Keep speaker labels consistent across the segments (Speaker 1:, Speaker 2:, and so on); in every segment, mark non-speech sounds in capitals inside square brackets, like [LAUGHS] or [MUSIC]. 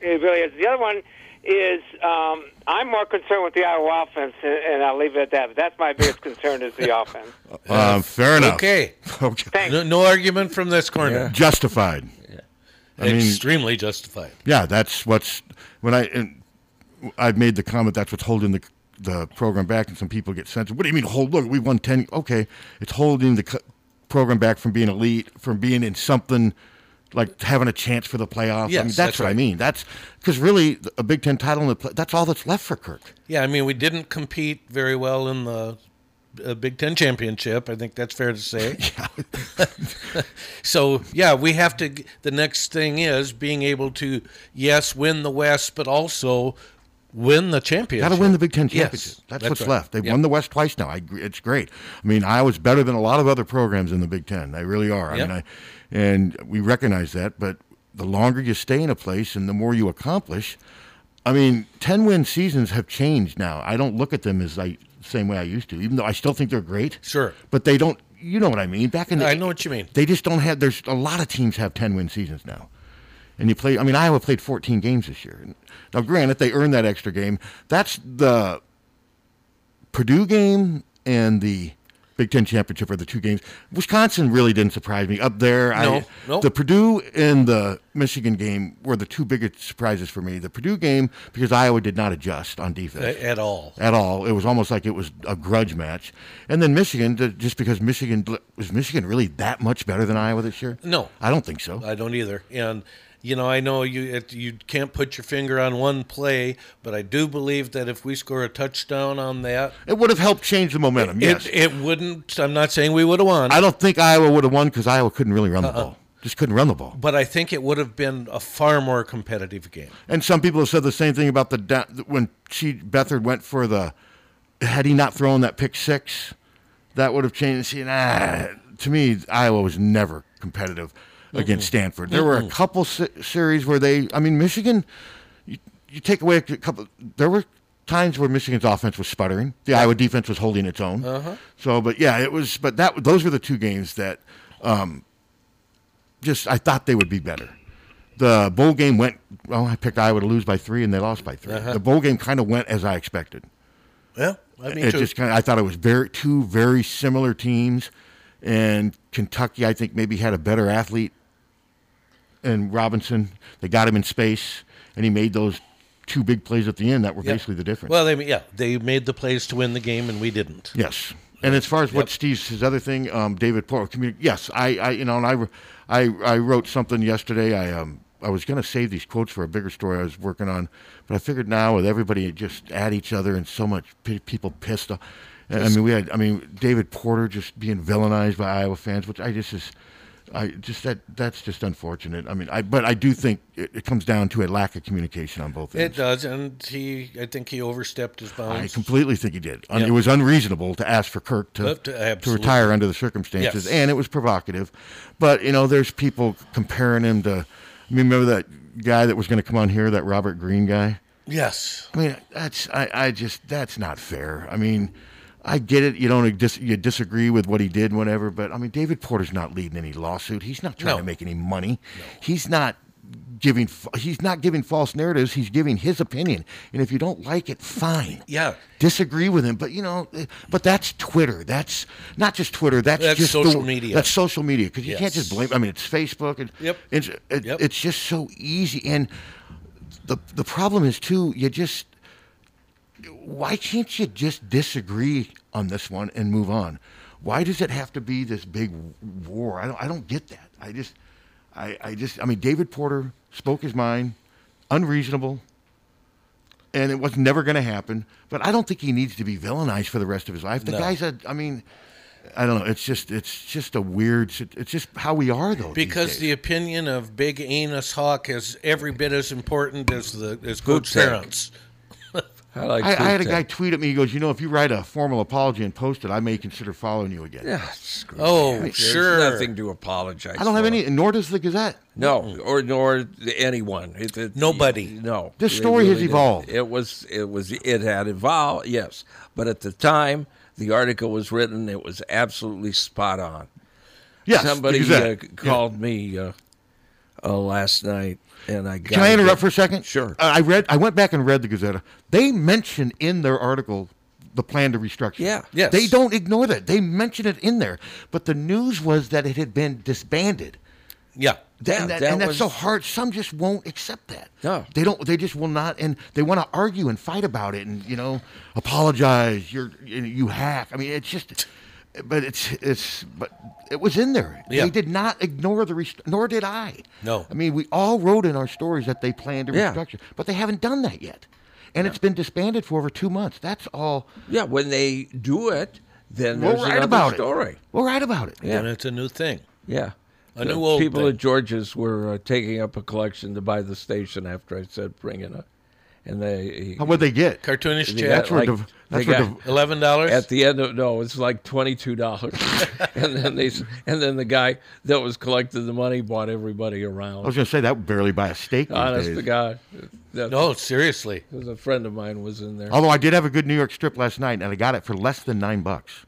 Speaker 1: It really is. The other one is um, I'm more concerned with the Iowa offense, and, and I'll leave it at that. But that's my biggest concern is the [LAUGHS] offense.
Speaker 2: Um, fair enough.
Speaker 3: uh, Okay.
Speaker 2: [LAUGHS] Okay.
Speaker 1: Thanks.
Speaker 3: No, no argument from this corner.
Speaker 2: justified. I mean-
Speaker 3: Extremely justified.
Speaker 2: Yeah, that's what's when I and I've made the comment that's what's holding the the program back, and some people get sensitive. What do you mean hold? Look, we won ten. Okay, it's holding the co- program back from being elite, from being in something like having a chance for the playoffs. I
Speaker 3: Yes,
Speaker 2: mean, that's,
Speaker 3: that's
Speaker 2: what I
Speaker 3: right.
Speaker 2: mean. That's because really a Big Ten title in the play, that's all that's left for Kirk.
Speaker 3: Yeah, I mean, we didn't compete very well in the uh, Big Ten championship. I think that's fair
Speaker 2: [LAUGHS]
Speaker 3: to say. [LAUGHS] so yeah, we have to. The next thing is being able to, yes, win the West, but also win the championship.
Speaker 2: Got to win the Big Ten
Speaker 3: Yes,
Speaker 2: championship. that's, what's
Speaker 3: right.
Speaker 2: left. They've
Speaker 3: Yeah.
Speaker 2: won the West twice now. I, agree- it's great. I mean, Iowa's better than a lot of other programs in the Big Ten. They really are. I
Speaker 3: Yep.
Speaker 2: mean, I, and we recognize that. But the longer you stay in a place and the more you accomplish, I mean, ten win seasons have changed now. I don't look at them as I same way I used to, even though I still think they're great.
Speaker 3: Sure.
Speaker 2: but they don't. You know what I mean? Back in the
Speaker 3: I know what you mean.
Speaker 2: they just don't have. There's a lot of teams have ten win seasons now, and you play. I mean, Iowa played 14 games this year. Now, granted, they earned that extra game. That's the Purdue game and the Big Ten championship are the two games. Wisconsin really didn't surprise me up there.
Speaker 3: No,
Speaker 2: I,
Speaker 3: no.
Speaker 2: The Purdue and the Michigan game were the two biggest surprises for me. The Purdue game because Iowa did not adjust on defense
Speaker 3: A- at all.
Speaker 2: at all. It was almost like it was a grudge match. And then Michigan, ju- just because Michigan was Michigan really that much better than Iowa this year?
Speaker 3: No.
Speaker 2: I don't think so.
Speaker 3: I don't either. And you know, I know you it, you can't put your finger on one play, but I do believe that if we score a touchdown on that,
Speaker 2: It would have helped change the momentum. yes,
Speaker 3: it it wouldn't. I'm not saying we would have won. Uh-uh.
Speaker 2: I don't think Iowa would have won because Iowa couldn't really run the ball. Just couldn't run the ball.
Speaker 3: but I think it would have been a far more competitive game.
Speaker 2: And some people have said the same thing about the da- when she Bethard went for the. Had he not thrown that pick six, that would have changed. See, nah, to me, Iowa was never competitive against Stanford. There were a couple se- series where they. I mean, Michigan. You, you take away a couple. There were times where Michigan's offense was sputtering. The Iowa defense was holding its own.
Speaker 3: Uh-huh.
Speaker 2: So, but yeah, it was. But that those were the two games that um, just I thought they would be better. The bowl game went. Well, I picked Iowa to lose by three, and they lost by 3
Speaker 3: Uh-huh.
Speaker 2: The bowl game kind of went as I expected.
Speaker 3: Yeah, I mean,
Speaker 2: it
Speaker 3: too.
Speaker 2: just kind of. I thought it was very two very similar teams, and Kentucky I think maybe had a better athlete. And Robinson, they got him in space, and he made those two big plays at the end that were
Speaker 3: Yeah.
Speaker 2: basically the difference.
Speaker 3: Well, they yeah they made the plays to win the game and we didn't.
Speaker 2: yes, And as far as what Steve's his other thing, um, David Porter. Community, yes, I, I, you know, and I, wr- I, I wrote something yesterday. I, um, I was going to save these quotes for a bigger story I was working on, but I figured now with everybody just at each other and so much p- people pissed off. And, I mean, we had, I mean, David Porter just being villainized by Iowa fans, which I just is, I just that that's just unfortunate. I mean, I but I do think it, it comes down to a lack of communication on both
Speaker 3: It does, and he, I think he overstepped his bounds.
Speaker 2: I completely think he did. Un-
Speaker 3: Yeah.
Speaker 2: It was unreasonable to ask for Kirk to,
Speaker 3: Up to-
Speaker 2: to
Speaker 3: absolutely.
Speaker 2: retire under the circumstances,
Speaker 3: Yes.
Speaker 2: and it was provocative. But you know, there's people comparing him to. I mean, remember that guy that was going to come on here, that Robert Green guy.
Speaker 3: Yes.
Speaker 2: I mean, that's I, I just that's not fair. I mean, I get it. You don't dis- you disagree with what he did, and whatever. But I mean, David Porter's not leading any lawsuit. He's not trying
Speaker 3: No.
Speaker 2: to make any money. He's not giving. f- He's not giving false narratives. He's giving his opinion. And if you don't like it, fine
Speaker 3: Yeah.
Speaker 2: disagree with him but you know eh, but that's twitter that's not just twitter that's,
Speaker 3: That's
Speaker 2: just
Speaker 3: social
Speaker 2: the,
Speaker 3: media.
Speaker 2: that's social media because you can't
Speaker 3: Yes.
Speaker 2: just blame i mean it's facebook and
Speaker 3: Yep.
Speaker 2: it's, it,
Speaker 3: Yep.
Speaker 2: it's just so easy and the the problem is too you just why can't you just disagree on this one and move on why does it have to be this big w- war i don't i don't get that i just i i just i mean david porter spoke his mind unreasonable and it was never going to happen. But I don't think he needs to be villainized for the rest of his life. The
Speaker 3: No.
Speaker 2: guy's a, I mean, I don't know. It's just, it's just a weird. sit- It's just how we are though. these
Speaker 3: Because
Speaker 2: days.
Speaker 3: the opinion of Big Anus Hawk is every bit as important as the as Coach
Speaker 4: tank.
Speaker 3: Terrence.
Speaker 4: [LAUGHS] I like.
Speaker 2: I, I had a
Speaker 4: Kutek.
Speaker 2: guy tweet at me. He goes, you know, if you write a formal apology and post it, I may consider following you again.
Speaker 4: Yeah, screw
Speaker 3: Oh,
Speaker 4: that. There's
Speaker 3: sure.
Speaker 4: Nothing to apologize.
Speaker 2: I don't have
Speaker 4: for.
Speaker 2: any, nor does the Gazette.
Speaker 4: No, or nor anyone. It, it-
Speaker 3: Nobody.
Speaker 4: No.
Speaker 2: This
Speaker 4: It
Speaker 2: story has
Speaker 4: didn't.
Speaker 2: evolved.
Speaker 4: It was. It was. It had evolved. Yes, but at the time the article was written, it was absolutely spot on.
Speaker 2: Yes, the
Speaker 4: Somebody
Speaker 2: Gazette.
Speaker 4: uh, called me uh, uh, last night, and I got.
Speaker 2: Can I interrupt for a second?
Speaker 4: Sure.
Speaker 2: Uh, I read. I went back and read the Gazette. They mention in their article the plan to restructure.
Speaker 4: Yeah.
Speaker 3: Yes.
Speaker 2: They don't ignore that. They mention it in there. But the news was that it had been disbanded.
Speaker 3: Yeah.
Speaker 2: That,
Speaker 4: Yeah,
Speaker 2: and, that,
Speaker 4: that
Speaker 2: and that's so
Speaker 4: was-
Speaker 2: hard. Some just won't accept that.
Speaker 4: No.
Speaker 2: they don't. They just will not, and they want to argue and fight about it, and you know, apologize. You're you, know, you hack. I mean, it's just. But it's it's but it was in there.
Speaker 3: Yeah.
Speaker 2: They did not ignore the rest- nor did I.
Speaker 3: No.
Speaker 2: I mean we all wrote in our stories that they planned to
Speaker 4: Yeah.
Speaker 2: restructure, but they haven't done that yet, and it's been disbanded for over two months. That's all.
Speaker 4: Yeah, when they do it, then
Speaker 2: We're
Speaker 4: there's
Speaker 2: right
Speaker 4: another
Speaker 2: about
Speaker 4: story.
Speaker 2: it. We're right about it.
Speaker 3: Then it's a new thing.
Speaker 4: Yeah.
Speaker 3: A
Speaker 4: The
Speaker 3: new old
Speaker 4: people
Speaker 3: thing.
Speaker 4: at George's were uh, taking up a collection to buy the station after I said bring it up, and they
Speaker 2: How would they get?
Speaker 3: Cartoonish
Speaker 4: Yeah,
Speaker 3: chat.
Speaker 2: That's where
Speaker 4: like,
Speaker 2: div-
Speaker 4: they
Speaker 2: that's where
Speaker 4: got-
Speaker 2: div-
Speaker 3: Eleven dollars.
Speaker 4: at the end of no, it's like twenty two dollars, [LAUGHS] and then they s- and then the guy that was collecting the money bought everybody
Speaker 2: I
Speaker 4: around.
Speaker 2: was going to say that would barely buy a steak. These
Speaker 3: Ah,
Speaker 4: Honest
Speaker 2: days.
Speaker 4: to God, that
Speaker 3: No, seriously.
Speaker 4: was a friend of mine was in there.
Speaker 2: Although I did have a good New York strip last night, and I got it for less than nine bucks.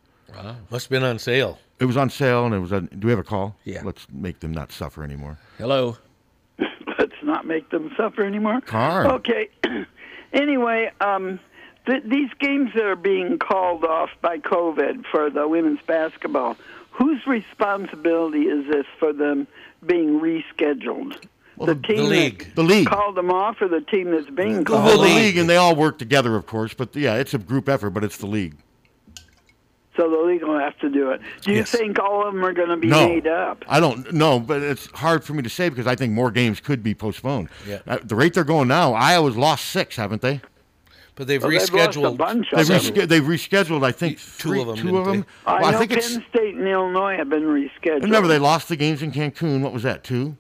Speaker 3: Must have been on sale.
Speaker 2: It was on sale, and it was. On, do we have a call?
Speaker 4: Yeah.
Speaker 2: Let's make them not suffer anymore.
Speaker 4: Hello,
Speaker 5: [LAUGHS] let's not make them suffer anymore.
Speaker 2: Carm.
Speaker 5: Okay. [CLEARS THROAT] anyway, um, th- these games that are being called off by COVID for the women's basketball, whose responsibility is this for them being rescheduled? the, team
Speaker 3: The
Speaker 5: that
Speaker 3: league.
Speaker 2: The league.
Speaker 5: called them off, or the team that's
Speaker 2: Well,
Speaker 5: being called
Speaker 2: Uh, the
Speaker 5: off?
Speaker 2: league, and they all work together, of course. But yeah, it's a group effort, but it's the league.
Speaker 5: So the league will have to do it. Do you
Speaker 3: Yes.
Speaker 5: think all of them are going to be
Speaker 2: No,
Speaker 5: made up?
Speaker 2: I don't know, but it's hard for me to say because I think more games could be postponed.
Speaker 3: Yeah.
Speaker 2: At the rate they're going now, Iowa's lost six, haven't they?
Speaker 3: But they've
Speaker 5: Well, they've lost
Speaker 3: rescheduled.
Speaker 5: a bunch
Speaker 2: They
Speaker 5: of them.
Speaker 2: resch- they rescheduled, I think,
Speaker 3: Two
Speaker 2: three-
Speaker 3: of them,
Speaker 2: Two
Speaker 3: didn't
Speaker 2: of them.
Speaker 5: I
Speaker 2: Well, I,
Speaker 5: know
Speaker 2: think
Speaker 5: Penn
Speaker 2: it's.
Speaker 5: State and Illinois have been rescheduled.
Speaker 2: Remember, they lost the games in Cancun. What was that? Two.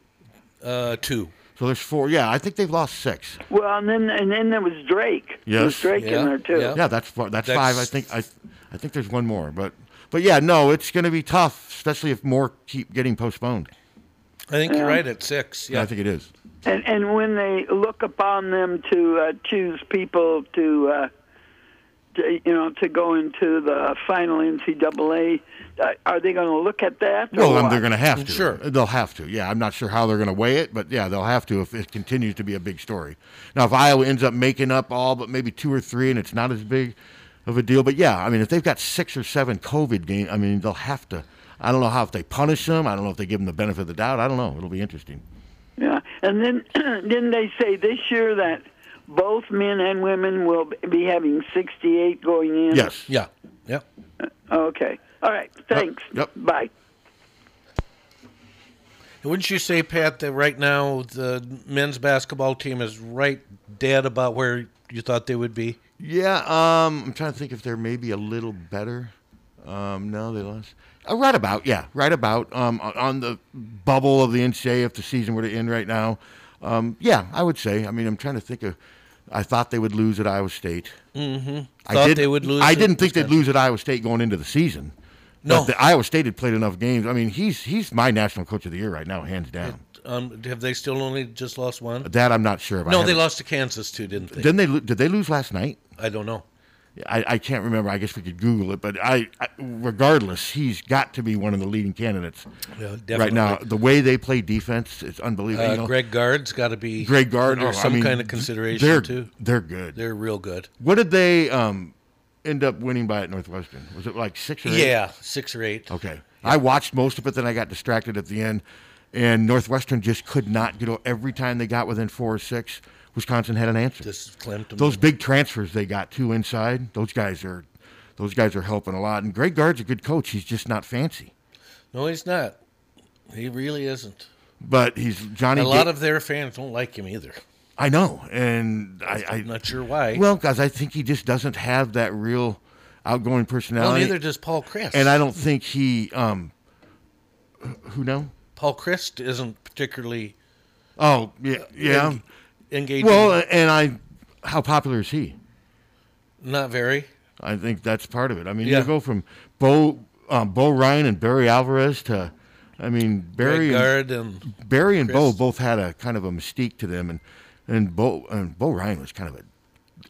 Speaker 3: uh, two.
Speaker 2: So there's four. Yeah, I think they've lost six.
Speaker 5: Well, and then and then there was Drake. There was
Speaker 2: Yes.
Speaker 5: Drake
Speaker 3: Yeah,
Speaker 5: in there too.
Speaker 3: yeah.
Speaker 2: Yeah, that's four, that's,
Speaker 3: That's-
Speaker 2: five. I think I, I think there's one more, but but yeah, no, it's going to be tough, especially if more keep getting postponed.
Speaker 3: I think you're right at six.
Speaker 2: Yeah,
Speaker 3: Yeah.
Speaker 2: I think it is.
Speaker 5: And and when they look upon them to uh, choose people to, uh, to, you know, to go into the final NCAA, uh, are they going to look at that? or
Speaker 2: Well, then
Speaker 5: what?
Speaker 2: they're going to have to.
Speaker 3: Sure.
Speaker 2: they'll have to. Yeah, I'm not sure how they're going to weigh it, but yeah, they'll have to if it continues to be a big story. Now, if Iowa ends up making up all but maybe two or three, and it's not as big of a deal, but yeah, I mean, if they've got six or seven COVID games, I mean, they'll have to. I don't know how if they punish them. I don't know if they give them the benefit of the doubt. I don't know. It'll be interesting.
Speaker 5: Yeah, and then [CLEARS THROAT] didn't they say this year that both men and women will be having 68 going in?
Speaker 2: Yes.
Speaker 3: Yeah. Yep.
Speaker 5: Okay. All right. Thanks.
Speaker 2: Yep.
Speaker 5: Bye.
Speaker 3: And Wouldn't you say, Pat, that right now the men's basketball team is right dead about where you thought they would be?
Speaker 2: Yeah, um, I'm trying to think if they're maybe a little better. Um, no, they lost. Uh, right about, yeah, right about um, on- on the bubble of the NCAA if the season were to end right now. Um, yeah, I would say. I mean, I'm trying to think of. I thought they would lose at Iowa State.
Speaker 3: Mhm.
Speaker 2: I
Speaker 3: Thought
Speaker 2: did,
Speaker 3: they would lose
Speaker 2: I
Speaker 3: at
Speaker 2: didn't think they'd lose at Iowa State going into the season.
Speaker 3: No.
Speaker 2: but the, Iowa State had played enough games. I mean, he's he's my national coach of the year right now, hands down.
Speaker 3: Um, have they still only just lost one?
Speaker 2: That I'm not sure of. I
Speaker 3: No, they
Speaker 2: haven't-
Speaker 3: lost to Kansas too, didn't they?
Speaker 2: Didn't they? lo- Did they lose last night?
Speaker 3: I don't know.
Speaker 2: I, I can't remember. I guess we could Google it, but I, I regardless, he's got to be one of the leading candidates
Speaker 3: Yeah,
Speaker 2: right now.
Speaker 3: definitely.
Speaker 2: The way they play defense, it's unbelievable.
Speaker 3: Uh,
Speaker 2: You know,
Speaker 3: Greg Gard's got to be
Speaker 2: Greg Gard,
Speaker 3: under
Speaker 2: oh, I
Speaker 3: some
Speaker 2: mean,
Speaker 3: kind of
Speaker 2: th-
Speaker 3: consideration
Speaker 2: they're-
Speaker 3: too.
Speaker 2: They're good.
Speaker 3: They're real good.
Speaker 2: what did they um, end up winning by at Northwestern? Was it like six or eight?
Speaker 3: Yeah, six or eight.
Speaker 2: Okay. I watched most of it, then I got distracted at the end, and Northwestern just could not get. o- Every time they got within four or six, Wisconsin had an answer.
Speaker 3: Just clamped 'em
Speaker 2: Those
Speaker 3: down.
Speaker 2: big transfers they got too inside. Those guys are, those guys are helping a lot. And Greg Gard's a good coach. He's just not fancy,
Speaker 3: No, he's not. He really isn't.
Speaker 2: but he's Johnny.
Speaker 3: A lot
Speaker 2: Ga-
Speaker 3: of their fans don't like him either.
Speaker 2: I know, and I, I
Speaker 3: I'm not sure why.
Speaker 2: Well, because I think he just doesn't have that real outgoing
Speaker 3: Well,
Speaker 2: personality.
Speaker 3: neither does Paul Christ.
Speaker 2: And I don't think he, um, who know?
Speaker 3: Paul Christ isn't particularly
Speaker 2: Oh yeah, yeah.
Speaker 3: en- engaging.
Speaker 2: Well, and I, how popular is he?
Speaker 3: not very.
Speaker 2: I think that's part of it. I mean,
Speaker 3: Yeah.
Speaker 2: you go from Bo, um, Bo Ryan and Barry Alvarez to, I mean, Barry
Speaker 3: Greg Gard
Speaker 2: and,
Speaker 3: and
Speaker 2: Barry and Bo
Speaker 3: Chris.
Speaker 2: both had a kind of a mystique to them, and and Bo and Bo Ryan was kind of a,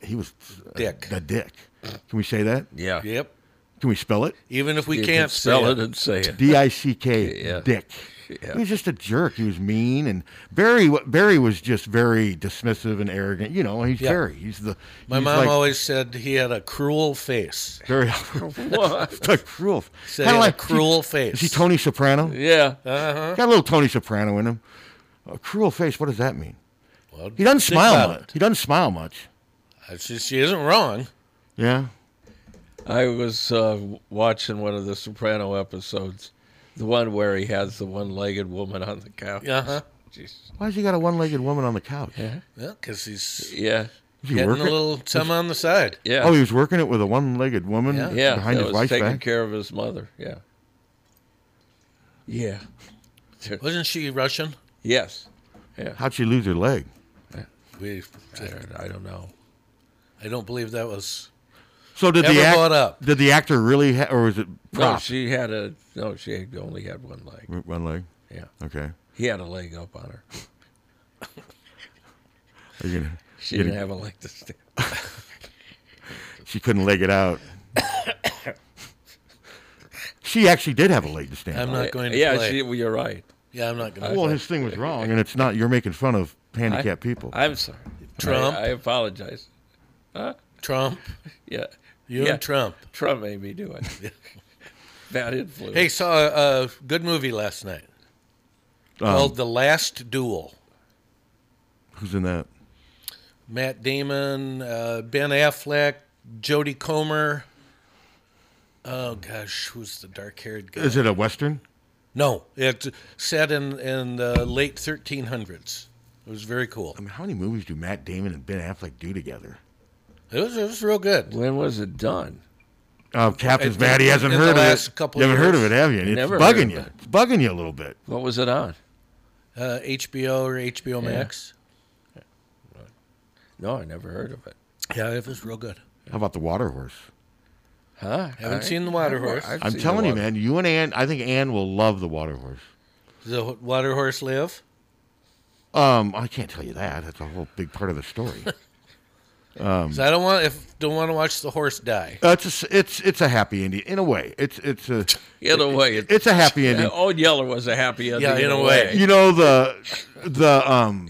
Speaker 2: he was a-
Speaker 3: Dick.
Speaker 2: a dick. Can we say that?
Speaker 4: Yeah.
Speaker 3: Yep.
Speaker 2: Can we spell it?
Speaker 3: Even if we
Speaker 4: You
Speaker 3: can't
Speaker 4: could sell
Speaker 3: say
Speaker 4: it and say it.
Speaker 2: D I C K,
Speaker 4: [LAUGHS] Yeah.
Speaker 2: Dick. He was just a jerk. He was mean, and Barry Barry was just very dismissive and arrogant. You know, he's
Speaker 3: Yeah.
Speaker 2: Barry. He's the
Speaker 3: My
Speaker 2: he's
Speaker 3: mom
Speaker 2: like
Speaker 3: always said he had a cruel face.
Speaker 4: [LAUGHS]
Speaker 2: [LAUGHS]
Speaker 3: [LAUGHS]
Speaker 2: Barry Alvarez. It's a cruel,
Speaker 3: Said
Speaker 2: kinda
Speaker 3: he had
Speaker 2: like
Speaker 3: a cruel face. Uh-huh.
Speaker 2: Is he Tony Soprano?
Speaker 4: Yeah.
Speaker 2: Got a little Tony Soprano in him. A cruel face. What does that mean?
Speaker 3: Well,
Speaker 2: He doesn't
Speaker 3: think
Speaker 2: smile
Speaker 3: about
Speaker 2: much. He doesn't smile much.
Speaker 3: it. Uh, She, she isn't wrong.
Speaker 2: Yeah.
Speaker 4: I was uh, watching one of the Soprano episodes, the one where he has the one-legged woman on the couch.
Speaker 3: Uh huh.
Speaker 4: Jeez.
Speaker 2: Why's he got a one-legged woman on the couch?
Speaker 3: because he's
Speaker 4: Yeah.
Speaker 2: Is he
Speaker 3: getting a
Speaker 2: working?
Speaker 3: little some on the side.
Speaker 4: Yeah.
Speaker 2: Oh, he was working it with a one-legged woman
Speaker 3: Yeah.
Speaker 4: yeah.
Speaker 2: behind
Speaker 4: that
Speaker 2: his
Speaker 4: was
Speaker 2: wife's
Speaker 4: taking
Speaker 2: back.
Speaker 4: care of his mother. Yeah.
Speaker 2: [LAUGHS]
Speaker 4: Yeah.
Speaker 3: Wasn't she Russian?
Speaker 4: Yes.
Speaker 2: How'd she lose her leg?
Speaker 3: We,
Speaker 4: I don't, I don't know.
Speaker 3: I don't believe that was.
Speaker 2: So did the
Speaker 3: Ever
Speaker 2: act-
Speaker 3: brought up.
Speaker 2: did the actor really ha- or was it prop?
Speaker 4: No, she had a no. She had only had one leg.
Speaker 2: One leg.
Speaker 4: Yeah.
Speaker 2: Okay.
Speaker 4: He had a leg up on her. [LAUGHS]
Speaker 2: Are you gonna-
Speaker 4: She
Speaker 2: you
Speaker 4: didn't
Speaker 2: gonna-
Speaker 4: have a leg to stand.
Speaker 2: she couldn't leg it
Speaker 3: [COUGHS]
Speaker 2: out. she actually did have a leg to stand.
Speaker 3: I'm
Speaker 2: on.
Speaker 3: not going to
Speaker 4: yeah,
Speaker 3: play.
Speaker 4: she. Well, you're right.
Speaker 3: yeah, I'm not going to
Speaker 2: well,
Speaker 3: play.
Speaker 2: his thing was wrong, and it's not. You're making fun of handicapped people.
Speaker 4: I'm sorry.
Speaker 3: Trump.
Speaker 4: I, I apologize.
Speaker 3: Trump,
Speaker 4: [LAUGHS] Yeah.
Speaker 3: you
Speaker 4: Yeah.
Speaker 3: and Trump.
Speaker 4: Trump made me
Speaker 3: [LAUGHS]
Speaker 4: do it. Bad influence.
Speaker 3: Hey, saw a, a good movie last night
Speaker 2: Um,
Speaker 3: called The Last Duel.
Speaker 2: Who's in that?
Speaker 3: Matt Damon, uh, Ben Affleck, Jodie Comer. Oh gosh, who's the dark-haired guy?
Speaker 2: Is it a western?
Speaker 3: No, it's set in in the late 1300s. It was very cool.
Speaker 2: I mean, how many movies do Matt Damon and Ben Affleck do together?
Speaker 3: It was it was real Oh, good.
Speaker 4: When was it done?
Speaker 2: Oh, Captain's
Speaker 3: In-
Speaker 2: Matt, he hasn't
Speaker 3: in the
Speaker 2: heard
Speaker 3: last
Speaker 2: of it.
Speaker 3: couple
Speaker 2: you haven't heard of
Speaker 3: years.
Speaker 2: it, have you? And it's
Speaker 4: Never heard
Speaker 2: bugging
Speaker 4: of
Speaker 2: you.
Speaker 4: it.
Speaker 2: It's bugging you a little bit.
Speaker 4: What was it on?
Speaker 3: Uh, HBO or HBO Max.
Speaker 4: No, I never heard of it.
Speaker 3: Yeah, it was real good.
Speaker 2: How about the Water Horse?
Speaker 4: Huh?
Speaker 3: Haven't seen The Water Horse.
Speaker 2: I'm telling you, man. You and Ann, I think Ann will love the Water Horse.
Speaker 3: Does the water horse live?
Speaker 2: Um, I can't tell you that. That's a whole big part of the story.
Speaker 3: 'Cause I don't want if don't want to watch the horse die.
Speaker 2: Uh, it's a, it's it's a happy ending in a way. It's it's a
Speaker 4: In a way, it,
Speaker 2: it's a
Speaker 4: [LAUGHS]
Speaker 2: happy ending.
Speaker 4: Old Yeller was a happy ending.
Speaker 3: Yeah, in a way.
Speaker 2: You know the the um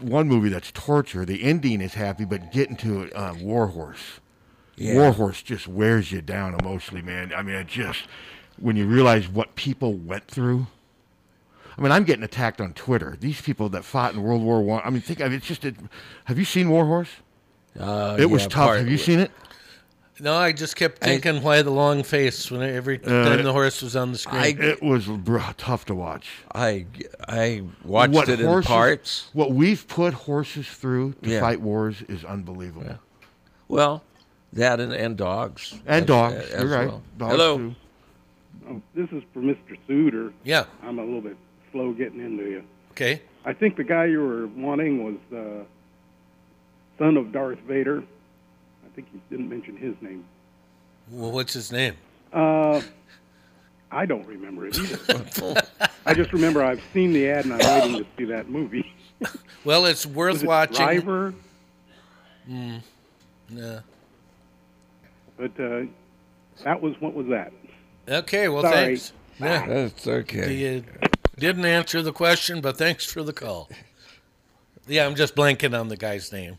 Speaker 2: one movie that's torture. The ending is happy, but getting to it, uh, Warhorse. Warhorse just wears you down emotionally, man. I mean, it just when you realize what people went through. I mean, I'm getting attacked on Twitter. These people that fought in World War One. I. I mean, think I mean, it's just. It, have you seen Warhorse?
Speaker 4: Uh,
Speaker 2: It was
Speaker 4: yeah,
Speaker 2: tough.
Speaker 4: part-
Speaker 2: Have you seen it?
Speaker 3: No, I just kept thinking why the long face when every time the horse was on the screen.
Speaker 2: Uh, it was br- tough to watch.
Speaker 4: I I watched
Speaker 2: What
Speaker 4: it in
Speaker 2: horses-
Speaker 4: parts.
Speaker 2: What we've put horses through to
Speaker 4: Yeah.
Speaker 2: fight wars is unbelievable.
Speaker 4: Well, that and, and dogs
Speaker 2: And
Speaker 4: As-
Speaker 2: dogs,
Speaker 4: as
Speaker 2: you're right.
Speaker 4: well.
Speaker 2: Dogs
Speaker 4: Hello.
Speaker 2: too.
Speaker 6: Oh, this is for Mr. Suter.
Speaker 3: Yeah.
Speaker 6: I'm a little bit slow getting into you.
Speaker 3: Okay.
Speaker 6: I think the guy you were wanting was uh, son of Darth Vader. I think you didn't mention his name.
Speaker 3: Well, what's his name?
Speaker 6: Uh, I don't remember it either.
Speaker 4: [LAUGHS]
Speaker 6: I just remember I've seen the ad and I'm waiting to see that movie.
Speaker 3: Well, it's worth
Speaker 6: Was it
Speaker 3: watching. Hmm.
Speaker 6: Driver,
Speaker 3: Yeah.
Speaker 6: but uh, that was what was that?
Speaker 3: Okay. Well,
Speaker 6: Sorry.
Speaker 3: thanks. Yeah.
Speaker 4: That's okay.
Speaker 3: You didn't answer the question, but thanks for the call. Yeah, I'm just blanking on the guy's name.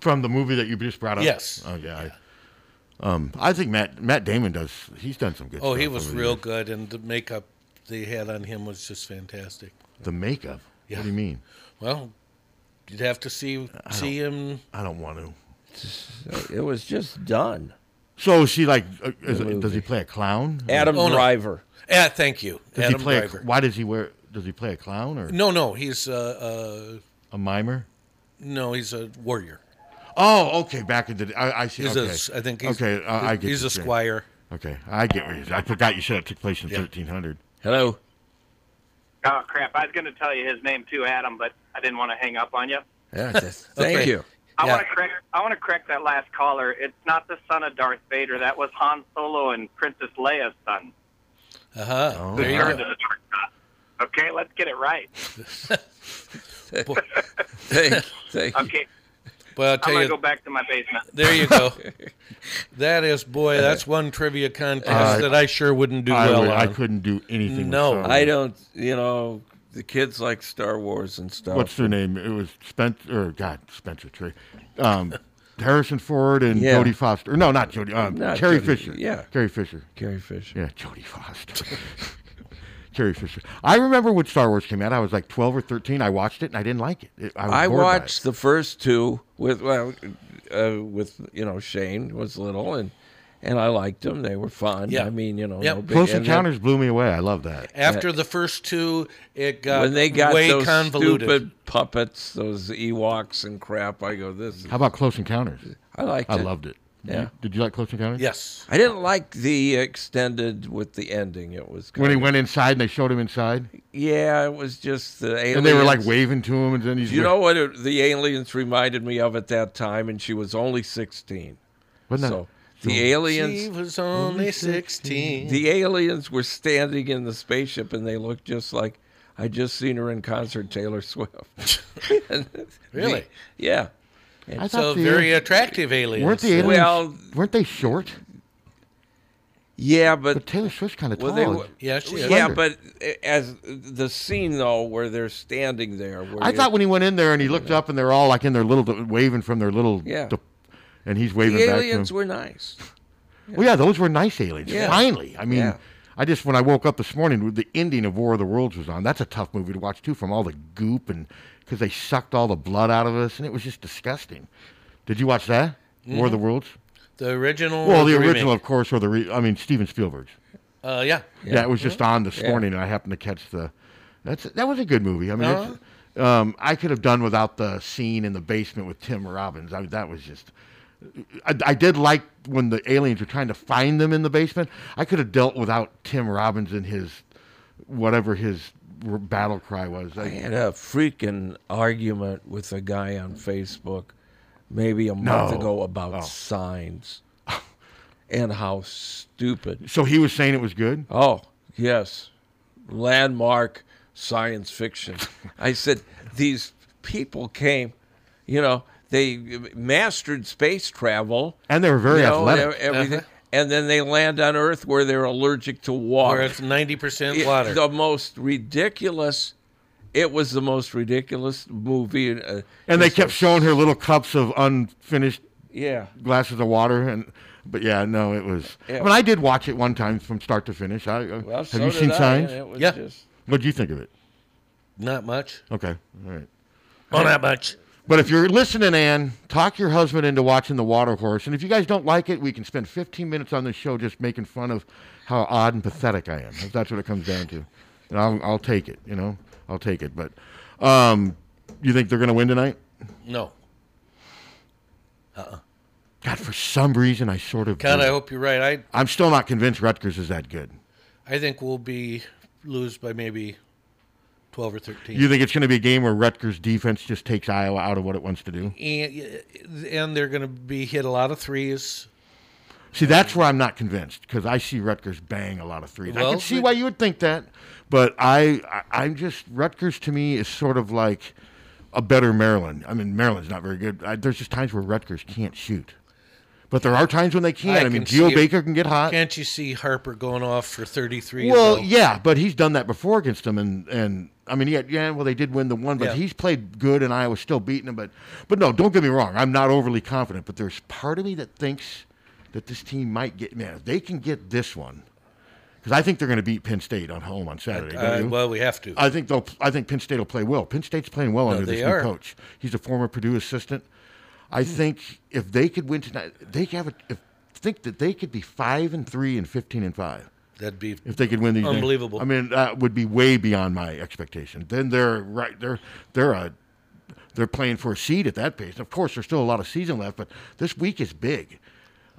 Speaker 2: From the movie that you just brought up.
Speaker 3: Yes.
Speaker 2: Oh yeah. I- um, I think Matt Matt Damon does. He's done some good.
Speaker 3: Oh, he
Speaker 2: stuff
Speaker 3: was
Speaker 2: over the
Speaker 3: real
Speaker 2: years.
Speaker 3: good, and the makeup they had on him was just fantastic.
Speaker 2: The makeup.
Speaker 3: Yeah.
Speaker 2: What do you mean?
Speaker 3: Well, you'd have to see see him.
Speaker 2: I don't want to.
Speaker 4: It was just done.
Speaker 2: So is she like? Uh, is it- does he play a clown?
Speaker 4: Adam
Speaker 3: Oh, no.
Speaker 4: Driver.
Speaker 3: Ah, thank you,
Speaker 2: Does
Speaker 3: Adam
Speaker 2: he play? A,
Speaker 3: Driver.
Speaker 2: why does he wear? Does he play a clown or
Speaker 3: no, no, he's uh, uh,
Speaker 2: a mimer?
Speaker 3: no, he's a warrior.
Speaker 2: Oh, okay. Back in the day. I, I see.
Speaker 3: He's
Speaker 2: okay.
Speaker 3: a s I think he's
Speaker 2: okay. uh, I, I get
Speaker 3: he's
Speaker 2: you,
Speaker 3: a
Speaker 2: Jay.
Speaker 3: squire.
Speaker 2: Okay, I get. What you I forgot you said it took place in 1300.
Speaker 4: Hello.
Speaker 7: Oh crap! I was going to tell you his name too, Adam, but I didn't want to hang up on you.
Speaker 4: Yeah, th-
Speaker 3: [LAUGHS]
Speaker 4: thank
Speaker 3: Okay.
Speaker 4: you.
Speaker 7: I
Speaker 3: Yeah.
Speaker 7: want to correct. I want to correct that last caller. It's not the son of Darth Vader. That was Han Solo and Princess Leia's son.
Speaker 3: Uh
Speaker 4: Uh-huh.
Speaker 3: huh. there you go.
Speaker 7: Return to the Dark Side. Okay, let's get it
Speaker 3: [LAUGHS]
Speaker 7: right.
Speaker 4: [LAUGHS]
Speaker 7: [LAUGHS]
Speaker 4: Thank, thank you.
Speaker 7: Okay,
Speaker 3: Well, I'll
Speaker 7: I'm
Speaker 3: tell
Speaker 7: going
Speaker 3: you,
Speaker 7: to go back to my basement.
Speaker 3: there you
Speaker 4: [LAUGHS]
Speaker 3: go. that
Speaker 2: [LAUGHS]
Speaker 3: is, boy, that's one trivia contest
Speaker 2: Uh,
Speaker 3: that I sure wouldn't do
Speaker 2: I,
Speaker 3: well
Speaker 2: would-
Speaker 3: on.
Speaker 2: I couldn't do anything.
Speaker 3: No,
Speaker 2: with Star
Speaker 4: I
Speaker 2: Wars.
Speaker 4: don't. You know, the kids like Star Wars and stuff.
Speaker 2: What's their name? It was Spencer. Or God, Spencer Tree.
Speaker 4: [LAUGHS]
Speaker 2: Um, Harrison Ford and
Speaker 4: Yeah.
Speaker 2: Jodie Foster. No, not Jodie. Um,
Speaker 4: Not
Speaker 2: Carrie
Speaker 4: Jodie,
Speaker 2: Fisher.
Speaker 4: yeah.
Speaker 2: Carrie Fisher.
Speaker 4: Carrie Fisher.
Speaker 2: Yeah, Jodie Foster. [LAUGHS] Carrie Fisher. I remember when Star Wars came out. I was like 12 or 13. I watched it and I didn't like it. it I, was
Speaker 4: I
Speaker 2: bored by it.
Speaker 4: watched the first two with well, uh, with you know Shane was little and and I liked them. They were fun.
Speaker 3: Yeah.
Speaker 4: I mean, you know,
Speaker 3: Yep.
Speaker 4: no big,
Speaker 2: Close
Speaker 4: and then
Speaker 2: Encounters blew me away. I love that.
Speaker 3: After the first two, it got
Speaker 4: When they got
Speaker 3: way
Speaker 4: those
Speaker 3: convoluted.
Speaker 4: stupid puppets, those Ewoks and crap, I go, this. Is,
Speaker 2: How about Close Encounters?
Speaker 4: I liked
Speaker 2: I
Speaker 4: it.
Speaker 2: loved it. Did
Speaker 4: Yeah.
Speaker 2: you- Did you like Close Encounters?
Speaker 3: Yes.
Speaker 4: I didn't like the extended with the ending. It was
Speaker 2: When he
Speaker 4: kinda-
Speaker 2: went inside and they showed him inside,
Speaker 4: Yeah, it was just the aliens.
Speaker 2: and they were like waving to him, and then he's
Speaker 4: You know what it, the aliens reminded me of at that time, and she was only sixteen.
Speaker 2: Wasn't that-
Speaker 4: So the aliens,
Speaker 3: She was only 16.
Speaker 4: the aliens were standing in the spaceship, and they looked just like I just seen her in concert, Taylor
Speaker 3: [LAUGHS]
Speaker 4: Swift.
Speaker 3: Really?
Speaker 4: yeah.
Speaker 2: I
Speaker 3: so
Speaker 2: thought the
Speaker 3: very
Speaker 2: aliens-
Speaker 3: attractive aliens.
Speaker 2: weren't the aliens
Speaker 4: Well-
Speaker 2: weren't they short?
Speaker 4: Yeah, but
Speaker 2: But Taylor Swift's kind of
Speaker 4: Well, they
Speaker 2: tall.
Speaker 4: were-
Speaker 3: Yeah, she is.
Speaker 4: yeah,
Speaker 2: slender.
Speaker 4: but as the scene though, where they're standing there, where
Speaker 2: I
Speaker 4: you-
Speaker 2: thought when he went in there and he looked up and they're all like in their little waving from their little
Speaker 4: Yeah.
Speaker 2: and he's
Speaker 4: the
Speaker 2: waving back to him.
Speaker 4: aliens were nice.
Speaker 2: Well, yeah, those were nice aliens.
Speaker 4: Yeah.
Speaker 2: Finally, I mean,
Speaker 4: Yeah.
Speaker 2: I just when I woke up this morning, with the ending of War of the Worlds was on. That's a tough movie to watch too, from all the goop and because they sucked all the blood out of us, and it was just disgusting. Did you watch that War of the Worlds?
Speaker 3: Mm-hmm. The original.
Speaker 2: Well,
Speaker 3: or
Speaker 2: the
Speaker 3: remake?
Speaker 2: original, of course, or the re- I mean Steven Spielberg's.
Speaker 3: Uh, yeah.
Speaker 2: Yeah, it was just on this morning, and I happened to catch the. That's that was a good movie. I mean, it's-
Speaker 4: Uh-huh.
Speaker 2: um, I could have done without the scene in the basement with Tim Robbins. I mean, that was just. I, I did like when the aliens were trying to find them in the basement. I could have dealt without Tim Robbins and his whatever his r- battle cry was. I,
Speaker 4: I had a freaking argument with a guy on Facebook maybe a month
Speaker 2: No. Oh.
Speaker 4: ago about signs and how stupid.
Speaker 2: so he was saying it was good.
Speaker 4: Oh, yes. Landmark science
Speaker 2: [LAUGHS]
Speaker 4: fiction. I said, these people came, you know, they mastered space travel.
Speaker 2: And they were very
Speaker 4: you know,
Speaker 2: athletic.
Speaker 4: e- Everything.
Speaker 3: Uh-huh.
Speaker 4: And then they land on Earth where they're allergic to water.
Speaker 3: Where it's 90%
Speaker 4: It-
Speaker 3: water.
Speaker 4: The most ridiculous. It was the most ridiculous movie. Uh,
Speaker 2: And they kept showing her little cups of unfinished
Speaker 4: yeah.
Speaker 2: glasses of water and but yeah no it was
Speaker 4: Yeah.
Speaker 2: i mean i did watch it one time from start to finish i I-
Speaker 4: Well,
Speaker 2: have
Speaker 4: so
Speaker 2: you
Speaker 4: did
Speaker 2: seen
Speaker 4: I, and
Speaker 2: signs
Speaker 4: it was
Speaker 3: Yeah.
Speaker 4: just-
Speaker 2: what do you think of it
Speaker 3: Not much.
Speaker 2: okay all right
Speaker 3: Oh, not much.
Speaker 2: But if you're listening, Ann, talk your husband into watching The Water Horse. And if you guys don't like it, we can spend 15 minutes on this show just making fun of how odd and pathetic I am. If that's what it comes down to. And I'll, I'll take it, you know? I'll take it. But um, you think they're going to win tonight?
Speaker 3: No. Uh-uh.
Speaker 2: God, for some reason, I sort of.
Speaker 3: God,
Speaker 2: do.
Speaker 3: I hope you're right. I
Speaker 2: I'm still not convinced Rutgers is that good.
Speaker 3: I think we'll be lose by maybe twelve or thirteen.
Speaker 2: You think it's going to be a game where Rutgers defense just takes Iowa out of what it wants to do?
Speaker 3: and, and they're going to be hit a lot of threes.
Speaker 2: See, that's where I'm not convinced because I see Rutgers bang a lot of threes. I
Speaker 3: Well,
Speaker 2: can see why you would think that, but I, I, I'm just Rutgers to me is sort of like a better Maryland. I mean, Maryland's not very good. I, there's just times where Rutgers can't shoot, but there are times when they can. I, mean,
Speaker 3: can
Speaker 2: Geo
Speaker 3: see-
Speaker 2: Baker can get hot.
Speaker 3: Can't you see Harper going off for thirty-three?
Speaker 2: Well,
Speaker 3: though?
Speaker 2: yeah, but he's done that before against them, and and I mean, yeah, yeah. Well, they did win the one, but
Speaker 3: Yeah.
Speaker 2: he's played good, and Iowa's still beating him. But but no, don't get me wrong, I'm not overly confident, but there's part of me that thinks that this team might get man, if they can get this one, because I think they're going to beat Penn State on home on Saturday. don't
Speaker 3: Uh,
Speaker 2: you?
Speaker 3: well, we have to.
Speaker 2: I think they'll. I think Penn State will play well. Penn State's playing well
Speaker 3: No,
Speaker 2: under
Speaker 3: they
Speaker 2: this
Speaker 3: are. Hmm.
Speaker 2: new coach. He's a former Purdue assistant. I think if they could win tonight, they could have a. If, think that they could be five and three and fifteen and five.
Speaker 3: That'd be
Speaker 2: if they could win these. games.
Speaker 3: unbelievable.
Speaker 2: I mean, that would be way beyond my expectation. Then they're right. They're they're a. They're playing for a seed at that pace. Of course, there's still a lot of season left, but this week is big.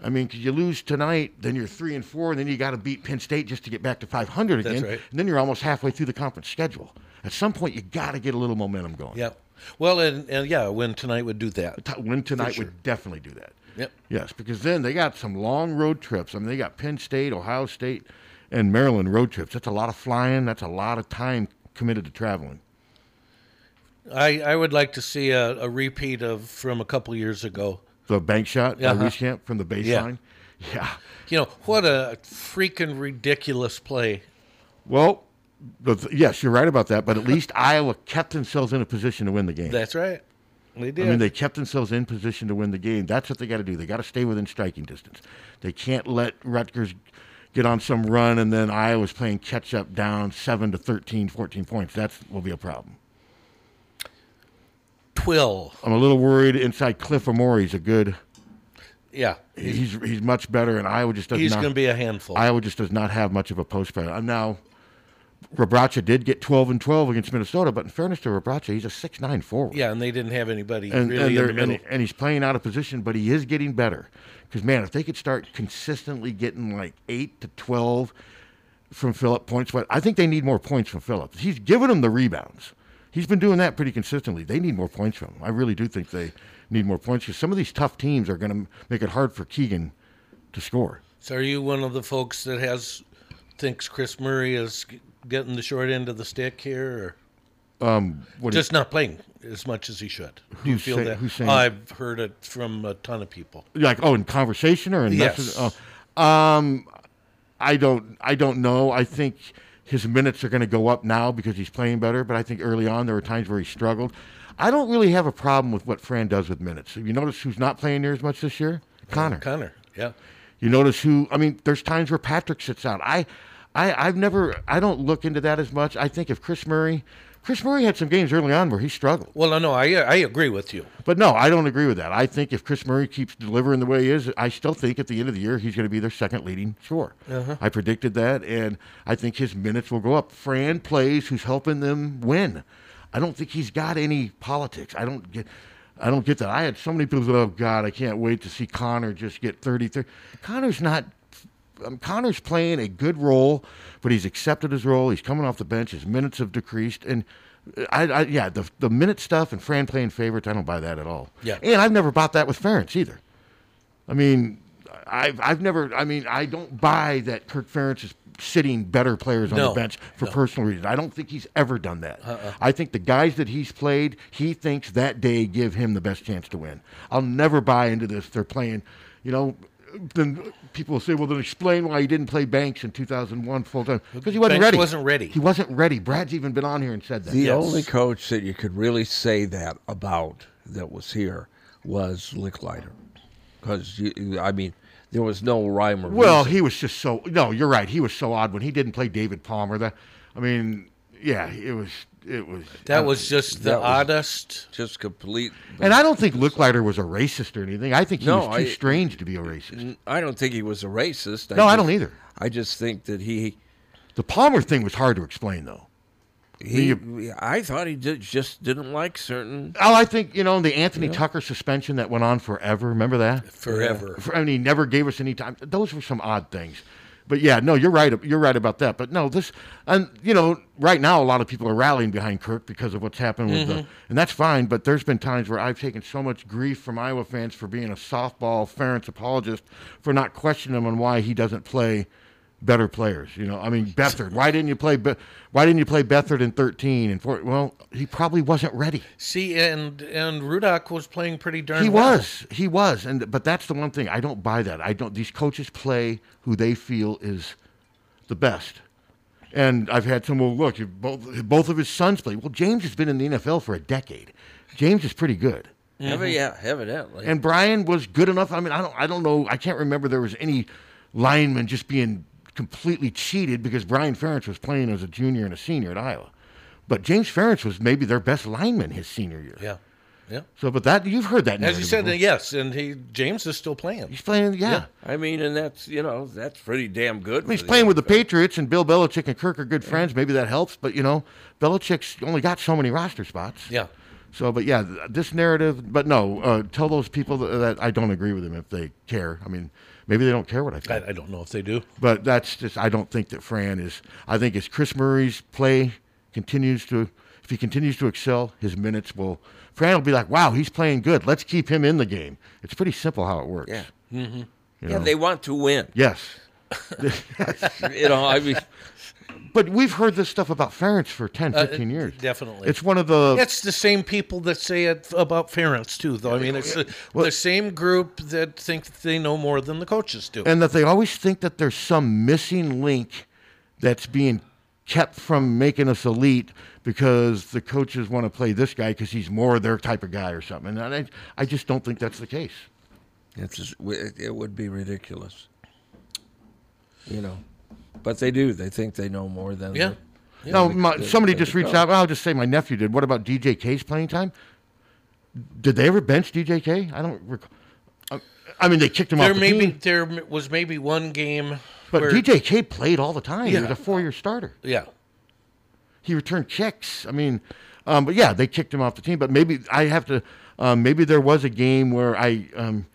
Speaker 2: I mean, 'cause you lose tonight, then you're three and four, and then you got to beat Penn State just to get back to 500
Speaker 3: That's
Speaker 2: again,
Speaker 3: right.
Speaker 2: and then you're almost halfway through the conference schedule. At some point, you got to get a little momentum going.
Speaker 3: Yep. Well, and, and yeah, a win tonight would do that.
Speaker 2: Win tonight
Speaker 3: sure.
Speaker 2: would definitely do that.
Speaker 3: Yep.
Speaker 2: Yes, because then they got some long road trips. I mean, they got Penn State, Ohio State, and Maryland road trips. That's a lot of flying. That's a lot of time committed to traveling.
Speaker 3: I, I would like to see a, a repeat of from a couple years ago.
Speaker 2: The bank shot
Speaker 3: Uh-huh.
Speaker 2: by Wieskamp Uh, from the baseline. Yeah.
Speaker 3: You know what a freaking ridiculous play.
Speaker 2: Well, the- yes, you're right about that.
Speaker 3: [LAUGHS]
Speaker 2: But at least Iowa kept themselves in a position to win the game.
Speaker 3: That's right. They did.
Speaker 2: I mean, they kept themselves in position to win the game. That's what they got to do. They got to stay within striking distance. They can't let Rutgers get on some run and then Iowa's playing catch up down 7 to 13, 14 points. That will be a problem.
Speaker 3: Twill.
Speaker 2: I'm a little worried inside Cliff Amore. He's a good.
Speaker 3: Yeah.
Speaker 2: He's he's much better, and Iowa just does
Speaker 3: He's
Speaker 2: not.
Speaker 3: gonna be a handful.
Speaker 2: Iowa just does not have much of a post player. And now, Rabracha did get 12 and 12 against Minnesota, but in fairness to Rabracha, he's a six nine forward.
Speaker 3: Yeah, and they didn't have anybody
Speaker 2: and,
Speaker 3: really
Speaker 2: and,
Speaker 3: in
Speaker 2: they're-
Speaker 3: the middle.
Speaker 2: and, and he's playing out of position, but he is getting better. Because man, if they could start consistently getting like eight to twelve from Phillip points, what I think they need more points from Phillip. He's giving them the rebounds. He's been doing that pretty consistently. They need more points from him. I really do think they need more points because some of these tough teams are going to make it hard for Keegan to score.
Speaker 3: So are you one of the folks that has thinks Chris Murray is g- getting the short end of the stick here,
Speaker 2: Um,
Speaker 3: or
Speaker 2: what do you-
Speaker 3: just not playing as much as he should? Do you
Speaker 2: Who's
Speaker 3: feel
Speaker 2: say-
Speaker 3: that?
Speaker 2: who's saying-
Speaker 3: I've heard it from a ton of people.
Speaker 2: like oh in conversation or in
Speaker 3: Yes.
Speaker 2: message oh. um i don't i don't know i think his minutes are going to go up now because he's playing better but i think early on there were times where he struggled i don't really have a problem with what fran does with minutes you notice who's not playing near as much this year connor
Speaker 3: Uh, Connor, yeah.
Speaker 2: you notice who i mean there's times where patrick sits out i I, I've never, I don't look into that as much. I think if Chris Murray, Chris Murray had some games early on where he struggled.
Speaker 3: Well, no, no, I uh, I agree with you.
Speaker 2: But no, I don't agree with that. I think if Chris Murray keeps delivering the way he is, I still think at the end of the year he's going to be their second leading scorer.
Speaker 3: Uh-huh.
Speaker 2: I predicted that, and I think his minutes will go up. Fran plays, who's helping them win. I don't think he's got any politics. I don't get. I don't get that. I had so many people. Oh God, I can't wait to see Connor just get 30, 30. Connor's not. Um, Connor's playing a good role, but he's accepted his role. He's coming off the bench. His minutes have decreased, and uh, I, I yeah, the the minute stuff and Fran playing favorites. I don't buy that at all.
Speaker 3: Yeah.
Speaker 2: and I've never bought that with Ferentz either. I mean, I've, I've never, I mean, I don't buy that Kirk Ferentz is sitting better players on
Speaker 3: No,
Speaker 2: the bench for
Speaker 3: no.
Speaker 2: personal reasons. I don't think he's ever done that.
Speaker 3: Uh-uh.
Speaker 2: I think the guys that he's played, he thinks that day give him the best chance to win. I'll never buy into this. They're playing, you know, then people will say, well, then explain why he didn't play Banks in 2001 full time. Because he wasn't
Speaker 3: Banks
Speaker 2: ready.
Speaker 3: wasn't ready.
Speaker 2: He wasn't ready. Brad's even been on here and said that.
Speaker 4: The only coach that you could really say that about that was here was Licklider, because I mean there was no rhyme or
Speaker 2: Well,
Speaker 4: reason.
Speaker 2: he was just so. No, you're right. He was so odd when he didn't play David Palmer. That, I mean, yeah, it was it was
Speaker 3: That was just the
Speaker 2: That was-
Speaker 3: oddest.
Speaker 4: Just complete.
Speaker 2: And I don't think Licklider was a racist or anything. I think he
Speaker 4: No,
Speaker 2: was too
Speaker 4: I-
Speaker 2: strange to be a racist.
Speaker 4: N- I don't think he was a racist.
Speaker 2: No, I
Speaker 4: just-
Speaker 2: don't either.
Speaker 4: I just think that he
Speaker 2: The Palmer thing was hard to explain though.
Speaker 4: he.
Speaker 2: The-
Speaker 4: I thought he did, just didn't like certain.
Speaker 2: oh, I think you know the Anthony
Speaker 4: Yeah.
Speaker 2: Tucker suspension that went on forever. Remember that?
Speaker 3: Forever.
Speaker 2: For- I mean, he never gave us any time. Those were some odd things. But yeah, no, you're right. You're right about that. But no, this and you know, right now a lot of people are rallying behind Kirk because of what's happened with
Speaker 8: Mhm.
Speaker 2: the, and that's fine. But there's been times where I've taken so much grief from Iowa fans for being a softball Ferentz apologist for not questioning him on why he doesn't play better players. You know, I mean Bethard. Why didn't you play? Be- why didn't you play Bethard in 13 and 14? Well, he probably wasn't ready.
Speaker 3: See, and and Rudock was playing pretty darn.
Speaker 2: He
Speaker 3: well.
Speaker 2: was. He was. And but that's the one thing I don't buy that. I don't these coaches play who they feel is the best. And I've had some well look, you- both both of his sons play. Well, James has been in the NFL for a decade. James is pretty good.
Speaker 3: Mm-hmm.
Speaker 4: Evi- yeah, evidently.
Speaker 2: And Brian was good enough. I mean, I don't I don't know. I can't remember there was any lineman just being completely cheated because Brian Ferentz was playing as a junior and a senior at Iowa. But James Ferentz was maybe their best lineman his senior year.
Speaker 3: Yeah. Yeah.
Speaker 2: So, but that you've heard that.
Speaker 3: As you
Speaker 2: narrative
Speaker 3: said,
Speaker 2: before.
Speaker 3: yes, and he James is still playing.
Speaker 2: He's playing, yeah.
Speaker 4: I mean, and that's you know that's pretty damn good.
Speaker 2: I mean,
Speaker 4: for
Speaker 2: he's
Speaker 4: the-
Speaker 2: playing with the Patriots, and Bill Belichick and Kirk are good friends. Maybe that helps, but you know, Belichick's only got so many roster spots.
Speaker 3: Yeah.
Speaker 2: So, but yeah, th- this narrative. But no, uh, tell those people that, that I don't agree with them if they care. I mean, maybe they don't care what I think.
Speaker 3: I, I don't know if they do.
Speaker 2: But that's just I don't think that Fran is. I think as Chris Murray's play continues to, if he continues to excel, his minutes will. Fran will be like, wow, he's playing good. Let's keep him in the game. It's pretty simple how it works.
Speaker 4: Yeah.
Speaker 2: Mm-hmm.
Speaker 4: Yeah, they want to win.
Speaker 2: Yes.
Speaker 4: [LAUGHS] You know, I mean-
Speaker 2: But we've heard this stuff about Ferentz for 10,
Speaker 3: Uh,
Speaker 2: 15 years.
Speaker 3: Definitely.
Speaker 2: It's one of the.
Speaker 3: It's the same people that say it about parents too, though. I mean, it's the, the same group that think they know more than the coaches do.
Speaker 2: and that they always think that there's some missing link that's being kept from making us elite because the coaches want to play this guy because he's more their type of guy or something. And I, I just don't think that's the case.
Speaker 4: It's just, it it would be ridiculous. You know, but they do. They think they know more than
Speaker 3: Yeah.
Speaker 4: the- than
Speaker 2: no,
Speaker 4: the-
Speaker 2: my,
Speaker 4: the-
Speaker 2: somebody
Speaker 4: than
Speaker 2: just
Speaker 4: the
Speaker 2: reached
Speaker 4: coach.
Speaker 2: out. I'll just say my nephew did. What about DJK's playing time? Did they ever bench DJK? I don't recall. I, I mean, they kicked him
Speaker 3: there
Speaker 2: off the
Speaker 3: may be
Speaker 2: team.
Speaker 3: there m- was maybe one game,
Speaker 2: But
Speaker 3: where-
Speaker 2: DJK played all the time. He was
Speaker 3: Yeah.
Speaker 2: a four-year starter.
Speaker 3: Yeah.
Speaker 2: He returned kicks. I mean, um, but yeah, they kicked him off the team. But maybe I have to. Um, maybe there was a game where I. Um,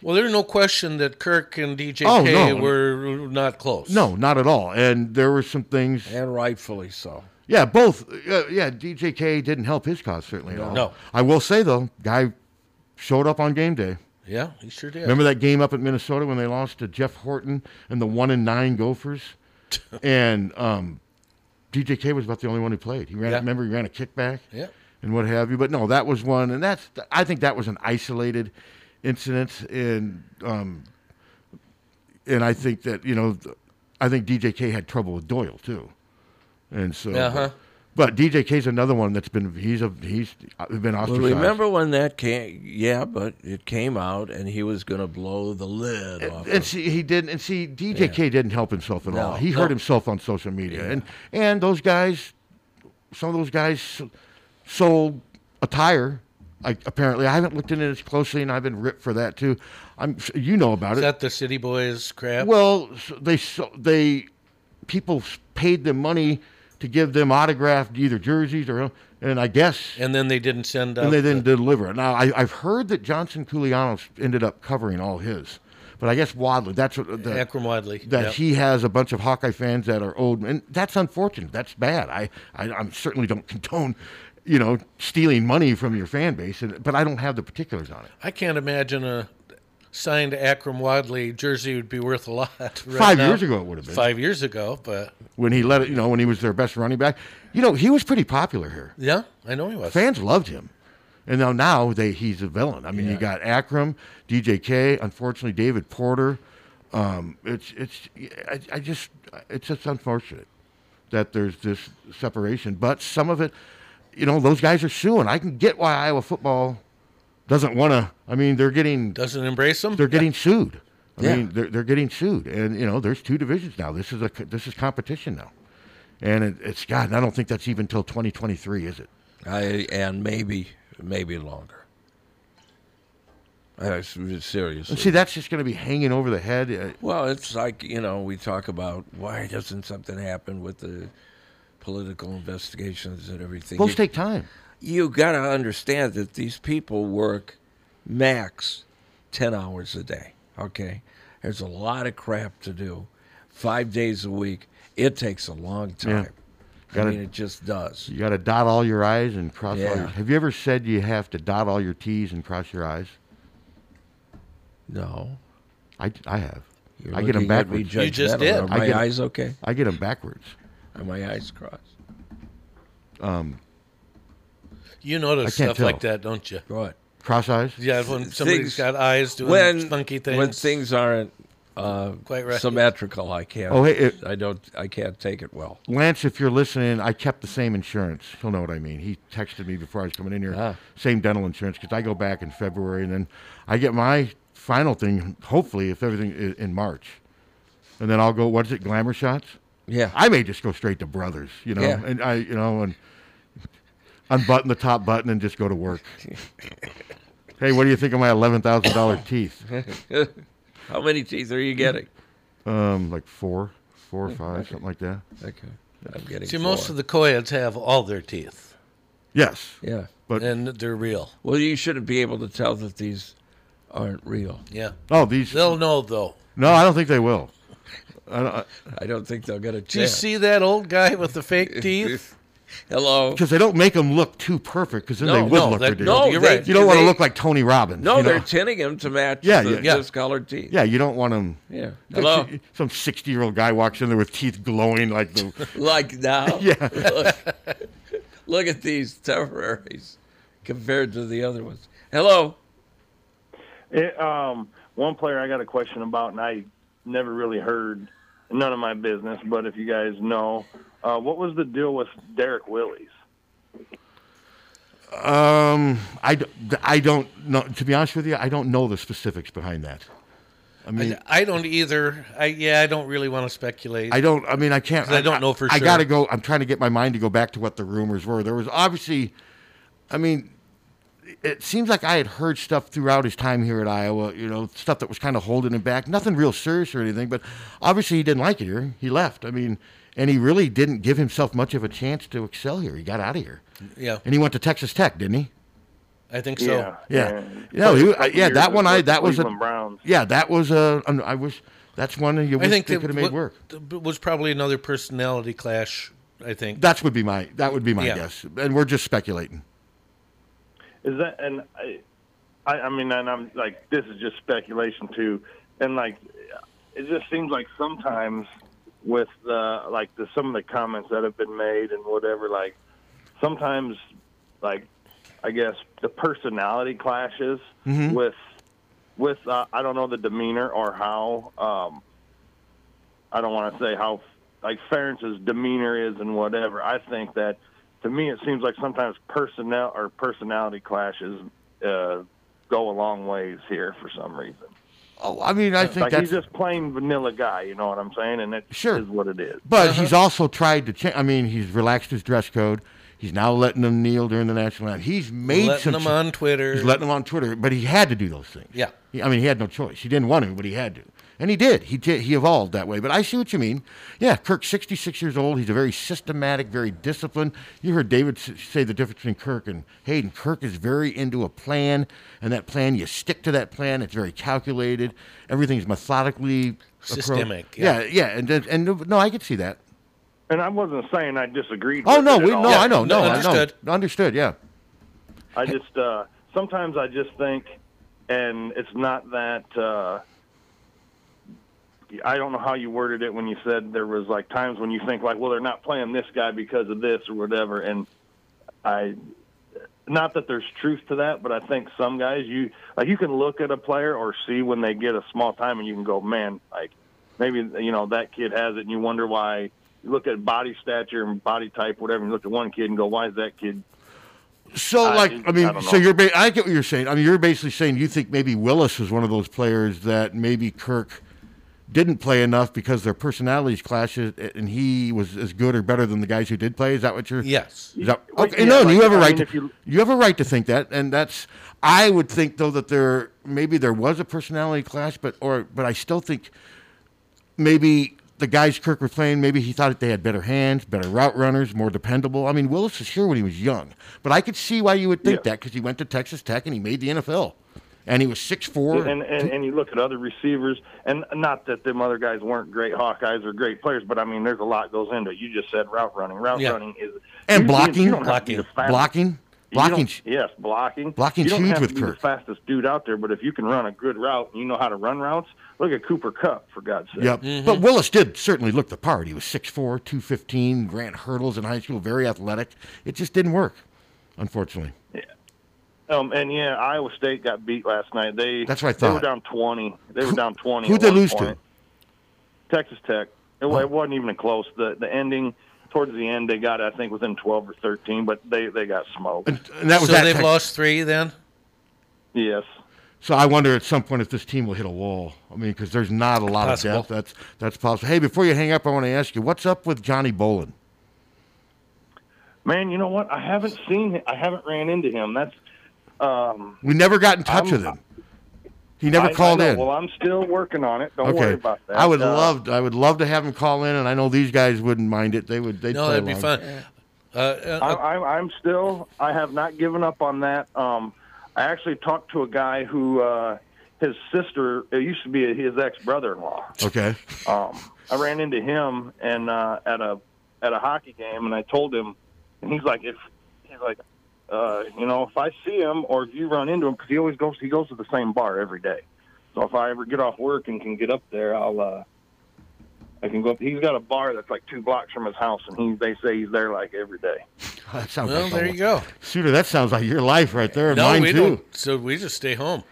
Speaker 3: Well, there's no question that Kirk and DJK
Speaker 2: Oh, no.
Speaker 3: were not close.
Speaker 2: no, not at all. And there were some things.
Speaker 4: and rightfully so.
Speaker 2: Yeah, both. Uh, yeah, DJK didn't help his cause certainly
Speaker 3: No.
Speaker 2: at all.
Speaker 3: No.
Speaker 2: I will say though, guy showed up on game day.
Speaker 3: Yeah, he sure did.
Speaker 2: Remember that game up at Minnesota when they lost to Jeff Horton and the one and nine
Speaker 3: [LAUGHS]
Speaker 2: Gophers, and um, DJK was about the only one who played. He ran.
Speaker 3: Yeah.
Speaker 2: Remember, he ran a kickback.
Speaker 3: Yeah.
Speaker 2: And what have you? But no, that was one, and that's. I think that was an isolated incident, and um, and I think that you know, th- I think DJK had trouble with Doyle too, and so.
Speaker 4: Uh-huh.
Speaker 2: But DJK's another one that's been he's a he's been
Speaker 4: Well,
Speaker 2: ostracized.
Speaker 4: remember when that came? Yeah, but it came out, and he was going to blow the lid off.
Speaker 2: and see, he didn't. And see, DJK didn't help himself at
Speaker 4: No,
Speaker 2: all. He
Speaker 4: no.
Speaker 2: hurt himself on social media, and and those guys, some of those guys, s- sold attire. I, apparently, I haven't looked into this closely, and I've been ripped for that too. I'm, you know about
Speaker 3: Is
Speaker 2: it.
Speaker 3: that the City Boys crap?
Speaker 2: Well, s- they so they people s- paid them money to give them autographed either jerseys or, and I guess
Speaker 3: and then they didn't send out
Speaker 2: and they
Speaker 3: the-
Speaker 2: didn't deliver it. Now I, I've heard that Johnson Koulianos ended up covering all his, but I guess Wadley. That's what the,
Speaker 3: Akram Wadley,
Speaker 2: That
Speaker 3: yeah.
Speaker 2: he has a bunch of Hawkeye fans that are old, and that's unfortunate. That's bad. I I I'm certainly don't [LAUGHS] condone, you know, stealing money from your fan base, and, but I don't have the particulars on it.
Speaker 3: I can't imagine a signed Akram Wadley jersey would be worth a lot. [LAUGHS] right
Speaker 2: Five
Speaker 3: now.
Speaker 2: years ago it would have been.
Speaker 3: Five years ago, but
Speaker 2: When he let it, you know, when he was their best running back, you know, he was pretty popular here.
Speaker 3: yeah, I know he was.
Speaker 2: Fans loved him. And now now they he's a villain. I mean, you got Akram, DJK, unfortunately David Porter. Um, it's it's I, I just it's just unfortunate that there's this separation. But some of it, you know, those guys are suing. I can get why Iowa football doesn't want to. I mean, they're getting
Speaker 3: doesn't embrace them.
Speaker 2: They're getting sued. I
Speaker 3: Yeah.
Speaker 2: mean, they're, they're getting sued, and you know, there's two divisions now. This is a co- this is competition now, And it, it's God, and I don't think that's even till 2023, is it?
Speaker 4: I and maybe maybe longer. I, seriously.
Speaker 2: And see, that's just going to be hanging over the head. Uh,
Speaker 4: Well, it's like you know we talk about why doesn't something happen with the political investigations and everything.
Speaker 2: Those
Speaker 4: You-
Speaker 2: take time.
Speaker 4: You got to understand that these people work max ten hours a day. Okay, there's a lot of crap to do, five days a week. It takes a long
Speaker 2: Yeah.
Speaker 4: time. I
Speaker 2: Gotta-
Speaker 4: mean, it just does.
Speaker 2: You got to dot all your I's and cross all
Speaker 4: Yeah.
Speaker 2: your. Have you ever said you have to dot all your T's and cross your I's?
Speaker 4: No.
Speaker 2: I, I have.
Speaker 4: You're
Speaker 2: I get them
Speaker 4: looking at
Speaker 2: backwards.
Speaker 4: me You just judgmental. did. Are
Speaker 2: I
Speaker 4: my
Speaker 2: get 'em-
Speaker 4: eyes okay?
Speaker 2: I get them backwards.
Speaker 4: Are my eyes crossed?
Speaker 2: Um,
Speaker 3: You
Speaker 2: I
Speaker 3: notice
Speaker 2: can't
Speaker 3: stuff
Speaker 2: tell.
Speaker 3: like that, don't you?
Speaker 4: What?
Speaker 2: Cross eyes?
Speaker 3: Yeah, when somebody's got eyes doing funky things.
Speaker 4: When things aren't uh,
Speaker 3: Quite right.
Speaker 4: symmetrical, I can't.
Speaker 2: Oh, hey, it-
Speaker 4: I don't. I can't take it well.
Speaker 2: Lance, if you're listening, I kept the same insurance. He'll know what I mean. He texted me before I was coming in here.
Speaker 4: Ah.
Speaker 2: Same dental insurance because I go back in February and then I get my final thing, hopefully, if everything i- in March. And then I'll go, what's it, glamour shots?
Speaker 4: Yeah.
Speaker 2: I may just go straight to brothers, you know,
Speaker 4: Yeah.
Speaker 2: and I, you know, and unbutton the top button and just go to
Speaker 4: [LAUGHS]
Speaker 2: work. hey, what do you think of my $11,000 teeth?
Speaker 4: [LAUGHS] How many teeth are
Speaker 2: [LAUGHS]
Speaker 4: you getting?
Speaker 2: Um, like four, four or five,
Speaker 4: [LAUGHS] Okay.
Speaker 2: something like that.
Speaker 4: Okay, I'm getting.
Speaker 3: See, most
Speaker 4: four.
Speaker 3: of the coeds have all their teeth.
Speaker 2: Yes.
Speaker 4: Yeah.
Speaker 2: But-
Speaker 3: and they're real.
Speaker 4: Well, you shouldn't be able to tell that these aren't real.
Speaker 3: Yeah.
Speaker 2: Oh, these.
Speaker 3: They'll know though.
Speaker 2: No, I don't think they will. I don't,
Speaker 4: I don't think they'll get a
Speaker 3: Did you
Speaker 4: chance.
Speaker 3: see that old guy with the fake teeth?
Speaker 4: Hello.
Speaker 2: Because they don't make them look too perfect, because then they
Speaker 4: No,
Speaker 2: would
Speaker 4: no,
Speaker 2: look
Speaker 3: that-
Speaker 2: ridiculous.
Speaker 3: no, you're right.
Speaker 2: You don't want to
Speaker 4: they-
Speaker 2: look like Tony Robbins.
Speaker 4: No,
Speaker 2: you know?
Speaker 4: they're tinting him to match
Speaker 2: Yeah,
Speaker 4: the
Speaker 2: yeah.
Speaker 4: discolored teeth. [LAUGHS]
Speaker 2: Yeah, you don't want them.
Speaker 4: Yeah. Hello?
Speaker 2: Some sixty-year-old guy walks in there with teeth glowing like the.
Speaker 4: [LAUGHS] Like now.
Speaker 2: [LAUGHS] Yeah.
Speaker 4: [LAUGHS] Look, look at these temporaries compared to the other ones. Hello.
Speaker 8: It, um, one player I got a question about, and I never really heard none of my business. But if you guys know, uh, what was the deal with Derek Willis?
Speaker 2: Um, I, d- I don't know. To be honest with you, I don't know the specifics behind that. I mean,
Speaker 3: I don't either. I yeah, I don't really want to speculate.
Speaker 2: I don't. I mean, I can't.
Speaker 3: 'Cause I don't know for
Speaker 2: I
Speaker 3: sure.
Speaker 2: gotta go. I'm trying to get my mind to go back to what the rumors were. There was obviously, I mean, it seems like I had heard stuff throughout his time here at Iowa. You know, stuff that was kind of holding him back. Nothing real serious or anything, but obviously he didn't like it here. He left. I mean, and he really didn't give himself much of a chance to excel here. He got out of here.
Speaker 3: Yeah.
Speaker 2: And he went to Texas Tech, didn't he?
Speaker 3: I think so.
Speaker 2: Yeah. Yeah. No, he, uh, yeah, that one I that was a Yeah, that was a I wish that's one you wish
Speaker 3: I think
Speaker 2: they could have made
Speaker 3: what-
Speaker 2: work.
Speaker 3: It was probably another personality clash. I think.
Speaker 2: That would be my that would be my
Speaker 3: Yeah.
Speaker 2: guess. And we're just speculating.
Speaker 8: Is that and I, I, I mean, and I'm like, this is just speculation too, and like, it just seems like sometimes with the like the some of the comments that have been made and whatever, like sometimes like I guess the personality clashes
Speaker 2: Mm-hmm.
Speaker 9: Mhm.
Speaker 8: with with uh, I don't know the demeanor or how um, I don't want to say how like Ferentz's demeanor is and whatever. I think that to me it seems like sometimes personnel or personality clashes uh, go a long ways here for some reason.
Speaker 2: Oh, I mean, I think
Speaker 8: like
Speaker 2: that's
Speaker 8: he's just plain vanilla guy. You know what I'm saying? And that is
Speaker 2: Sure.
Speaker 8: what it is.
Speaker 2: but
Speaker 3: Uh-huh.
Speaker 2: he's also tried to change. I mean, he's relaxed his dress code. He's now letting them kneel during the national anthem. He's made
Speaker 3: Letting
Speaker 2: some
Speaker 3: them on Twitter.
Speaker 2: He's letting them on Twitter, but he had to do those things.
Speaker 3: Yeah.
Speaker 2: He, I mean, he had no choice. He didn't want to, but he had to. And he did. He did. He evolved that way. But I see what you mean. Yeah, Kirk's 66 years old. He's a very systematic, very disciplined. You heard David s- say the difference between Kirk and Hayden. Kirk is very into a plan, and that plan, you stick to that plan. It's very calculated. Everything's methodically appro-
Speaker 3: Systemic,
Speaker 2: Yeah,
Speaker 3: yeah.
Speaker 2: yeah. and, then- and no, I could see that.
Speaker 8: And I wasn't saying I disagreed.
Speaker 2: Oh
Speaker 8: with
Speaker 2: no,
Speaker 8: it at
Speaker 2: we no,
Speaker 8: all.
Speaker 2: I know, no, I know, understood. Yeah,
Speaker 8: I just uh, sometimes I just think, and it's not that. Uh, I don't know how you worded it when you said there was like times when you think like, well, they're not playing this guy because of this or whatever, and I. Not that there's truth to that, but I think some guys you like you can look at a player or see when they get a small time and you can go, man, like maybe you know that kid has it, and you wonder why. You look at body stature and body type, whatever. And you look at one kid and go, why is that kid
Speaker 2: So,
Speaker 8: I-
Speaker 2: like, I mean,
Speaker 8: I don't
Speaker 2: so
Speaker 8: know.
Speaker 2: you're. Ba- I get what you're saying. I mean, you're basically saying you think maybe Willis was one of those players that maybe Kirk didn't play enough because their personalities clashes, and he was as good or better than the guys who did play. Is that what you're?
Speaker 3: Yes.
Speaker 2: Is that,
Speaker 8: Well,
Speaker 2: okay.
Speaker 8: yeah,
Speaker 2: no,
Speaker 8: like,
Speaker 2: you have a
Speaker 8: I
Speaker 2: right.
Speaker 8: mean, if
Speaker 2: to, you,
Speaker 8: you-
Speaker 2: have a right to think that, and that's. I would think though that there maybe there was a personality clash, but or but I still think maybe the guys Kirk was playing, maybe he thought they had better hands, better route runners, more dependable. I mean, Willis is here when he was young, but I could see why you would think that because he went to Texas Tech and he made the NFL, and he was six four.
Speaker 8: And, and and you look at other receivers, and not that them other guys weren't great Hawkeyes or great players, but I mean, there's a lot goes into it. You just said route running. Route
Speaker 2: Yeah.
Speaker 8: running is
Speaker 2: And
Speaker 8: you-
Speaker 2: blocking.
Speaker 8: you don't have to be
Speaker 2: Blocking.
Speaker 8: the fastest-
Speaker 2: Blocking.
Speaker 8: you
Speaker 2: Blocking
Speaker 8: don't-
Speaker 2: sh-
Speaker 8: Yes, blocking.
Speaker 2: blocking's
Speaker 8: You don't
Speaker 2: huge
Speaker 8: have to
Speaker 2: with
Speaker 8: be
Speaker 2: Kirk.
Speaker 8: the fastest dude out there, but if you can run a good route and you know how to run routes, look at Cooper Cup for God's sake.
Speaker 2: Yep.
Speaker 3: Mm-hmm.
Speaker 2: But Willis did certainly look the part. He was 6'4, 215, ran hurdles in high school, very athletic. It just didn't work, unfortunately.
Speaker 8: Um, and yeah, Iowa State got beat last night. They
Speaker 2: That's what I
Speaker 8: They were
Speaker 2: thought.
Speaker 8: down twenty. They were down twenty.
Speaker 2: Who'd
Speaker 8: at
Speaker 2: they
Speaker 8: one
Speaker 2: lose
Speaker 8: point.
Speaker 2: to?
Speaker 8: Texas Tech. It, wa- it wasn't even close. The the ending towards the end, they got I think within twelve or thirteen, but they they got smoked. And,
Speaker 3: so they've lost three then.
Speaker 8: Yes.
Speaker 2: So I wonder at some point if this team will hit a wall. I mean, because there's not a lot
Speaker 3: Possible.
Speaker 2: of depth. That's that's possible. Hey, before you hang up, I want to ask you, what's up with Johnny Bolin?
Speaker 8: Man, you know what? I haven't seen. I haven't ran into him. That's. Um,
Speaker 2: We never got in touch with him. He never
Speaker 8: I- I
Speaker 2: called
Speaker 8: know.
Speaker 2: in.
Speaker 8: Well, I'm still working on it. Don't
Speaker 2: okay.
Speaker 8: worry about that.
Speaker 2: I would
Speaker 8: Uh,
Speaker 2: love I would love to have him call in, and I know these guys wouldn't mind it. They would. They'd
Speaker 8: No,
Speaker 2: play
Speaker 8: that'd be
Speaker 2: along.
Speaker 8: fun.
Speaker 3: Uh, uh,
Speaker 8: I, I, I'm still. I have not given up on that. Um, I actually talked to a guy who uh, his sister. It used to be his ex brother-in-law.
Speaker 2: Okay.
Speaker 8: Um, I ran into him and uh, at a at a hockey game, and I told him, and he's like, if he's like, uh, you know, if I see him or if you run into him, because he always goes he goes to the same bar every day. So if I ever get off work and can get up there, I'll. Uh, I can go up. He's got a bar that's like two blocks from his house, and he they say he's there like every day.
Speaker 2: [LAUGHS] That sounds
Speaker 3: Well,
Speaker 2: like
Speaker 3: there
Speaker 2: a-
Speaker 3: you go.
Speaker 2: Shooter, that sounds like your life right there. and
Speaker 3: no,
Speaker 2: mine
Speaker 3: we
Speaker 2: too.
Speaker 3: don't. So we just stay home.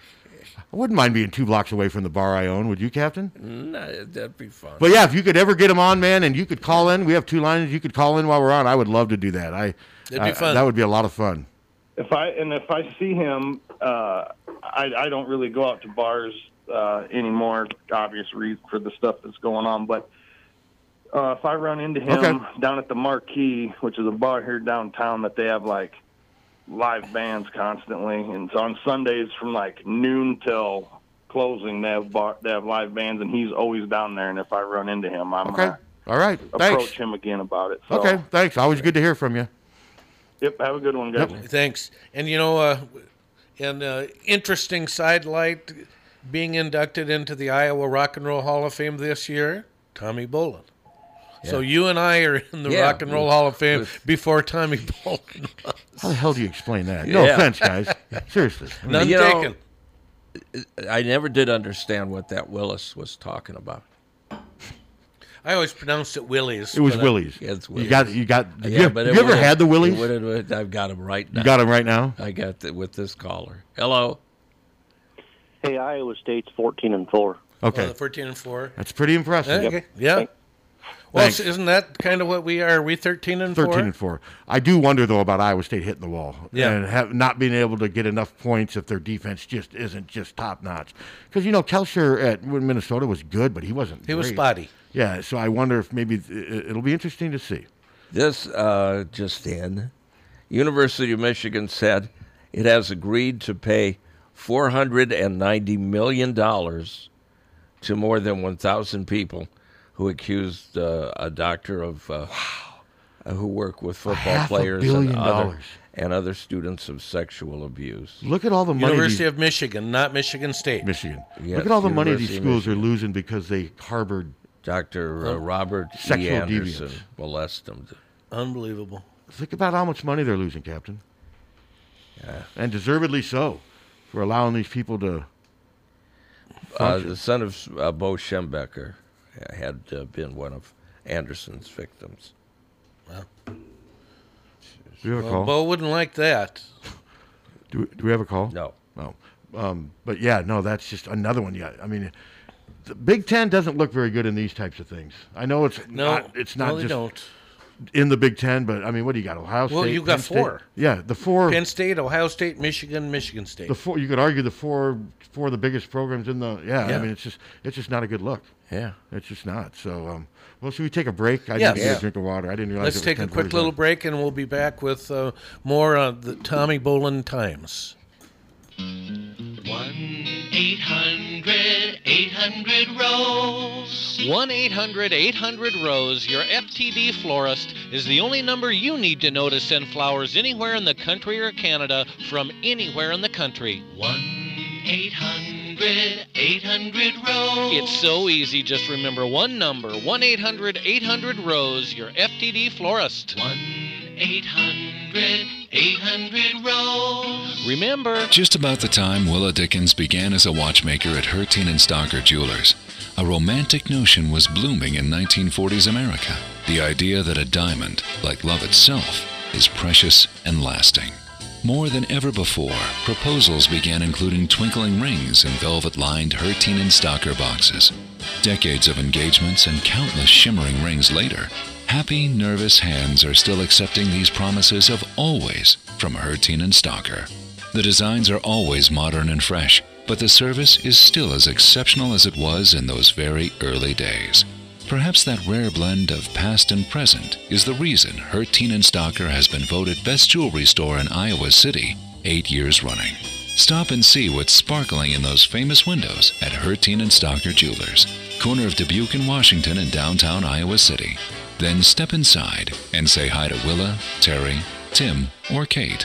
Speaker 2: I wouldn't mind being two blocks away from the bar I own, would you, Captain?
Speaker 4: No, that'd be fun.
Speaker 2: But yeah, if you could ever get them on, man, and you could call in, we have two lines. You could call in while we're on. I would love to do that. I
Speaker 8: That'd be
Speaker 2: I-
Speaker 8: fun.
Speaker 2: That would be a lot of fun.
Speaker 8: If I and if I see him, uh, I, I don't really go out to bars uh, anymore. Obvious reason for the stuff that's going on, but uh, if I run into him
Speaker 2: Okay.
Speaker 8: down at the Marquee, which is a bar here downtown that they have like live bands constantly, and so on Sundays from like noon till closing, they have bar, they have live bands, and he's always down there. And if I run into him, I'm
Speaker 2: Okay.
Speaker 8: gonna
Speaker 2: All right.
Speaker 8: approach
Speaker 2: Thanks.
Speaker 8: him again about it. So,
Speaker 2: Okay. Thanks. Always good to hear from you.
Speaker 8: Yep. Have a good one, guys.
Speaker 3: Thanks. And you know, uh, an uh, interesting sidelight being inducted into the Iowa Rock and Roll Hall of Fame this year, Tommy Bolin. So
Speaker 4: Yeah.
Speaker 3: you and I are in the
Speaker 4: Yeah.
Speaker 3: Rock and Roll Hall of Fame before Tommy [LAUGHS] Bolin.
Speaker 2: How the hell do you explain that? No
Speaker 4: Yeah.
Speaker 2: offense, guys. Seriously. I mean,
Speaker 4: You know, I never did understand what that Willis was talking about.
Speaker 3: I always pronounced it Willie's.
Speaker 2: It was
Speaker 3: but uh, I-
Speaker 2: Willie's.
Speaker 4: Yeah, it's
Speaker 2: You
Speaker 4: Willie's.
Speaker 2: got. You got.
Speaker 4: Yeah,
Speaker 2: you,
Speaker 4: but
Speaker 2: you
Speaker 4: it
Speaker 2: ever
Speaker 4: would've-
Speaker 2: had the Willies?
Speaker 4: it would've- I've got him right now.
Speaker 2: You got 'em right now?
Speaker 4: I got it with this caller. Hello.
Speaker 9: Hey, Iowa State's 14 and 4.
Speaker 2: Okay.
Speaker 3: Uh, 14 and 4.
Speaker 2: That's pretty impressive.
Speaker 3: Okay. Yeah. Well,
Speaker 2: Thanks.
Speaker 3: isn't that kind of what we are? Are we 13 and 4?
Speaker 2: Thirteen and four. I do wonder though about Iowa State hitting the wall
Speaker 3: Yeah.
Speaker 2: and have, not being able to get enough points if their defense just isn't just top notch. Because you know Kelscher at when Minnesota was good, but he wasn't.
Speaker 3: He was
Speaker 2: great.
Speaker 3: spotty.
Speaker 2: Yeah, so I wonder if maybe it- it'll be interesting to see.
Speaker 4: This uh, just in. University of Michigan said it has agreed to pay $490 million to more than 1,000 people who accused uh, a doctor of uh, uh, who work with football
Speaker 2: half a
Speaker 4: players
Speaker 2: billion
Speaker 4: and, other,
Speaker 2: dollars.
Speaker 4: and other students of sexual abuse.
Speaker 2: Look at all the money.
Speaker 3: University
Speaker 2: these-
Speaker 3: of Michigan, not Michigan State.
Speaker 2: Michigan.
Speaker 4: Yes,
Speaker 2: Look at all the money these
Speaker 4: University of
Speaker 2: schools are losing because they harbored
Speaker 4: Dr. Uh, Robert E.
Speaker 2: sexual
Speaker 4: Anderson
Speaker 2: deviants.
Speaker 4: molested him.
Speaker 3: Unbelievable.
Speaker 2: Think about how much money they're losing, Captain. And deservedly so, for allowing these people to.
Speaker 4: Uh,
Speaker 2: function.
Speaker 4: the son of uh, Bo Schembecker had uh, been one of Anderson's victims.
Speaker 2: do we have a
Speaker 3: Well,
Speaker 2: call?
Speaker 3: Bo wouldn't like that.
Speaker 2: Do we, do we have a call?
Speaker 4: No.
Speaker 2: No. Um, but yeah, no, that's just another one. Yeah, I mean, the Big Ten doesn't look very good in these types of things. I know it's
Speaker 3: No,
Speaker 2: not. It's not
Speaker 3: no, they
Speaker 2: just
Speaker 3: don't.
Speaker 2: in the Big Ten, but I mean, what do you got? Ohio State.
Speaker 3: Well, you got
Speaker 2: Penn State?
Speaker 3: four.
Speaker 2: Yeah, the four.
Speaker 3: Penn State, Ohio State, Michigan, Michigan State.
Speaker 2: The four. You could argue the four. Four of the biggest programs in the. Yeah,
Speaker 3: Yeah.
Speaker 2: I mean, it's just it's just not a good look.
Speaker 4: Yeah,
Speaker 2: it's just not. So, um, well, should we take a break? I
Speaker 3: Yes.
Speaker 2: need to get
Speaker 3: Yeah.
Speaker 2: a drink of water. I didn't realize.
Speaker 3: Let's
Speaker 2: it was
Speaker 3: take a
Speaker 2: 10
Speaker 3: quick
Speaker 2: forty-five.
Speaker 3: little break and we'll be back with uh, more on the Tommy Bolin Times.
Speaker 10: 800 800 Rose. 1 800 800 Rose, your FTD florist, is the only number you need to know to send flowers anywhere in the country or Canada from anywhere in the country. 1 800 800 Rose. It's so easy, just remember one number 1 800 800 Rose, your FTD florist. 1 800 800 Rose. Remember.
Speaker 11: Just about the time Willa Dickens began as a watchmaker at Hertin and Stocker Jewelers, a romantic notion was blooming in 1940s America the idea that a diamond, like love itself, is precious and lasting. More than ever before, proposals began including twinkling rings in velvet lined Hertin and Stocker boxes. Decades of engagements and countless shimmering rings later, happy, nervous hands are still accepting these promises of always from Hertin and Stocker. The designs are always modern and fresh, but the service is still as exceptional as it was in those very early days. Perhaps that rare blend of past and present is the reason Hertin and Stocker has been voted best jewelry store in Iowa City eight years running. Stop and see what's sparkling in those famous windows at Hertin and Stocker Jewelers, corner of Dubuque and Washington in downtown Iowa City. Then step inside and say hi to Willa, Terry, Tim, or Kate.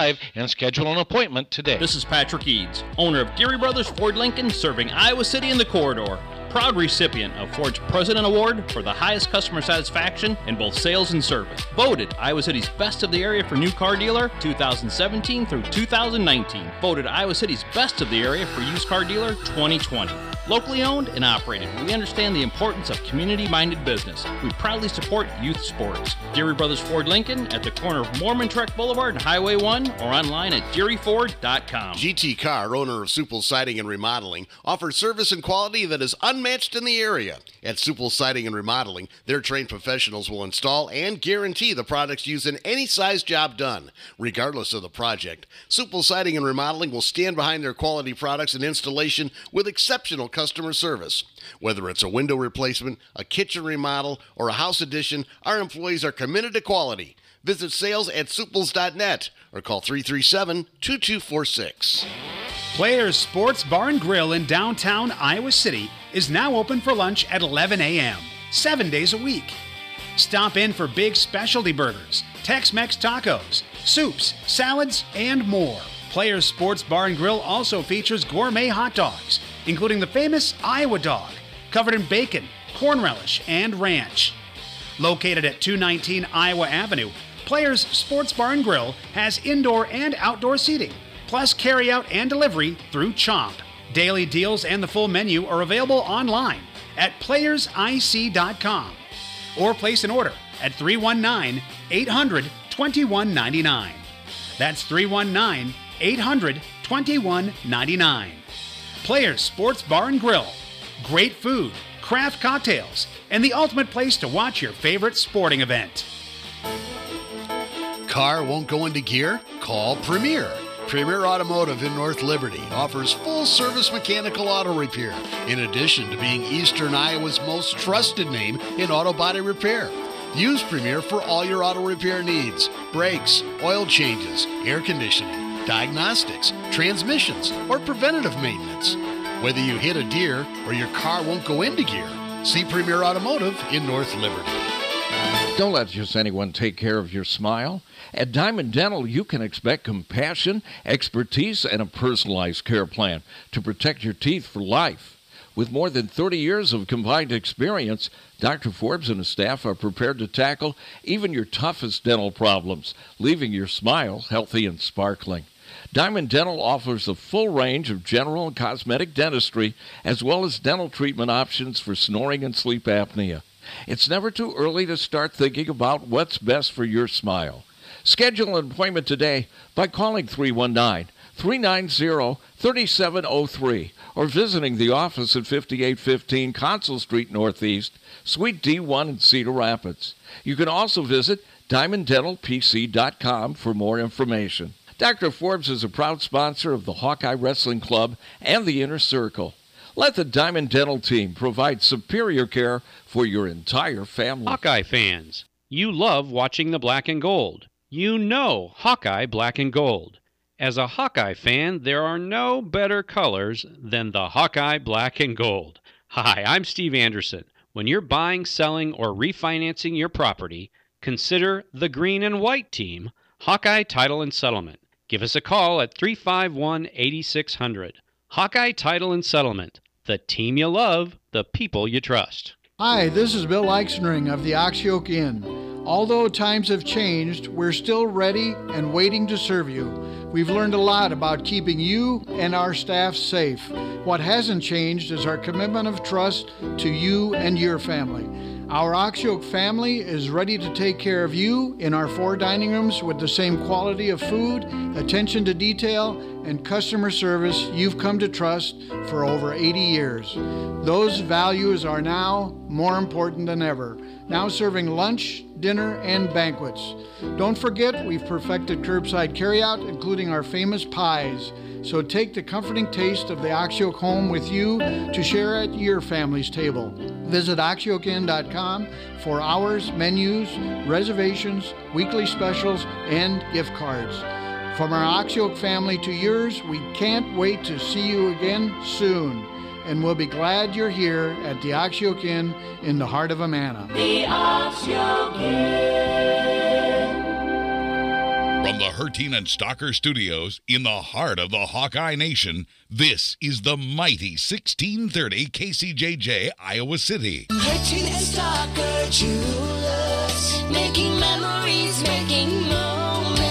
Speaker 10: and schedule an appointment today.
Speaker 12: This is Patrick Eads, owner of Geary Brothers Ford Lincoln, serving Iowa City and the corridor. Proud recipient of Ford's President Award for the highest customer satisfaction in both sales and service. Voted Iowa City's best of the area for new car dealer 2017 through 2019. Voted Iowa City's best of the area for used car dealer 2020. Locally owned and operated, we understand the importance of community minded business. We proudly support youth sports. Geary Brothers Ford Lincoln at the corner of Mormon Trek Boulevard and Highway 1 or online at GearyFord.com.
Speaker 13: GT Carr, owner of Supple Siding and Remodeling, offers service and quality that is unmatched in the area. At Supple Siding and Remodeling, their trained professionals will install and guarantee the products used in any size job done, regardless of the project. Supple Siding and Remodeling will stand behind their quality products and installation with exceptional customer service. Whether it's a window replacement, a kitchen remodel, or a house addition, our employees are committed to quality. Visit sales at suples.net or call 337 2246.
Speaker 14: Players Sports Bar and Grill in downtown Iowa City is now open for lunch at 11 a.m., seven days a week. Stop in for big specialty burgers, Tex Mex tacos, soups, salads, and more. Players Sports Bar and Grill also features gourmet hot dogs, including the famous Iowa dog, covered in bacon, corn relish, and ranch. Located at 219 Iowa Avenue, Players Sports Bar and Grill has indoor and outdoor seating, plus carryout and delivery through Chomp. Daily deals and the full menu are available online at playersic.com or place an order at 319 800 2199. That's 319 800 2199. Players Sports Bar and Grill. Great food, craft cocktails, and the ultimate place to watch your favorite sporting event.
Speaker 13: Car won't go into gear? Call Premier. Premier Automotive in North Liberty offers full service mechanical auto repair, in addition to being Eastern Iowa's most trusted name in auto body repair. Use Premier for all your auto repair needs brakes, oil changes, air conditioning, diagnostics, transmissions, or preventative maintenance. Whether you hit a deer or your car won't go into gear, see Premier Automotive in North Liberty.
Speaker 4: Don't let just anyone take care of your smile. At Diamond Dental, you can expect compassion, expertise, and a personalized care plan to protect your teeth for life. With more than 30 years of combined experience, Dr. Forbes and his staff are prepared to tackle even your toughest dental problems, leaving your smile healthy and sparkling. Diamond Dental offers a full range of general and cosmetic dentistry, as well as dental treatment options for snoring and sleep apnea. It's never too early to start thinking about what's best for your smile. Schedule an appointment today by calling 319 390 3703 or visiting the office at 5815 Consul Street Northeast, Suite D1 in Cedar Rapids. You can also visit diamonddentalpc.com for more information. Dr. Forbes is a proud sponsor of the Hawkeye Wrestling Club and the Inner Circle. Let the Diamond Dental team provide superior care for your entire family.
Speaker 10: Hawkeye fans, you love watching the black and gold. You know Hawkeye black and gold. As a Hawkeye fan, there are no better colors than the Hawkeye black and gold. Hi, I'm Steve Anderson. When you're buying, selling, or refinancing your property, consider the green and white team, Hawkeye Title and Settlement. Give us a call at 351 8600. Hawkeye Title and Settlement, the team you love, the people you trust.
Speaker 15: Hi, this is Bill Eichsnering of the Oxyoke Inn. Although times have changed, we're still ready and waiting to serve you. We've learned a lot about keeping you and our staff safe. What hasn't changed is our commitment of trust to you and your family. Our Oxyoke family is ready to take care of you in our four dining rooms with the same quality of food, attention to detail, and customer service you've come to trust for over 80 years. Those values are now more important than ever, now serving lunch, dinner, and banquets. Don't forget, we've perfected curbside carryout, including our famous pies. So take the comforting taste of the Oxyoke home with you to share at your family's table. Visit oxyokeinn.com for hours, menus, reservations, weekly specials, and gift cards. From our Oxyoke family to yours, we can't wait to see you again soon. And we'll be glad you're here at the Oxyoke Inn in the heart of Amana.
Speaker 16: The
Speaker 17: From the Hertin and Stocker Studios in the heart of the Hawkeye Nation, this is the mighty 1630 KCJJ Iowa City.
Speaker 16: Hertin and Stalker Jewelers. Making memories, making moments.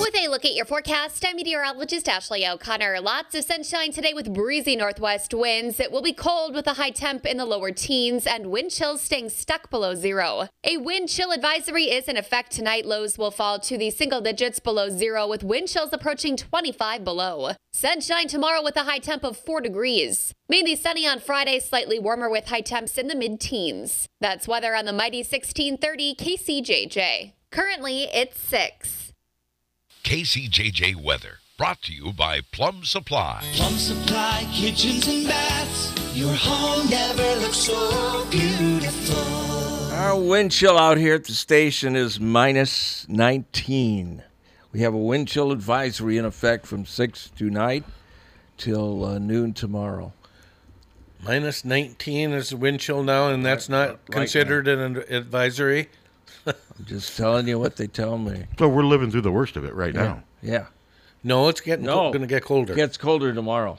Speaker 18: With a look at your forecast, I'm meteorologist Ashley O'Connor. Lots of sunshine today with breezy northwest winds. It will be cold with a high temp in the lower teens and wind chills staying stuck below zero. A wind chill advisory is in effect tonight. Lows will fall to the single digits below zero with wind chills approaching 25 below. Sunshine tomorrow with a high temp of 4 degrees. Mainly sunny on Friday, slightly warmer with high temps in the mid teens. That's weather on the mighty 1630 KCJJ. Currently, it's 6.
Speaker 17: KCJJ Weather, brought to you by Plum Supply.
Speaker 16: Plum Supply Kitchens and Baths. Your home never looks so beautiful.
Speaker 4: Our wind chill out here at the station is minus 19. We have a wind chill advisory in effect from 6 tonight till uh, noon tomorrow.
Speaker 3: Minus 19 is the wind chill now, and that's not
Speaker 4: uh,
Speaker 3: considered an ad- advisory. I'm
Speaker 4: just telling you what they tell me.
Speaker 2: So we're living through the worst of it right now.
Speaker 4: Yeah.
Speaker 3: No, it's getting
Speaker 4: No.
Speaker 3: going to get colder.
Speaker 4: Gets colder tomorrow.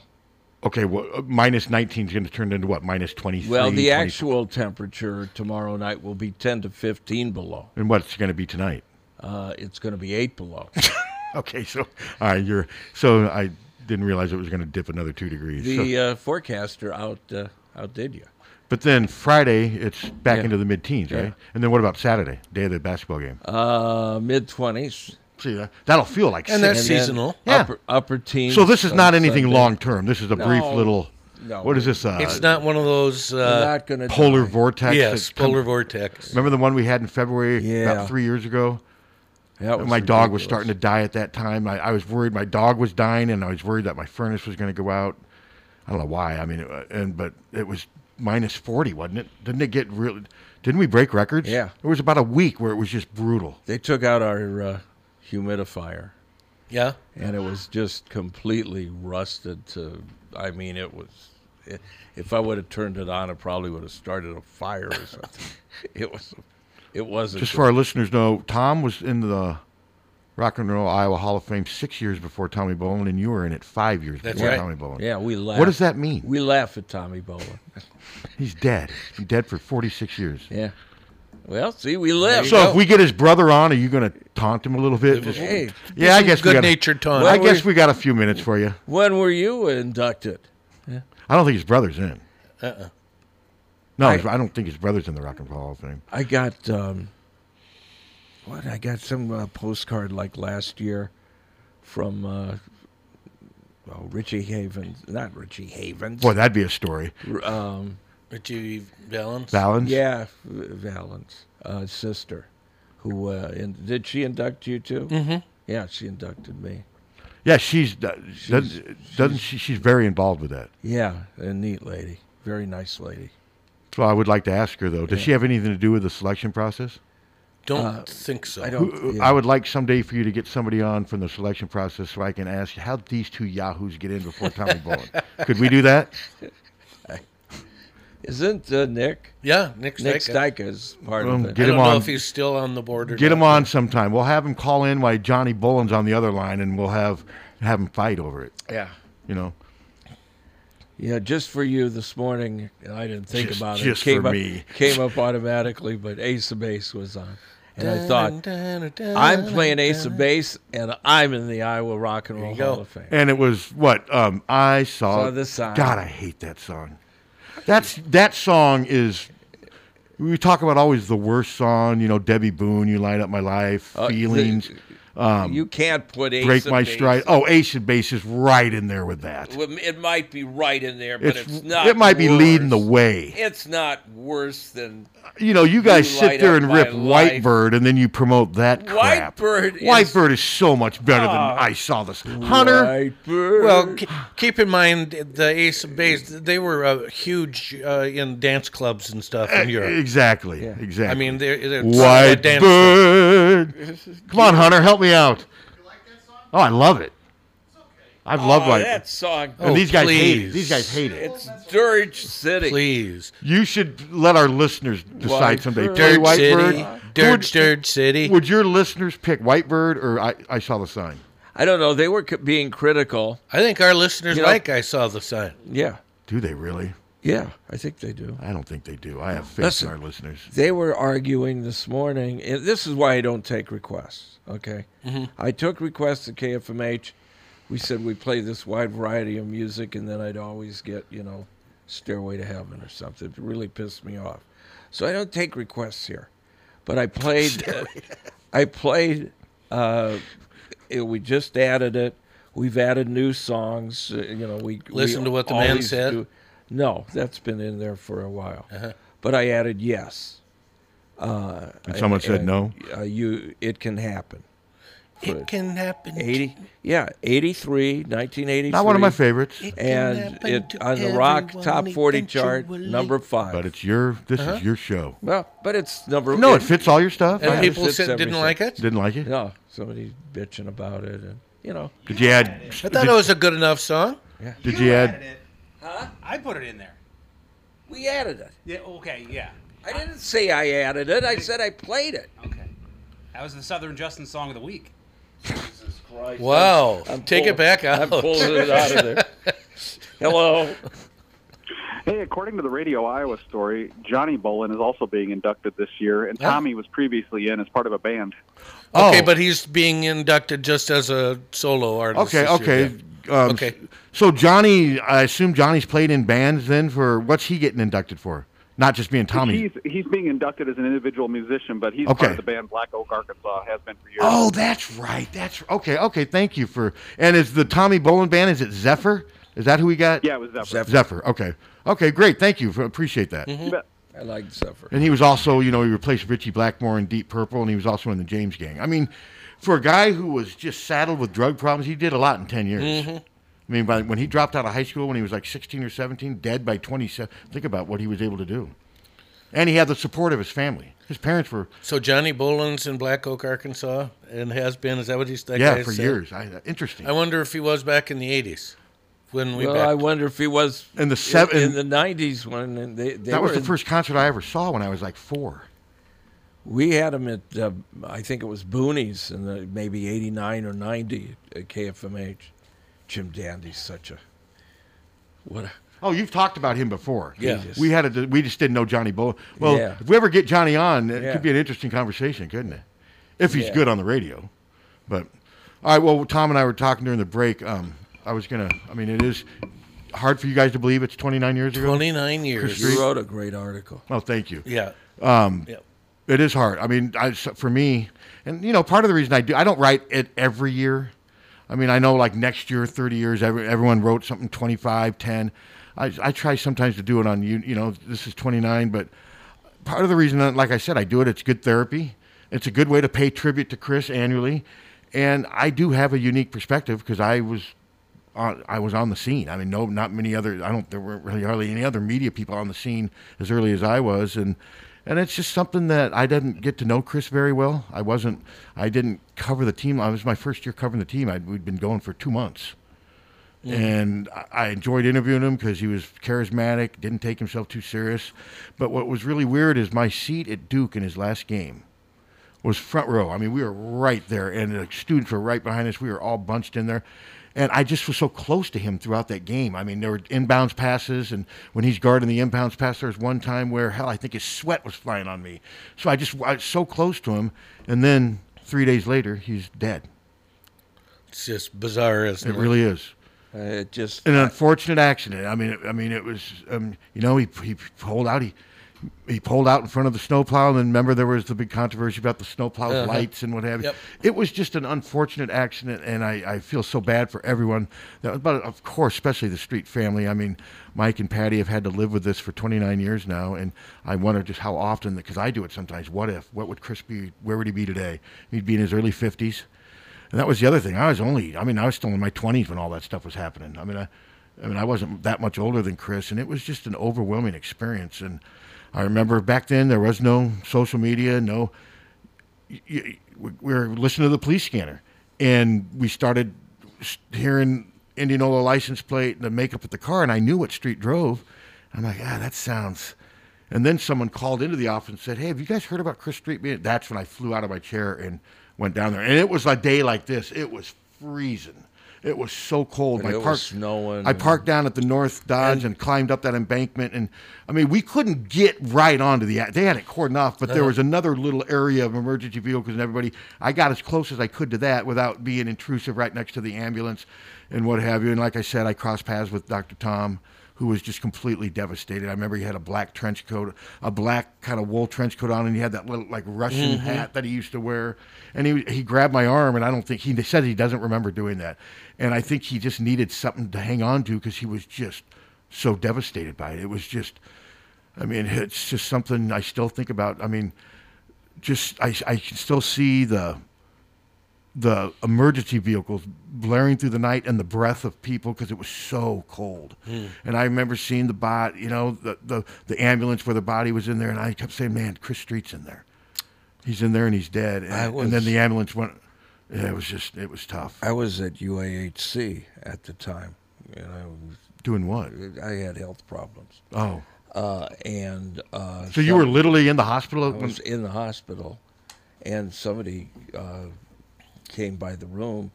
Speaker 2: Okay, well, uh, minus 19 is going to turn into what? Minus 23?
Speaker 4: Well, the actual temperature tomorrow night will be 10 to 15 below.
Speaker 2: And what's going to be tonight?
Speaker 4: Uh, it's going to be 8 below.
Speaker 2: [LAUGHS] okay, so All right, you're, so I didn't realize it was going to dip another two degrees. [LAUGHS] so-
Speaker 4: the uh, forecaster out uh, outdid you.
Speaker 2: but then Friday, it's back
Speaker 4: Yeah.
Speaker 2: into the mid teens,
Speaker 4: Yeah.
Speaker 2: right? And then what about Saturday, day of the basketball game?
Speaker 4: Uh, Mid 20s.
Speaker 2: See, that, that'll feel like And that's seasonal. Yeah.
Speaker 4: Upper, upper teens.
Speaker 2: So this is
Speaker 4: on
Speaker 2: not anything
Speaker 4: Sunday.
Speaker 2: long term. This is a brief
Speaker 4: No.
Speaker 2: little.
Speaker 4: No.
Speaker 2: What is this? Uh,
Speaker 3: it's not one of those uh,
Speaker 4: We're not gonna
Speaker 2: polar vortex.
Speaker 3: Yes,
Speaker 2: that come-
Speaker 3: polar vortex.
Speaker 2: Remember the one we had in February
Speaker 3: Yeah.
Speaker 2: about three years ago?
Speaker 4: That
Speaker 3: was
Speaker 2: my dog was
Speaker 3: ridiculous.
Speaker 2: starting to die at that time. I, I was worried my dog was dying, and I was worried that my furnace was going to go out. I don't know why. I mean, it, wa- and but it was minus forty, wasn't it? Didn't it get really? Didn't we break records?
Speaker 4: Yeah.
Speaker 2: It was about a week where it was just brutal.
Speaker 4: They took out our uh, humidifier.
Speaker 3: Yeah.
Speaker 4: And it was just completely rusted to, I mean, it was, i if I would have turned it on, it probably would have started a fire
Speaker 2: [LAUGHS]
Speaker 4: or something. it was, it wasn't.
Speaker 2: Just
Speaker 4: good.
Speaker 2: for our listeners, to know Tom was in the Rock and Roll Iowa Hall of Fame six years before Tommy Bolin, and you were in it five years
Speaker 4: That's
Speaker 2: before
Speaker 4: right.
Speaker 2: Tommy Bolin.
Speaker 4: Yeah, we laugh.
Speaker 2: What does that mean?
Speaker 4: We laugh at Tommy Bolin.
Speaker 2: He's dead. He's dead for 46 years.
Speaker 4: Yeah. Well, see, we live.
Speaker 2: So if we get his brother on, are you going to taunt him a little bit? Just-
Speaker 4: Hey,
Speaker 2: yeah, I
Speaker 4: this is
Speaker 2: guess we got
Speaker 4: good-natured taunt.
Speaker 2: I
Speaker 4: Well,
Speaker 2: guess
Speaker 4: we-
Speaker 2: we got a few minutes for you.
Speaker 4: when were you inducted?
Speaker 2: I don't think his brother's in.
Speaker 3: Uh-uh.
Speaker 2: No,
Speaker 4: I-
Speaker 2: his- I, don't think his brother's in the Rock and Roll Hall of Fame.
Speaker 4: I got um, what? I got some uh, postcard like last year from uh, oh, Richie Havens, not Richie Havens.
Speaker 2: Boy, that'd be a story.
Speaker 4: R- Um,
Speaker 3: Richie Valens.
Speaker 2: Valens?
Speaker 4: Yeah, V- Valens, uh, sister, who uh, in, did she induct you too?
Speaker 3: Mhm.
Speaker 4: Yeah, she inducted me.
Speaker 2: Yeah, she's, uh,
Speaker 4: She's-
Speaker 2: doesn't, doesn't she, she's very involved with that.
Speaker 4: Yeah, a neat lady, very nice lady.
Speaker 2: So I would like to ask her though. Does
Speaker 4: Yeah.
Speaker 2: she have anything to do with the selection process?
Speaker 3: Don't
Speaker 4: Uh,
Speaker 3: think so.
Speaker 4: I don't-
Speaker 2: Who-
Speaker 4: yeah.
Speaker 2: I would like someday for you to get somebody on from the selection process so I can ask you how did these two yahoos get in before Tommy
Speaker 4: [LAUGHS]
Speaker 2: Bolin. Could we do that?
Speaker 4: Isn't uh, Nick?
Speaker 3: Yeah, Nick
Speaker 4: Nick
Speaker 3: Styka.
Speaker 4: Styka is part
Speaker 2: Um,
Speaker 4: of it.
Speaker 2: get
Speaker 3: I
Speaker 2: him
Speaker 3: don't know
Speaker 2: on.
Speaker 3: if he's still on the board or
Speaker 2: Get him
Speaker 3: not.
Speaker 2: on sometime. We'll have him call in while Johnny Bolin's on the other line, and we'll have have him fight over it.
Speaker 4: Yeah.
Speaker 2: You know,
Speaker 4: Yeah, just for you this morning. I didn't think
Speaker 2: Just-
Speaker 4: about it.
Speaker 2: just
Speaker 4: came
Speaker 2: for
Speaker 4: up,
Speaker 2: me.
Speaker 4: [LAUGHS] Came up automatically, but Ace of Base was on, and I
Speaker 3: Dun,
Speaker 4: thought
Speaker 3: dun, dun,
Speaker 4: I'm playing Ace of Base, and I'm in the Iowa Rock and Roll Hall of Fame.
Speaker 2: and it was what um, I saw.
Speaker 4: Saw the sign.
Speaker 2: God, I hate that song. That's that song is. We talk about always the worst song. You know, Debbie Boone, "You Light Up My Life,"
Speaker 4: Uh, the-
Speaker 2: feelings. um,
Speaker 4: you can't put Ace
Speaker 2: break
Speaker 4: of
Speaker 2: my
Speaker 4: Base-
Speaker 2: stride. Oh, Ace and Base is right in there with that.
Speaker 4: Well, It might be right in there, but it's,
Speaker 2: It's-
Speaker 4: not.
Speaker 2: it might be
Speaker 4: worse.
Speaker 2: leading the way.
Speaker 4: It's not worse than
Speaker 2: You know, you guys sit
Speaker 4: Light
Speaker 2: there
Speaker 4: Up
Speaker 2: and
Speaker 4: My
Speaker 2: rip Whitebird, and then you promote that crap.
Speaker 4: Whitebird is-
Speaker 2: Whitebird is so much better than
Speaker 3: Ah.
Speaker 2: I saw this. Hunter,
Speaker 3: Well, k- keep in mind the Ace of Base. They were uh, huge uh, in dance clubs and stuff in
Speaker 2: E-
Speaker 3: Europe.
Speaker 2: exactly, Yeah. exactly.
Speaker 3: I mean, they're, they're
Speaker 2: White
Speaker 3: dance
Speaker 2: Bird. Come on, Hunter, help me out. Oh, I love it. I've loved
Speaker 4: oh,
Speaker 2: Whitebird.
Speaker 4: that song.
Speaker 2: And these guys hate it. These guys hate it.
Speaker 4: It's Dirge City.
Speaker 3: Please.
Speaker 2: You should let our listeners decide someday.
Speaker 3: Whitebird.
Speaker 2: Play Whitebird.
Speaker 3: Dirge City.
Speaker 2: Who
Speaker 3: Dirge,
Speaker 2: would-
Speaker 3: Dirge City.
Speaker 2: Would your listeners pick Whitebird or I, I saw the sign?
Speaker 4: I don't know. They were c- being critical.
Speaker 3: I think our listeners
Speaker 4: You know-
Speaker 3: like I saw the sign.
Speaker 4: Yeah.
Speaker 2: Do they really?
Speaker 4: Yeah, I think they do.
Speaker 2: I don't think they do. I have faith
Speaker 4: Listen,
Speaker 2: in our listeners.
Speaker 4: They were arguing this morning. and This is why I don't take requests. Okay.
Speaker 3: Mm-hmm.
Speaker 2: Mhm.
Speaker 4: I took requests at KFMH. We said we play this wide variety of music, and then I'd always get, you know, Stairway to Heaven or something. It really pissed me off. So I don't take requests here. But
Speaker 3: [LAUGHS]
Speaker 4: I played. uh, I played. Uh, it, we just added it. We've added new songs. Uh, you know, we we
Speaker 3: Listen to what the man
Speaker 4: always
Speaker 3: said?
Speaker 4: do- No, that's been in there for a while.
Speaker 3: Uh-huh.
Speaker 4: But I added yes. Uh,
Speaker 2: And someone said no?
Speaker 4: Uh, you, it can happen.
Speaker 3: It can happen.
Speaker 4: Eighty, yeah, 83, 1983.
Speaker 2: Not one of my favorites.
Speaker 3: It can
Speaker 4: and
Speaker 3: happen
Speaker 4: it
Speaker 3: to
Speaker 4: on the Rock
Speaker 3: everyone
Speaker 4: Top 40 chart,
Speaker 3: eventually.
Speaker 4: number five.
Speaker 2: But it's your. This
Speaker 4: Uh-huh.
Speaker 2: is your show.
Speaker 4: Well, but it's number.
Speaker 2: No, it fits all your stuff.
Speaker 4: it
Speaker 2: And people
Speaker 4: fits
Speaker 2: said- didn't
Speaker 4: everything.
Speaker 2: like it? Didn't like it?
Speaker 4: No, somebody's bitching about it, and you know.
Speaker 2: Did you add?
Speaker 3: I thought it was a good enough song.
Speaker 4: Yeah.
Speaker 2: Did you add?
Speaker 4: Huh?
Speaker 14: I put it in there.
Speaker 4: We added it.
Speaker 14: Yeah. Okay. Yeah.
Speaker 4: I didn't say I added it. I said I played it.
Speaker 14: Okay. That was the Southern Justin song of the week.
Speaker 3: Wow. Take it back out.
Speaker 4: I'm pulling it out of there.
Speaker 3: [LAUGHS]
Speaker 4: Hello.
Speaker 19: Hey, according to the Radio Iowa story, Johnny Bolin is also being inducted this year, and Tommy was previously in as part of a band.
Speaker 2: Oh.
Speaker 3: Okay, but he's being inducted just as a solo artist.
Speaker 2: Okay,
Speaker 3: this year,
Speaker 2: okay.
Speaker 3: yeah.
Speaker 2: Um,
Speaker 3: okay.
Speaker 2: So Johnny, I assume Johnny's played in bands then. For what's he getting inducted for? Not just being Tommy.
Speaker 19: He's he's being inducted as an individual musician, but he's
Speaker 2: Okay.
Speaker 19: part of the band Black Oak Arkansas has been for years.
Speaker 2: Oh, that's right. That's okay. Okay, thank you for. And is the Tommy Bolin band? Is it Zephyr? Is that who we got?
Speaker 19: Yeah, it was Zephyr. Zephyr.
Speaker 2: Zephyr. Okay. Okay. Great. Thank you. For, appreciate that.
Speaker 3: Mm-hmm.
Speaker 4: I like Zephyr.
Speaker 2: And he was also, you know, he replaced Richie Blackmore in Deep Purple, and he was also in the James Gang. I mean, for a guy who was just saddled with drug problems, he did a lot in 10 years.
Speaker 3: Mm-hmm.
Speaker 2: I mean, by, when he dropped out of high school when he was like 16 or 17, dead by 27, think about what he was able to do. And he had the support of his family. His parents were,
Speaker 3: So Johnny Boland's in Black Oak, Arkansas, and has been. Is that what he's? That
Speaker 2: yeah,
Speaker 3: guy
Speaker 2: for
Speaker 3: said?
Speaker 2: years. I, uh, interesting.
Speaker 3: I wonder if he was back in the '80s when we.
Speaker 4: well,
Speaker 3: back.
Speaker 4: I wonder if he was
Speaker 2: In the seven-
Speaker 4: in the nineties when they, they
Speaker 2: that was
Speaker 4: were
Speaker 2: the
Speaker 4: in-
Speaker 2: first concert I ever saw when I was like four.
Speaker 4: We had them at, uh, I think it was Booney's in the, maybe 89 or 90 at KFMH. Jim Dandy's such a, what a,
Speaker 2: Oh, you've talked about him before.
Speaker 4: Yeah.
Speaker 2: we had a we just didn't know Johnny Bull. Well,
Speaker 4: Yeah.
Speaker 2: if we ever get Johnny on, it
Speaker 4: Yeah.
Speaker 2: could be an interesting conversation, couldn't it? If he's
Speaker 4: Yeah.
Speaker 2: good on the radio. But all right, well, Tom and I were talking during the break. Um, I was gonna. I mean, it is hard for you guys to believe it's 29 years ago.
Speaker 3: 29 years.
Speaker 2: Chris
Speaker 4: You
Speaker 2: Street?
Speaker 4: wrote a great article.
Speaker 2: Oh, thank you.
Speaker 3: Yeah.
Speaker 2: Um,
Speaker 3: Yeah.
Speaker 2: It is hard. I mean, I, so- for me, and you know, part of the reason I do, I don't write it every year. I mean, I know like next year, 30 years, every, everyone wrote something 25, 10. I, I try sometimes to do it on you, you know, this is 29, but part of the reason, that, like I said, I do it, it's good therapy. It's a good way to pay tribute to Chris annually. And I do have a unique perspective because I was on, I was on the scene. I mean, no, not many other. I don't. There weren't really hardly any other media people on the scene as early as I was, and and it's just something that I didn't get to know Chris very well. I wasn't. I didn't cover the team. I was my first year covering the team. I, we'd been going for two months,
Speaker 20: Yeah.
Speaker 2: and I, I enjoyed interviewing him because he was charismatic, didn't take himself too serious. But what was really weird is my seat at Duke in his last game was front row. I mean, we were right there, and the students were right behind us. We were all bunched in there. And I just was so close to him throughout that game. I mean, there were inbounds passes, and when he's guarding the inbounds pass, there was one time where, hell, I think his sweat was flying on me. So I just I was so close to him. And then three days later, he's dead.
Speaker 3: It's just bizarre, isn't it?
Speaker 2: It really is.
Speaker 4: Uh,
Speaker 2: uh,
Speaker 4: it just
Speaker 2: an unfortunate accident. I mean, it, I mean, it was. Um, you know, he he pulled out. He he pulled out in front of the snowplow, and then remember there was the big controversy about the snowplow's
Speaker 20: Uh-huh.
Speaker 2: lights and what have you.
Speaker 20: Yep.
Speaker 2: It was just an unfortunate accident, and I, I feel so bad for everyone. That, but of course, especially the street family. I mean, Mike and Patty have had to live with this for 29 years now, and I wonder just how often, because I do it sometimes. What if? What would Chris be? Where would he be today? He'd be in his early 50s. And that was the other thing. I was only, I mean, I was still in my 20s when all that stuff was happening. I mean, I, I mean, I wasn't that much older than Chris, and it was just an overwhelming experience. And I remember back then there was no social media, no. y- y- We we were listening to the police scanner, and we started s- hearing Indianola license plate, the makeup of the car, and I knew what street drove. I'm like, ah, that sounds. And then someone called into the office and said, "Hey, have you guys heard about Chris Street?" being-" That's when I flew out of my chair and went down there, and it was a day like this. It was freezing. It was so cold.
Speaker 4: And
Speaker 2: my
Speaker 4: it was
Speaker 2: park,
Speaker 4: snowing
Speaker 2: I
Speaker 4: and-
Speaker 2: parked down at the North Dodge and, climbed up that embankment, and I mean, we couldn't get right onto the. They had it cordoned off, but there
Speaker 20: Uh-huh.
Speaker 2: was another little area of emergency vehicles and everybody. I got as close as I could to that without being intrusive, right next to the ambulance, and what have you. And like I said, I crossed paths with Dr. Tom. Who was just completely devastated? I remember he had a black trench coat, a black kind of wool trench coat on, and he had that little like Russian
Speaker 20: Mhm.
Speaker 2: hat that he used to wear. And he he grabbed my arm, and I don't think he said he doesn't remember doing that. And I think he just needed something to hang on to because he was just so devastated by it. It was just, I mean, it's just something I still think about. I mean, just I I can still see the the emergency vehicles blaring through the night and the breath of people because it was so cold.
Speaker 20: Mm.
Speaker 2: And I remember seeing the bot, you know, the, the, the ambulance where the body was in there, and I kept saying, "Man, Chris Street's in there. He's in there and he's dead." And,
Speaker 4: I
Speaker 2: and then
Speaker 4: was-
Speaker 2: the ambulance went. Yeah, it was just it was tough.
Speaker 4: I was at UAHC at the time, and I was
Speaker 2: Doing what?
Speaker 4: I had health problems.
Speaker 2: Oh.
Speaker 4: uh, and uh,
Speaker 2: So you were literally in the hospital
Speaker 4: I
Speaker 2: when-
Speaker 4: was in the hospital, and somebody uh, came by the room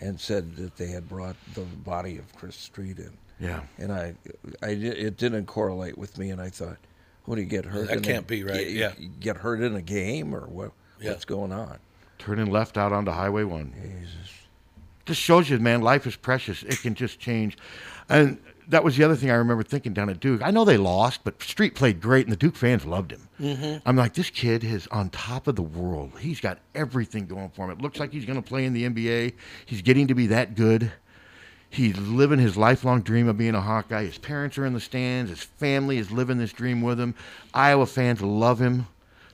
Speaker 4: and said that they had brought the body of Chris Street in.
Speaker 2: Yeah.
Speaker 4: and I, I di- it didn't correlate with me, and I thought, what do you get hurt?
Speaker 3: That
Speaker 4: in a-
Speaker 3: can't be right,
Speaker 4: y-
Speaker 3: yeah.
Speaker 4: y- get hurt in a game or what?
Speaker 3: Yeah.
Speaker 4: What's going on?
Speaker 2: Turning left out onto Highway One. Jesus. Just shows you, man, life is precious. It can just change. And that was the other thing I remember thinking down at Duke. I know they lost, but Street played great, and the Duke fans loved him.
Speaker 4: Mm-hmm.
Speaker 20: Mhm.
Speaker 2: I'm like, this kid is on top of the world. He's got everything going for him. It looks like he's going to play in the NBA. He's getting to be that good. He's living his lifelong dream of being a Hawkeye. His parents are in the stands. His family is living this dream with him. Iowa fans love him.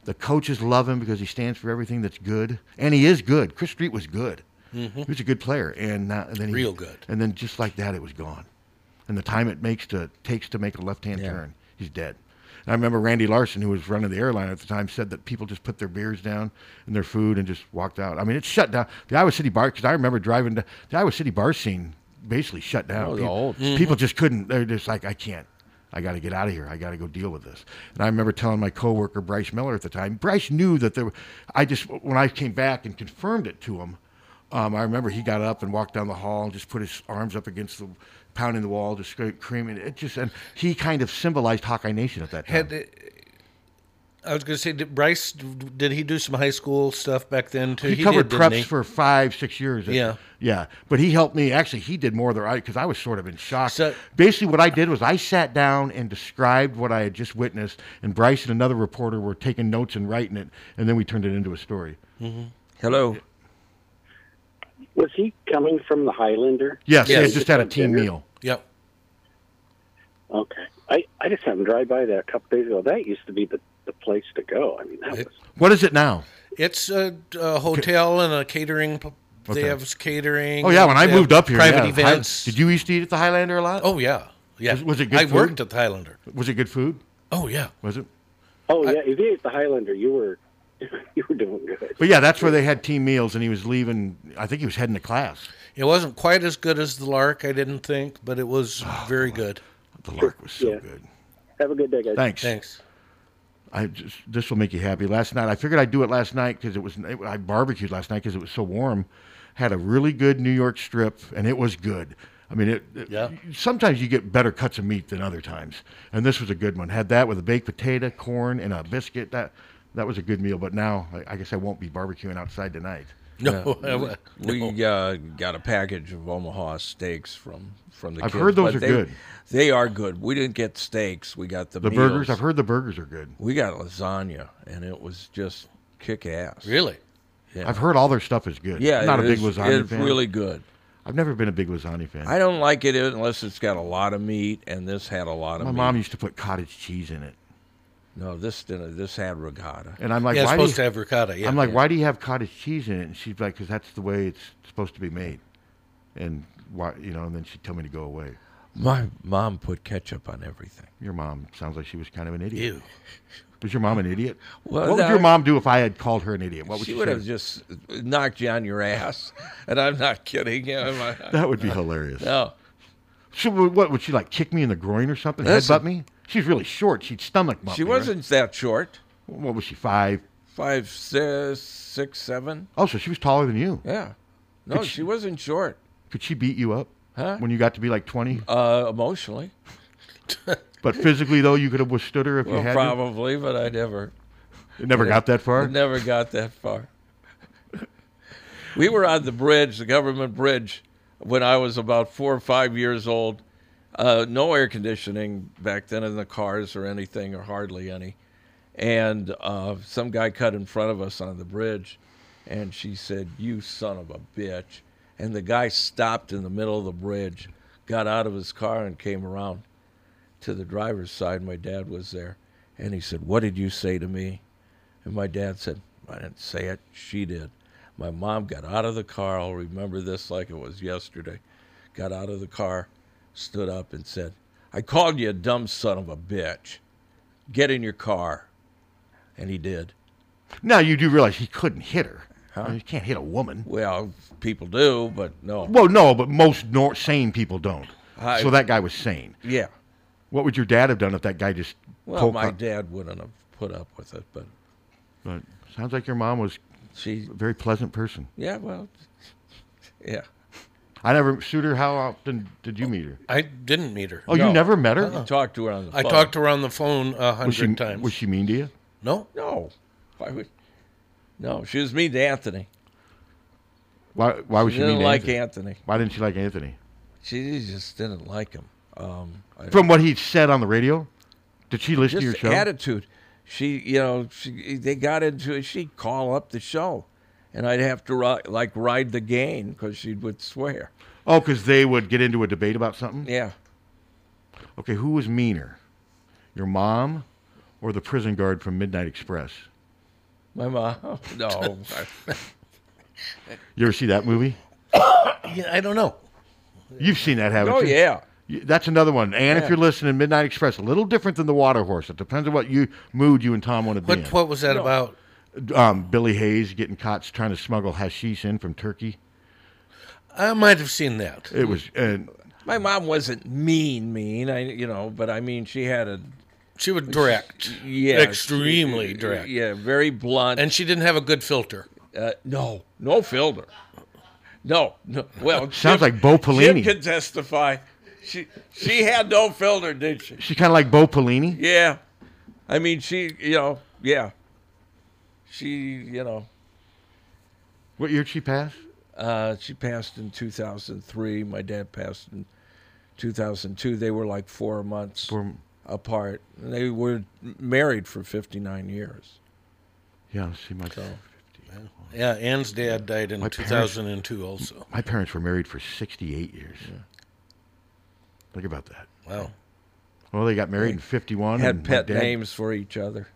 Speaker 2: The coaches love him because he stands for everything that's good, and he is good. Chris Street was good.
Speaker 3: Mhm.
Speaker 2: He was a good player, and, uh, and then he,
Speaker 3: Real good.
Speaker 2: And then just like that, it was gone. And the time it makes to takes to make a left hand turn, he's dead. And I remember Randy Larson, who was running the airline at the time, said that people just put their beers down and their food and just walked out. I mean, it shut down the Iowa City bar because I remember driving to, the Iowa City bar scene basically shut down.
Speaker 4: Oh, the
Speaker 2: people,
Speaker 4: old-
Speaker 2: people just couldn't. They're just like, I can't. I got to get out of here. I got to go deal with this. And I remember telling my coworker Bryce Miller at the time. Bryce knew that there. Were, I just when I came back and confirmed it to him. Um, I remember he got up and walked down the hall and just put his arms up against the pounding the wall, just scra- screaming. It just and he kind of symbolized Hawkeye Nation at that time.
Speaker 3: Had uh, I was going to say, did Bryce did he do some high school stuff back then too?
Speaker 2: he, covered
Speaker 3: did, didn't
Speaker 2: preps
Speaker 3: he?
Speaker 2: for five, six years.
Speaker 3: Yeah.
Speaker 2: yeah. But he helped me. Actually, he did more than I because I was sort of in shock. basically, what I did was I sat down and described what I had just witnessed, and Bryce and another reporter were taking notes and writing it, and then we turned it into a story.
Speaker 3: Mm-hmm.
Speaker 2: Hello.
Speaker 20: Was he coming from the Highlander?
Speaker 2: Yes, they just had a team
Speaker 20: dinner?
Speaker 2: meal.
Speaker 3: Yep.
Speaker 20: Okay. I, I just happened to drive by that a couple days ago. That used to be the, the place to go. I mean, that was
Speaker 2: What is it now?
Speaker 3: It's a, a hotel and a catering. p- They
Speaker 2: Okay.
Speaker 3: have catering.
Speaker 2: Oh yeah, when I
Speaker 3: they have
Speaker 2: moved up here,
Speaker 3: private
Speaker 2: yeah.
Speaker 3: events.
Speaker 2: Hi- did you used to eat at the Highlander a lot?
Speaker 3: Oh yeah, yeah.
Speaker 2: Was, was it good?
Speaker 3: I
Speaker 2: food?
Speaker 3: worked at the Highlander.
Speaker 2: Was it good food?
Speaker 3: Oh yeah.
Speaker 2: Was it?
Speaker 20: Oh yeah, if you ate the Highlander, you were [LAUGHS] you were doing good.
Speaker 2: But yeah, that's where they had team meals, and he was leaving. I think he was heading to class.
Speaker 3: It wasn't quite as good as the Lark, I didn't think, but it was very good.
Speaker 2: Oh, The Lark was so good.
Speaker 20: Have a good day, guys.
Speaker 2: Thanks.
Speaker 3: Thanks.
Speaker 2: I just this will make you happy. Last night, I figured I'd do it last night because it was it, I barbecued last night because it was so warm. Had a really good New York strip, and it was good. I mean, it, it-
Speaker 3: Yeah.
Speaker 2: Sometimes you get better cuts of meat than other times, and this was a good one. Had that with a baked potato, corn, and a biscuit. That that was a good meal. But now, I, I guess I won't be barbecuing outside tonight.
Speaker 3: [LAUGHS]
Speaker 4: Yeah. we uh, got a package of Omaha steaks from from the.
Speaker 2: I've
Speaker 4: kids,
Speaker 2: heard those
Speaker 4: but
Speaker 2: are
Speaker 4: they-
Speaker 2: good.
Speaker 4: They are good. We didn't get steaks. We got the
Speaker 2: The burgers.
Speaker 4: meals.
Speaker 2: I've heard the burgers are good.
Speaker 4: We got lasagna, and it was just kick ass.
Speaker 3: Really?
Speaker 4: Yeah.
Speaker 2: I've heard all their stuff is good.
Speaker 4: Yeah,
Speaker 2: I'm not
Speaker 4: it
Speaker 2: a big
Speaker 4: is-
Speaker 2: lasagna
Speaker 4: it's
Speaker 2: fan.
Speaker 4: really good.
Speaker 2: I've never been a big lasagna fan.
Speaker 4: I don't like it unless it's got a lot of meat, and this had a lot of
Speaker 2: My
Speaker 4: meat.
Speaker 2: mom used to put cottage cheese in it,
Speaker 4: No, this didn't. This had ricotta.
Speaker 2: and I'm like,
Speaker 3: Yeah, it's
Speaker 2: why do you-
Speaker 3: supposed to have ricotta, yeah.
Speaker 2: I'm like,
Speaker 3: Yeah.
Speaker 2: why do you have cottage cheese in it? And she's like, because that's the way it's supposed to be made, and why, you know. And then she would tell me to go away.
Speaker 4: My mom put ketchup on everything.
Speaker 2: Your mom sounds like she was kind of an idiot.
Speaker 4: Ew.
Speaker 2: Was your mom an idiot?
Speaker 4: Well,
Speaker 2: what would
Speaker 4: no,
Speaker 2: your
Speaker 4: I-
Speaker 2: mom do if I had called her an idiot? What would
Speaker 4: she,
Speaker 2: she,
Speaker 4: would
Speaker 2: say?
Speaker 4: have just knocked you on your ass, [LAUGHS] and I'm not kidding. [LAUGHS] You know, my-
Speaker 2: [LAUGHS] That would be hilarious.
Speaker 4: No,
Speaker 2: She would, what would she like? Kick me in the groin or something?
Speaker 4: Listen.
Speaker 2: Headbutt me? She's really short. She'd stomach bump
Speaker 4: she
Speaker 2: me, right?
Speaker 4: wasn't that short.
Speaker 2: What was she? Five?
Speaker 4: Five, six, six, seven.
Speaker 2: Oh, so she was taller than you.
Speaker 4: Yeah. No,
Speaker 2: Could
Speaker 4: she, wasn't short.
Speaker 2: Could she beat you up?
Speaker 4: Huh?
Speaker 2: When you got to be like twenty?
Speaker 4: Uh, emotionally. [LAUGHS]
Speaker 2: But physically, though, you could have withstood her if
Speaker 4: well,
Speaker 2: you had. to?
Speaker 4: probably, but I never.
Speaker 2: It never got that far?
Speaker 4: It never got that far. we were on the bridge, the government bridge, when I was about four or five years old. Uh, no air conditioning back then in the cars or anything, or hardly any. And uh, some guy cut in front of us on the bridge, and she said, "You son of a bitch!" And the guy stopped in the middle of the bridge, got out of his car, and came around to the driver's side. My dad was there, and he said, "What did you say to me?" And my dad said, "I didn't say it. She did." My mom got out of the car. I'll remember this like it was yesterday. Got out of the car, stood up, and said, "I called you a dumb son of a bitch. Get in your car." And he did.
Speaker 2: Now you do realize he couldn't hit her. Oh, You can't hit a woman.
Speaker 4: Well, people do, but no.
Speaker 2: Well, no, but most nor- sane people don't.
Speaker 4: I-
Speaker 2: so that guy was sane.
Speaker 4: Yeah.
Speaker 2: What would your dad have done if that guy just
Speaker 4: Well,
Speaker 2: poked
Speaker 4: my
Speaker 2: up-
Speaker 4: dad wouldn't have put up with it, but
Speaker 2: But sounds like your mom was
Speaker 4: she
Speaker 2: a very pleasant person.
Speaker 4: yeah, well, yeah.
Speaker 2: I never sued her. How often did you meet her?
Speaker 3: I didn't meet her.
Speaker 2: Oh, you never met her?
Speaker 4: You talked to her on the
Speaker 3: I
Speaker 4: phone.
Speaker 3: talked to her on the phone a
Speaker 2: Was she,
Speaker 3: hundred times.
Speaker 2: was she mean to you?
Speaker 3: No,
Speaker 4: no. Why would? No, she was mean to Anthony.
Speaker 2: Why? Why was
Speaker 4: She
Speaker 2: she, mean
Speaker 4: didn't
Speaker 2: to
Speaker 4: like
Speaker 2: Anthony?
Speaker 4: Anthony.
Speaker 2: Why didn't she like Anthony?
Speaker 4: She just didn't like him. Um, I-
Speaker 2: From what he said on the radio, did she listen
Speaker 4: just
Speaker 2: to your show?
Speaker 4: attitude. She, you know, she, they got into it. She'd call up the show, and I'd have to ri- like ride the gain because she would swear.
Speaker 2: Oh, because they would get into a debate about something.
Speaker 4: Yeah.
Speaker 2: Okay, who was meaner, your mom, or the prison guard from Midnight Express? [LAUGHS]
Speaker 4: My
Speaker 2: Oh,
Speaker 4: mom. No.
Speaker 2: You ever see that movie?
Speaker 3: [COUGHS] yeah, I don't know.
Speaker 2: You've seen that, haven't
Speaker 3: Oh,
Speaker 2: you?
Speaker 3: yeah.
Speaker 2: Y- That's another one. And
Speaker 3: Yeah.
Speaker 2: if you're listening, Midnight Express, a little different than the Water Horse. It depends on what you mood you and Tom want to be
Speaker 3: What
Speaker 2: in.
Speaker 3: what was that about?
Speaker 2: Um, Billy Hayes getting caught trying to smuggle hashish in from Turkey.
Speaker 3: I might have seen that.
Speaker 2: It was, and
Speaker 4: My mom wasn't mean, mean. I, you know, but I mean, she had a.
Speaker 3: She would direct.
Speaker 4: Yeah.
Speaker 3: Extremely
Speaker 4: she-
Speaker 3: direct.
Speaker 4: Yeah, very blunt.
Speaker 3: And she didn't have a good filter.
Speaker 4: Uh, no, no filter. No, no. Well,
Speaker 2: Sounds
Speaker 4: Jim-
Speaker 2: like Bo Pelini.
Speaker 4: Jim can testify. She she had no filter, did she?
Speaker 2: She kind of like Bo Pelini.
Speaker 4: Yeah, I mean, she, you know, yeah. She, you know,
Speaker 2: What year did she pass?
Speaker 4: uh, she passed in 2003. My dad passed in 2002. They were like four months apart. And they were married for 59 years.
Speaker 2: Yeah, she might.
Speaker 3: Yeah, Ann's dad died in
Speaker 2: My parents-
Speaker 3: 2002 also.
Speaker 2: My parents were married for 68 years. Think about that.
Speaker 3: Wow.
Speaker 2: Well, they got married in 51. and
Speaker 4: Had
Speaker 2: my
Speaker 4: pet
Speaker 2: dad- Oh.
Speaker 4: names for each other.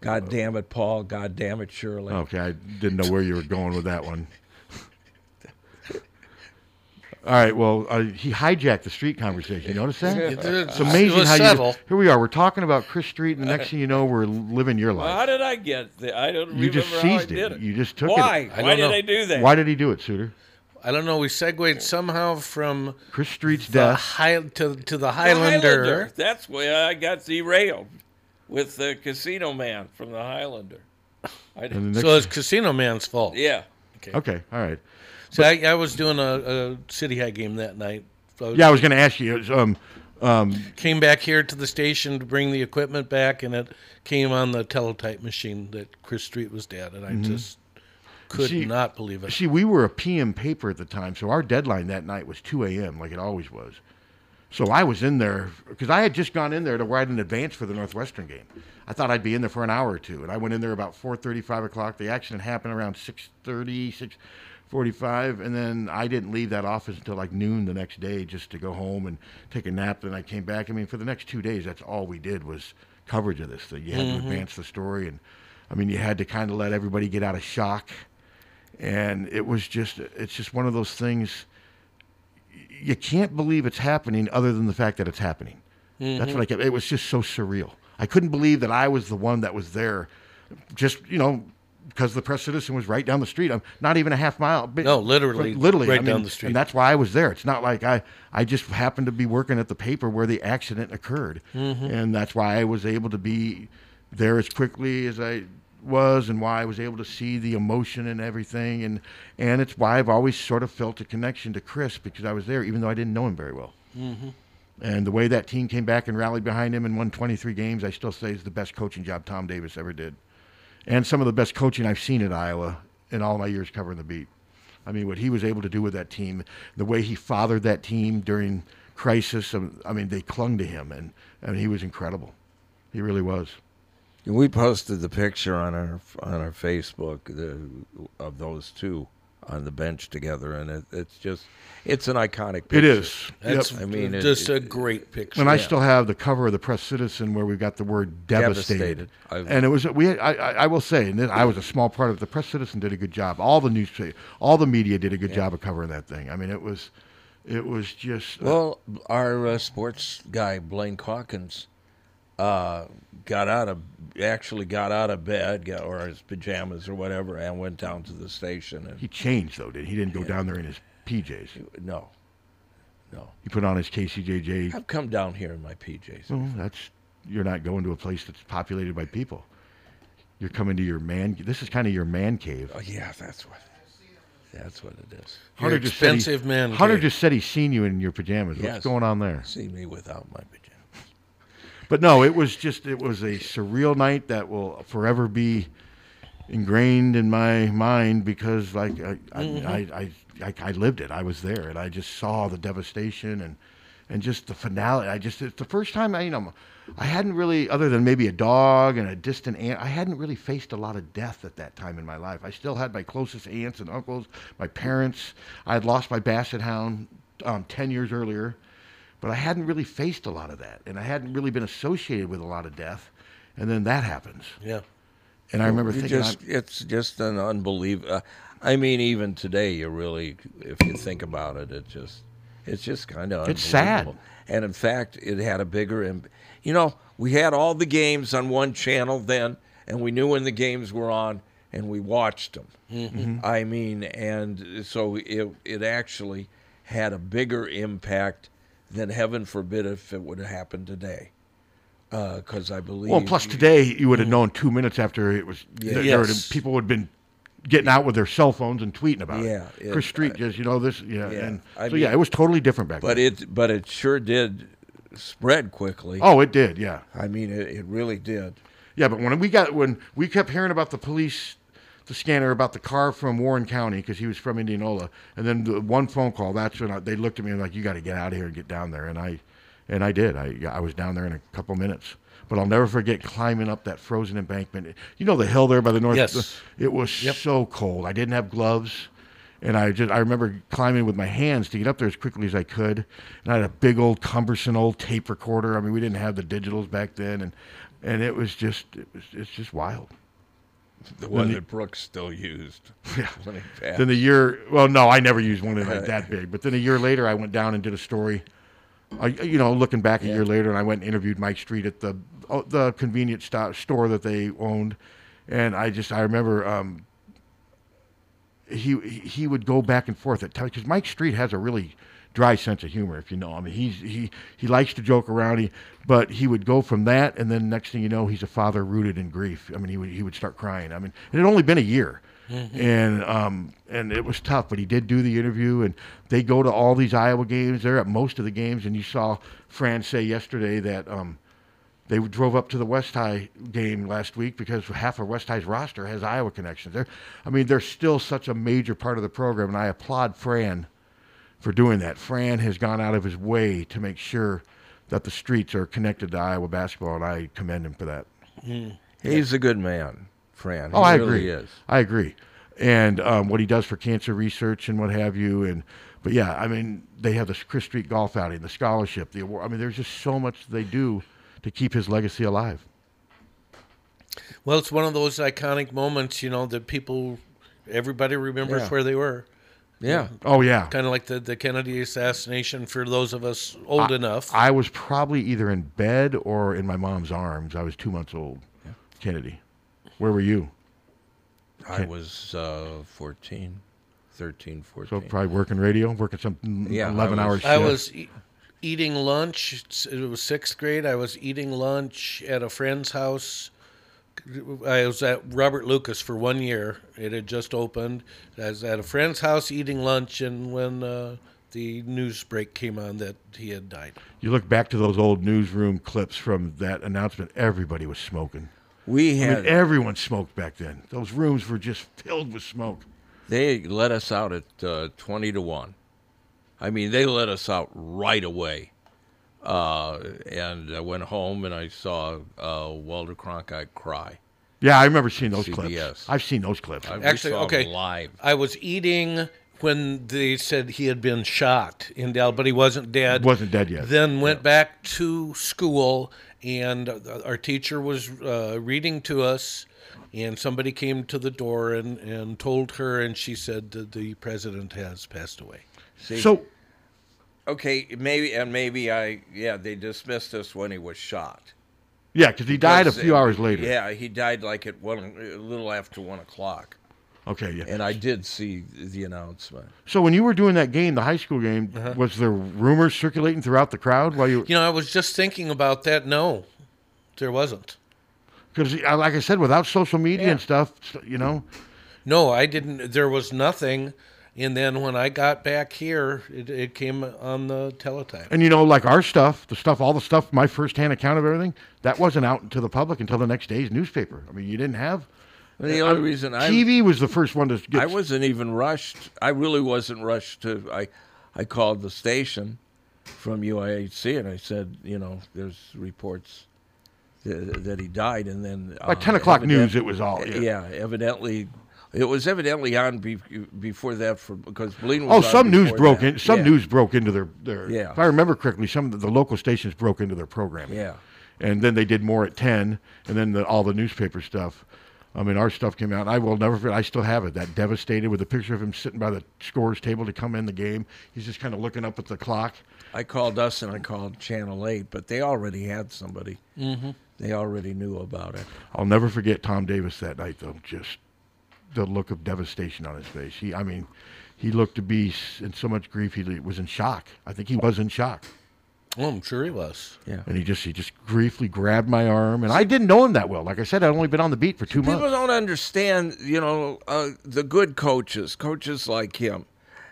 Speaker 4: God damn it, Paul. God damn it, Shirley.
Speaker 2: Okay, I didn't know where you were going with that one. All right, well, uh, he hijacked the street conversation. You notice that?
Speaker 4: It did.
Speaker 2: It's amazing
Speaker 4: It was
Speaker 2: how
Speaker 4: subtle.
Speaker 2: you. Here we are. We're talking about Chris Street, and the next thing you know, we're living your
Speaker 4: Well,
Speaker 2: life.
Speaker 4: how did I get there? I don't
Speaker 2: You
Speaker 4: remember
Speaker 2: just
Speaker 4: how I
Speaker 2: seized
Speaker 4: did
Speaker 2: it.
Speaker 4: it.
Speaker 2: You just took
Speaker 4: Why?
Speaker 2: it.
Speaker 4: Why did I do that?
Speaker 2: Why did he do it, Suter?
Speaker 3: I don't know. We segued somehow from
Speaker 2: Chris Street's
Speaker 3: the
Speaker 2: death.
Speaker 3: high, to, to the
Speaker 4: The
Speaker 3: Highlander.
Speaker 4: That's where I got derailed with the casino man from the Highlander. I
Speaker 2: And the
Speaker 4: did.
Speaker 2: next-
Speaker 3: So it's Casino Man's fault.
Speaker 4: Yeah.
Speaker 3: Okay.
Speaker 2: Okay, all right.
Speaker 3: So I, I was doing a, a City High game that night.
Speaker 2: Yeah, I was going to ask you. Um, um,
Speaker 3: Came back here to the station to bring the equipment back, and it came on the teletype machine that Chris Street was dead, and I
Speaker 2: Mhm.
Speaker 3: just could
Speaker 2: See-
Speaker 3: not believe it.
Speaker 2: See, we were a PM paper at the time, so our deadline that night was 2 a.m., like it always was. So I was in there because I had just gone in there to ride in advance for the Northwestern game. I thought I'd be in there for an hour or two, and I went in there about 4:30, 5 o'clock. The accident happened around 6:30, 6:45, and then I didn't leave that office until like noon the next day, just to go home and take a nap. Then I came back. I mean, for the next two days, that's all we did was coverage of this thing. You had
Speaker 3: Mhm.
Speaker 2: to advance the story, and I mean, you had to kind of let everybody get out of shock and it was just it's just one of those things y- you can't believe it's happening other than the fact that it's happening that's
Speaker 21: Mhm.
Speaker 2: what
Speaker 3: Mm-hmm.
Speaker 2: i kept it was just so surreal i couldn't believe that i was the one that was there just you know because the press citizen was right down the street i'm not even a half mile but-
Speaker 3: No, literally,
Speaker 2: literally
Speaker 3: right
Speaker 2: I
Speaker 3: down the street.
Speaker 2: and that's why i was there it's not like i i just happened to be working at the paper where the accident occurred
Speaker 3: Mhm.
Speaker 2: and that's why I was able to be there as quickly as I was, and why I was able to see the emotion and everything, and and it's why I've always sort of felt a connection to Chris because I was there, even though I didn't know him very well.
Speaker 16: Mm-hmm.
Speaker 2: And the way that team came back and rallied behind him and won 23 games, I still say is the best coaching job Tom Davis ever did, and some of the best coaching I've seen at Iowa in all my years covering the beat. I mean, what he was able to do with that team, the way he fathered that team during crisis. um, I mean, they clung to him, and I mean, he was incredible. He really was.
Speaker 4: And we posted the picture on our on our Facebook the, of those two on the bench together, and it, it's just it's an iconic picture.
Speaker 2: It is.
Speaker 3: That's
Speaker 4: I mean, it-
Speaker 3: just
Speaker 4: it-
Speaker 3: a great picture.
Speaker 2: And I still have the cover of the Press Citizen where we've got the word devastated.
Speaker 4: Devastated. I-
Speaker 2: and it was we. I, I I will say, and I was a small part of it. The Press Citizen did a good job. All the news, all the media did a good job of covering that thing. I mean, it was, it was just. uh,
Speaker 4: Well, our uh, sports guy Blaine Hawkins uh, got out of actually got out of bed got, or his pajamas or whatever and went down to the station and
Speaker 2: he changed though, did he? He didn't go down there in his PJs.
Speaker 4: No, no.
Speaker 2: He put on his KCJJ.
Speaker 4: I've come down here in my PJs.
Speaker 2: Well, that's you're not going to a place that's populated by people. You're coming to your man. This is kind of your man cave.
Speaker 4: Oh yeah, that's what. That's what it is.
Speaker 2: Hunter just said he- Hunter just said he's seen you in your pajamas.
Speaker 4: Yes.
Speaker 2: What's going on there?
Speaker 4: See me without my pajamas.
Speaker 2: But no, it was just it was a surreal night that will forever be ingrained in my mind because like I I,
Speaker 3: Mhm.
Speaker 2: I, I, I I lived it. I was there and I just saw the devastation and and just the finale. I just it's the first time I you know I hadn't really other than maybe a dog and a distant aunt. I hadn't really faced a lot of death at that time in my life. I still had my closest aunts and uncles, my parents. I had lost my basset hound um, ten years earlier but I hadn't really faced a lot of that, and I hadn't really been associated with a lot of death, and then that happens.
Speaker 3: Yeah.
Speaker 2: And I remember
Speaker 4: You
Speaker 2: thinking,
Speaker 4: just, it's just an unbelievable. I mean, even today, you really, if you think about it, it just, it's just kind of
Speaker 2: It's sad.
Speaker 4: And in fact, it had a bigger, imp- you know, we had all the games on one channel then, and we knew when the games were on,
Speaker 2: Mm-hmm.
Speaker 4: and we watched them.
Speaker 3: Mhm.
Speaker 4: I mean, and so it it actually had a bigger impact than heaven forbid if it would have happened today. Because I believe.
Speaker 2: Well, plus today you would have known two minutes after it was.
Speaker 4: Yeah.
Speaker 2: there- there would have-
Speaker 4: Yes.
Speaker 2: people would have been getting out with their cell phones and tweeting about
Speaker 4: Yeah,
Speaker 2: it.
Speaker 4: it-
Speaker 2: Chris Street just you know this yeah,
Speaker 4: Yeah,
Speaker 2: and
Speaker 4: I
Speaker 2: so yeah
Speaker 4: mean-
Speaker 2: it was totally different back
Speaker 4: But it but it sure did spread quickly.
Speaker 2: Oh, it did, yeah.
Speaker 4: I mean, it, it really did.
Speaker 2: Yeah, but when we got when we kept hearing about the police, the scanner about the car from Warren County because he was from Indianola, and then the one phone call. That's when I, they looked at me and like, "You got to get out of here and get down there." And I, and I did. I I was down there in a couple minutes. But I'll never forget climbing up that frozen embankment. You know the hill there by the north.
Speaker 3: Yes.
Speaker 2: It was so cold. I didn't have gloves. And I just I remember climbing with my hands to get up there as quickly as I could. And I had a big old cumbersome old tape recorder. I mean, we didn't have the digitals back then, and and it was just it was it's just wild.
Speaker 4: The one
Speaker 2: Then
Speaker 4: that Brooks
Speaker 2: [LAUGHS]
Speaker 4: still used. when he
Speaker 2: the,
Speaker 4: passed.
Speaker 2: then the year well no I never used one like that big. But then a year later I went down and did a story. I, you know, looking back a year later, and I went and interviewed Mike Street at the oh, the convenience sto- store that they owned, and I just I remember um, he he would go back and forth at times because Mike Street has a really dry sense of humor, if you know. I mean, he's he he likes to joke around, he, but he would go from that, and then next thing you know, he's a father rooted in grief. I mean, he would he would start crying. I mean, it had only been a year.
Speaker 16: Mhm.
Speaker 2: And um and it was tough, but he did do the interview, and they go to all these Iowa games. They're at most of the games, and you saw Fran say yesterday that um they drove up to the West High game last week because half of West High's roster has Iowa connections. They're, I mean, they're still such a major part of the program, and I applaud Fran for doing that. Fran has gone out of his way to make sure that the streets are connected to Iowa basketball, and I commend him for that.
Speaker 4: He's a good man, Fran.
Speaker 2: Oh,
Speaker 4: He
Speaker 2: I agree.
Speaker 4: really Is.
Speaker 2: I agree, and um, what he does for cancer research and what have you, and but yeah, I mean, they have the Chris Street Golf outing, the scholarship, the award. I mean, there's just so much they do to keep his legacy alive.
Speaker 3: Well, it's one of those iconic moments, you know, that people, everybody remembers
Speaker 4: Yeah.
Speaker 3: where they were.
Speaker 4: Yeah.
Speaker 2: Oh, yeah.
Speaker 3: Kind of like the, the Kennedy assassination for those of us old
Speaker 2: I-
Speaker 3: enough.
Speaker 2: I was probably either in bed or in my mom's arms. I was two months old. Kennedy, where were you?
Speaker 4: I was uh, 14, 13, 14.
Speaker 2: So probably working radio, working some mm,
Speaker 4: Yeah, I
Speaker 2: eleven hours.
Speaker 3: I was e- eating lunch. s- It was sixth grade. I was eating lunch at a friend's house. I was at Robert Lucas for one year. It had just opened. I was at a friend's house eating lunch, and when uh, the news break came on that he had died,
Speaker 2: You look back to those old newsroom clips from that announcement. Everybody was smoking.
Speaker 4: We
Speaker 2: I mean,
Speaker 4: had-
Speaker 2: everyone smoked back then. Those rooms were just filled with smoke.
Speaker 4: They let us out at uh, 20 to 1. I mean, they let us out right away. Uh, and I went home and I saw uh, Walter Cronkite cry.
Speaker 2: Yeah, I remember seeing those
Speaker 4: CBS.
Speaker 2: clips. I've seen those clips.
Speaker 4: I- we
Speaker 3: actually,
Speaker 4: saw
Speaker 3: okay,
Speaker 4: him live.
Speaker 3: I was eating when they said he had been shot in Dell, but he wasn't dead.
Speaker 2: Wasn't dead yet.
Speaker 3: Then went back to school, and our teacher was uh, reading to us, and somebody came to the door and, and told her, and she said that the president has passed away.
Speaker 4: See?
Speaker 2: So-
Speaker 4: okay, maybe, and maybe I, yeah, they dismissed us when he was shot.
Speaker 2: Yeah, 'cause he died a few
Speaker 4: it-
Speaker 2: hours later.
Speaker 4: Yeah, he died like at one, a little after one o'clock.
Speaker 2: Okay, yeah.
Speaker 4: And I did see the announcement.
Speaker 2: So when you were doing that game, the high school game,
Speaker 3: Uh-huh.
Speaker 2: was there rumors circulating throughout the crowd while you?
Speaker 3: You know, I was just thinking about that. No, there wasn't.
Speaker 2: Because uh, like I said, without social media and stuff, so- you know.
Speaker 3: No, I didn't. There was nothing. And then when I got back here, it, it came on the teletype.
Speaker 2: And you know, like our stuff, the stuff, all the stuff, my first-hand account of everything, that wasn't out to the public until the next day's newspaper. I mean, you didn't have.
Speaker 4: The only reason I-
Speaker 2: TV was the first one to get.
Speaker 4: I wasn't even rushed. I really wasn't rushed to. I, I called the station from UIHC and I said, you know, there's reports that, that he died, and then uh,
Speaker 2: By 10 o'clock
Speaker 4: evident-
Speaker 2: news, it was all, yeah.
Speaker 4: Yeah, evidently, it was evidently on be, before that for because Bleeding.
Speaker 2: oh,
Speaker 4: Was on
Speaker 2: some news
Speaker 4: before
Speaker 2: broke
Speaker 4: that.
Speaker 2: in. Some
Speaker 4: Yeah.
Speaker 2: news broke into their their.
Speaker 4: Yeah.
Speaker 2: If I remember correctly, some of the local stations broke into their programming.
Speaker 4: Yeah.
Speaker 2: And then they did more at ten, and then the, all the newspaper stuff. I mean, our stuff came out. I will never forget. I still have it. That devastated with a picture of him sitting by the scores table to come in the game. He's just kind of looking up at the clock.
Speaker 4: I called us and I called Channel Eight, but they already had somebody.
Speaker 3: Mhm.
Speaker 4: They already knew about it.
Speaker 2: I'll never forget Tom Davis that night, though. Just the look of devastation on his face. He, I mean, he looked to be s- in so much grief. He was in shock. I think he was in shock.
Speaker 3: Well, I'm sure he was.
Speaker 4: Yeah.
Speaker 2: And he just he just briefly grabbed my arm, and I didn't know him that well. Like I said, I'd only been on the beat for two months.
Speaker 4: People don't understand, you know, uh, the good coaches, coaches like him,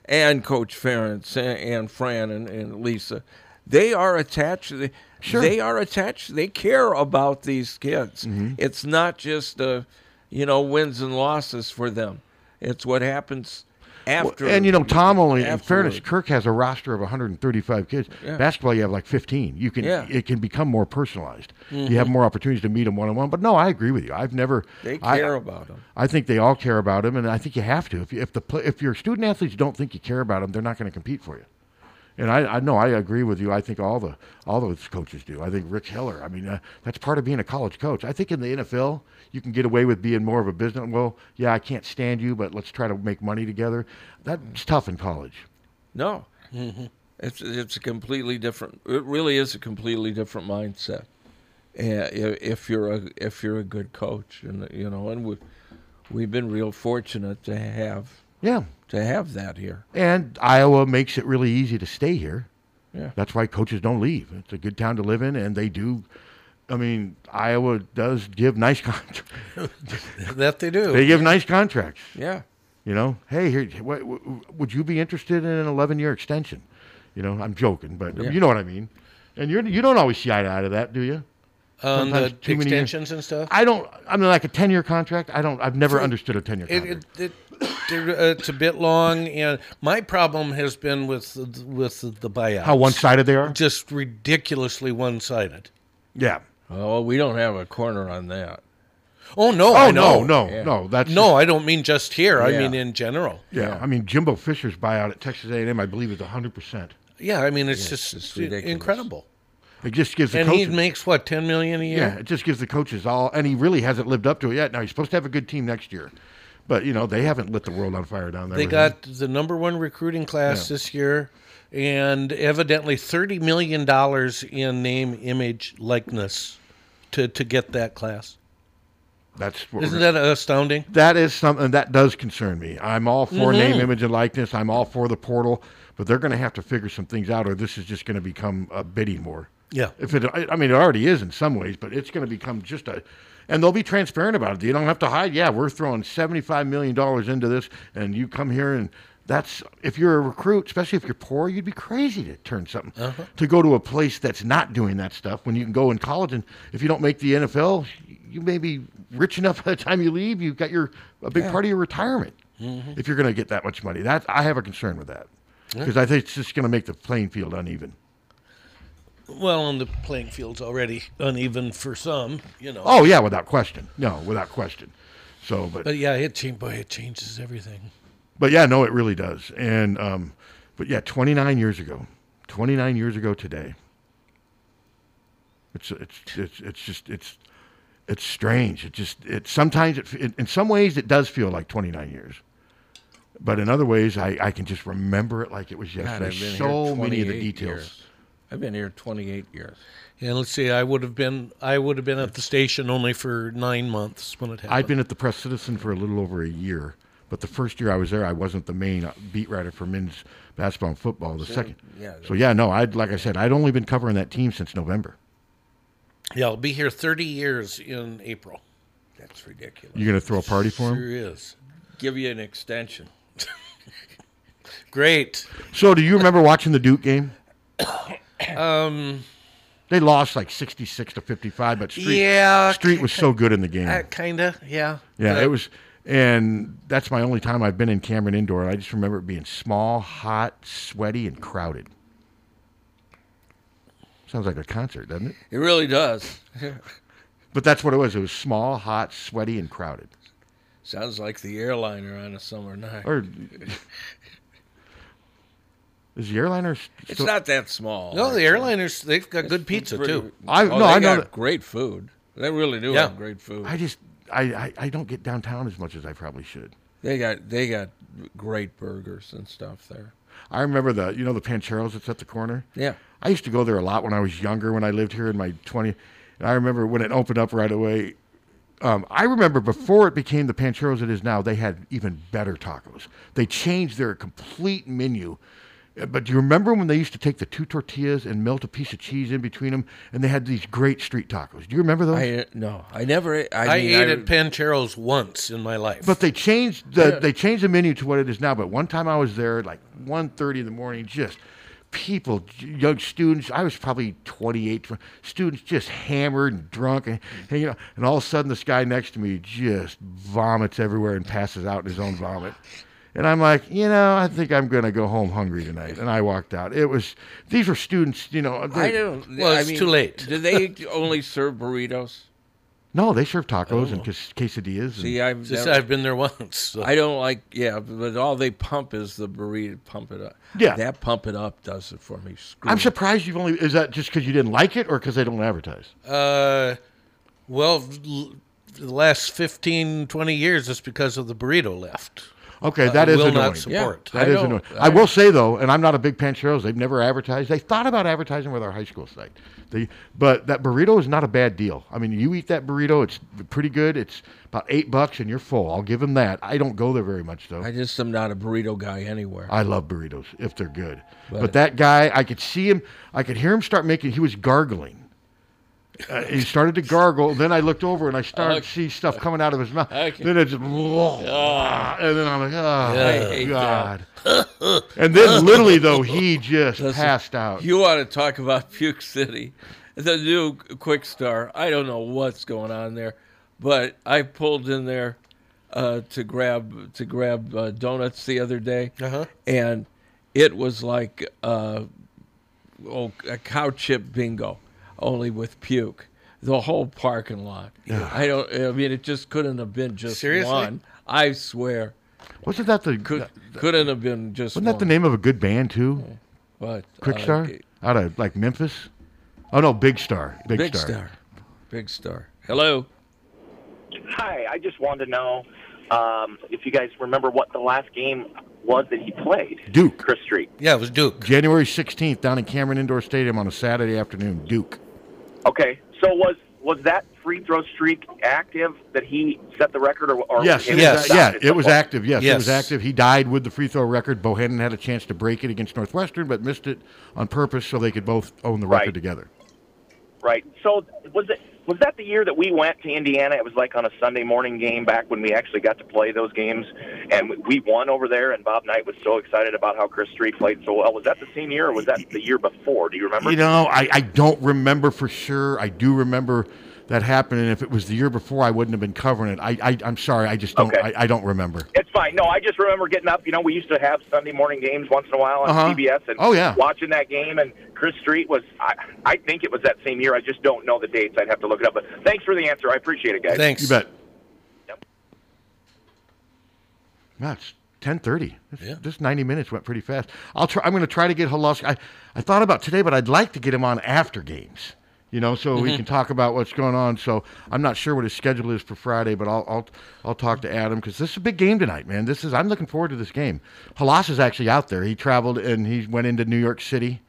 Speaker 4: and Coach Ferentz and, and Fran and, and Lisa. They are attached. They,
Speaker 2: Sure.
Speaker 4: they are attached. They care about these kids.
Speaker 2: Mhm.
Speaker 4: It's not just, uh, you know, wins and losses for them. It's what happens after.
Speaker 2: and you know, Tom only. In fairness,
Speaker 4: Afterward.
Speaker 2: Kirk has a roster of 135 kids.
Speaker 4: Yeah.
Speaker 2: Basketball, you have like 15. You can
Speaker 4: Yeah.
Speaker 2: it can become more personalized.
Speaker 4: Mhm.
Speaker 2: You have more opportunities to meet them one on one. But no, I agree with you. I've never.
Speaker 4: They
Speaker 2: I-
Speaker 4: care about 'em.
Speaker 2: I think they all care about him, and I think you have to. If you- if the pla- if your student athletes don't think you care about them, they're not going to compete for you. And I, I know I agree with you. I think all the all those coaches do. I think Rick Heller. I mean, uh, that's part of being a college coach. I think in the NFL you can get away with being more of a business. Well, yeah, I can't stand you, but let's try to make money together. That's tough in college.
Speaker 4: No,
Speaker 2: Mm-hmm.
Speaker 4: it's it's a completely different. It really is a completely different mindset. And i- if you're a if you're a good coach, and you know, and we we've been real fortunate to have
Speaker 2: Yeah.
Speaker 4: to have that here.
Speaker 2: And Iowa makes it really easy to stay here.
Speaker 4: Yeah.
Speaker 2: That's why coaches don't leave. It's a good town to live in, and they do. I mean, Iowa does give nice [LAUGHS] contracts.
Speaker 3: [LAUGHS] that they do.
Speaker 2: They give nice contracts.
Speaker 4: Yeah.
Speaker 2: You know, hey, here, what, what, would you be interested in an 11-year extension? You know, I'm joking, but
Speaker 3: Yeah.
Speaker 2: you know what I mean. And you're, you don't always see eye to eye to that, do you?
Speaker 3: On the
Speaker 2: Sometimes too many years-
Speaker 3: extensions and stuff?
Speaker 2: I don't. I mean, like a 10-year contract. I don't. I've never
Speaker 3: So
Speaker 2: understood a 10-year contract.
Speaker 3: It, it, it, there- uh, it's a bit long, and my problem has been with with the buyouts.
Speaker 2: How one-sided they are?
Speaker 3: Just ridiculously one-sided.
Speaker 2: Yeah.
Speaker 4: Oh, we don't have a corner on that.
Speaker 3: Oh no!
Speaker 4: Oh,
Speaker 3: I know.
Speaker 4: no, no, Yeah. no,
Speaker 2: that's
Speaker 3: no. I don't mean just here. I
Speaker 2: Yeah.
Speaker 3: mean in general.
Speaker 2: Yeah, I mean Jimbo Fisher's buyout at Texas A&M, I believe, is 100. percent
Speaker 3: Yeah. I mean it's
Speaker 2: Yeah, it's
Speaker 3: just
Speaker 2: just
Speaker 3: i-
Speaker 2: ridiculous.
Speaker 3: incredible.
Speaker 2: It just gives the
Speaker 3: and
Speaker 2: coaches,
Speaker 3: he makes what ten million a year.
Speaker 2: yeah, it just gives the coaches all, and he really hasn't lived up to it yet. Now he's supposed to have a good team next year, but you know they haven't lit the world on fire down there.
Speaker 3: They
Speaker 2: with
Speaker 3: got the number one recruiting class
Speaker 2: Yeah.
Speaker 3: this year, and evidently thirty million dollars in name, image, likeness to to get that class.
Speaker 2: That's what
Speaker 3: isn't
Speaker 2: we're-
Speaker 3: that uh, astounding?
Speaker 2: That is something that does concern me. I'm all for name,
Speaker 3: Mhm.
Speaker 2: image, and likeness. I'm all for the portal, but they're going to have to figure some things out, or this is just going to become a bidding war.
Speaker 3: Yeah.
Speaker 2: If it, I I mean, it already is in some ways, but it's going to become just a, and they'll be transparent about it. You don't have to hide. Yeah, we're throwing seventy-five million dollars into this, and you come here and. That's if you're a recruit, especially if you're poor, you'd be crazy to turn something
Speaker 3: Uh-huh.
Speaker 2: to go to a place that's not doing that stuff when you can go in college and if you don't make the NFL, you may be rich enough by the time you leave. You've got your a big
Speaker 4: Yeah.
Speaker 2: part of your retirement
Speaker 3: Mm-hmm.
Speaker 4: Mhm.
Speaker 2: if you're going to get that much money. That I have a concern with that
Speaker 3: Yeah.
Speaker 2: because I think it's just going to make the playing field uneven.
Speaker 3: Well, and the playing field's already uneven for some, you know.
Speaker 2: Oh yeah, without question. No, without question. So, but
Speaker 3: But yeah, it changes. Boy, it changes everything.
Speaker 2: But yeah, no, it really does. And um, but yeah, 29 years ago, 29 years ago today. It's it's it's it's just it's it's strange. It just it sometimes it, it in some ways it does feel like 29 years. But in other ways, I, I can just remember it like it was
Speaker 4: God,
Speaker 2: yesterday.
Speaker 4: I've been
Speaker 2: so
Speaker 4: here
Speaker 2: many of the
Speaker 4: 28
Speaker 2: details.
Speaker 4: years. I've been here 28 years.
Speaker 3: And let's see, I would have been I would have been at the station only for nine months when it happened.
Speaker 2: I'd been at the Press Citizen for a little over a year, but the first year I was there, I wasn't the main beat writer for men's basketball and football. The
Speaker 3: Sure.
Speaker 2: second,
Speaker 3: Yeah.
Speaker 2: So yeah, no, I'd like I said, I'd only been covering that team since November.
Speaker 3: Yeah, I'll be here thirty years in April.
Speaker 4: That's ridiculous.
Speaker 2: You're gonna throw a party for 'em?
Speaker 3: Sure is.
Speaker 4: Give you an extension.
Speaker 3: Great.
Speaker 2: So do you remember watching the Duke game?
Speaker 3: Um,
Speaker 2: They lost like sixty-six to fifty-five, but Street,
Speaker 3: Yeah,
Speaker 2: Street was so good in the game.
Speaker 3: uh, kinda, yeah.
Speaker 2: yeah,
Speaker 3: But-
Speaker 2: it was, and that's my only time I've been in Cameron indoor. And I just remember it being small, hot, sweaty, and crowded. Sounds like a concert, doesn't it?
Speaker 4: It really does. [LAUGHS]
Speaker 2: But that's what it was. It was small, hot, sweaty, and crowded.
Speaker 4: Sounds like the airliner on a summer night.
Speaker 2: Or is the airliner? s-
Speaker 4: it's
Speaker 2: still-
Speaker 4: not that small.
Speaker 3: No, the
Speaker 4: actually.
Speaker 3: airliners they've got good pizza too.
Speaker 2: I-
Speaker 4: oh,
Speaker 2: no,
Speaker 4: they
Speaker 2: I know
Speaker 4: got
Speaker 2: that-
Speaker 4: great food. They really do
Speaker 3: Yeah.
Speaker 4: have great food.
Speaker 2: I just I, I I don't get downtown as much as I probably should.
Speaker 4: They got they got great burgers and stuff there.
Speaker 2: I remember the you know the Pancheros that's at the corner.
Speaker 4: Yeah.
Speaker 2: I used to go there a lot when I was younger when I lived here in my 20 and I remember when it opened up right away Um, I remember before it became the Pancheros it is now, they had even better tacos. They changed their complete menu. Uh, But do you remember when they used to take the two tortillas and melt a piece of cheese in between them, and they had these great street tacos? Do you remember those?
Speaker 4: I, uh, no, I never. I,
Speaker 3: I,
Speaker 4: mean,
Speaker 3: ate
Speaker 4: I-
Speaker 3: at Pancheros once in my life.
Speaker 2: But they changed the
Speaker 3: Yeah.
Speaker 2: they changed the menu to what it is now. But one time I was there at like 1.30 in the morning, just people, j- young students. I was probably 28. tw- Students just hammered and drunk, and, and you know. And all of a sudden, this guy next to me just vomits everywhere and passes out in his own vomit. And I'm like, you know, I think I'm gonna go home hungry tonight. And I walked out. It was these were students, you know. they-
Speaker 4: I don't. I mean,
Speaker 3: [LAUGHS]
Speaker 4: do they only serve burritos?
Speaker 2: No, they serve tacos and cas- quesadillas. and-
Speaker 4: Oh. See, I've
Speaker 3: Just-
Speaker 4: never-
Speaker 3: I've been there once. so-
Speaker 4: I don't like, yeah, but all they pump is the burrito. Pump it up.
Speaker 2: Yeah.
Speaker 4: that pump it up does it for me. Screw
Speaker 2: I'm
Speaker 4: it.
Speaker 2: surprised you've only. Is that just because you didn't like it, or because they don't advertise?
Speaker 3: Uh, well, l- the last 15, 20 years, it's because of the burrito left.
Speaker 2: Okay,
Speaker 3: Uh,
Speaker 2: that is
Speaker 3: will
Speaker 2: annoying.
Speaker 3: not support.
Speaker 2: That is annoying. I will say though, and I'm not a big Pancheros. They've never advertised. They thought about advertising with our high school site. They, but that burrito is not a bad deal. I mean, you eat that burrito, it's pretty good. It's about eight bucks, and you're full. I'll give them that. I don't go there very much though.
Speaker 4: I just am not a burrito guy anywhere.
Speaker 2: I love burritos if they're good. But,
Speaker 4: But-
Speaker 2: that guy, I could see him. I could hear him start making. He was gargling.
Speaker 4: [LAUGHS]
Speaker 2: Uh, he started to gargle. Then I looked over and I started to see stuff coming out of his mouth.
Speaker 4: Okay. Ah.
Speaker 2: Then it's and then I'm like, oh
Speaker 4: Yeah, I hate
Speaker 2: god.
Speaker 4: that.
Speaker 2: and then literally though,
Speaker 4: [LAUGHS]
Speaker 2: he just
Speaker 4: Listen,
Speaker 2: passed out.
Speaker 4: You want to talk about [LAUGHS] Puke City, the new Quick Star? I don't know what's going on there, but I pulled in there uh, to grab to grab uh, donuts the other day,
Speaker 3: Uh-huh.
Speaker 4: and it was like uh, oh, a cow chip bingo, only with puke. The whole parking lot.
Speaker 2: Yeah.
Speaker 4: I don't. I mean, it just couldn't have been just
Speaker 3: Seriously?
Speaker 4: one. I swear,
Speaker 2: Wasn't that the
Speaker 4: could, couldn't have been just.
Speaker 2: Wasn't that the
Speaker 4: one.
Speaker 2: name of a good band too?
Speaker 4: What?
Speaker 2: Quick
Speaker 4: Uh,
Speaker 2: Star out of like Memphis. Oh no, Big Star. Big,
Speaker 4: Big
Speaker 2: Star.
Speaker 4: Star. Big Star. Hello.
Speaker 21: Hi, I just wanted to know um, if you guys remember what the last game was that he played.
Speaker 2: Duke.
Speaker 21: Chris Street.
Speaker 3: Yeah, it was Duke.
Speaker 2: January 16th down in Cameron Indoor Stadium on a Saturday afternoon. Duke.
Speaker 21: Okay, so was was that free throw streak active that he set the record or, or
Speaker 2: Yes,
Speaker 21: it
Speaker 2: it
Speaker 21: was
Speaker 2: was,
Speaker 21: not?
Speaker 2: yeah, it was active. Yes, it was
Speaker 21: Yes.
Speaker 2: active. He died with the free throw record. Bohannon had a chance to break it against Northwestern, but missed it on purpose so they could both own the record together.
Speaker 21: Right. So was it was that the year that we went to Indiana? It was like on a Sunday morning game back when we actually got to play those games, and we- we won over there. And Bob Knight was so excited about how Chris Street played so well. Was that the same year, or was that the year before? Do you remember?
Speaker 2: You know, I, I don't remember for sure. I do remember that happening. If it was the year before, I wouldn't have been covering it. I, I I'm sorry. I just don't. I, I don't remember.
Speaker 21: It's fine. No, I just remember getting up. You know, we used to have Sunday morning games once in a while on
Speaker 2: Uh-huh.
Speaker 21: CBS, and
Speaker 2: Oh, yeah.
Speaker 21: watching that game. And Chris Street was, I, I think it was that same year. I just don't know the dates. I'd have to look it up. But thanks for the answer. I appreciate it, guys.
Speaker 2: You bet. Wow, it's ten thirty. This, this ninety minutes went pretty fast. I'll try. I'm going to try to get Haluska. I, I thought about today, but I'd like to get him on after games. You know, so we
Speaker 22: Mhm.
Speaker 2: can talk about what's going on. So I'm not sure what his schedule is for Friday, but I'll I'll, I'll talk to Adam because this is a big game tonight, man. This is I'm looking forward to this game. Halas is actually out there. He traveled and he went into New York City.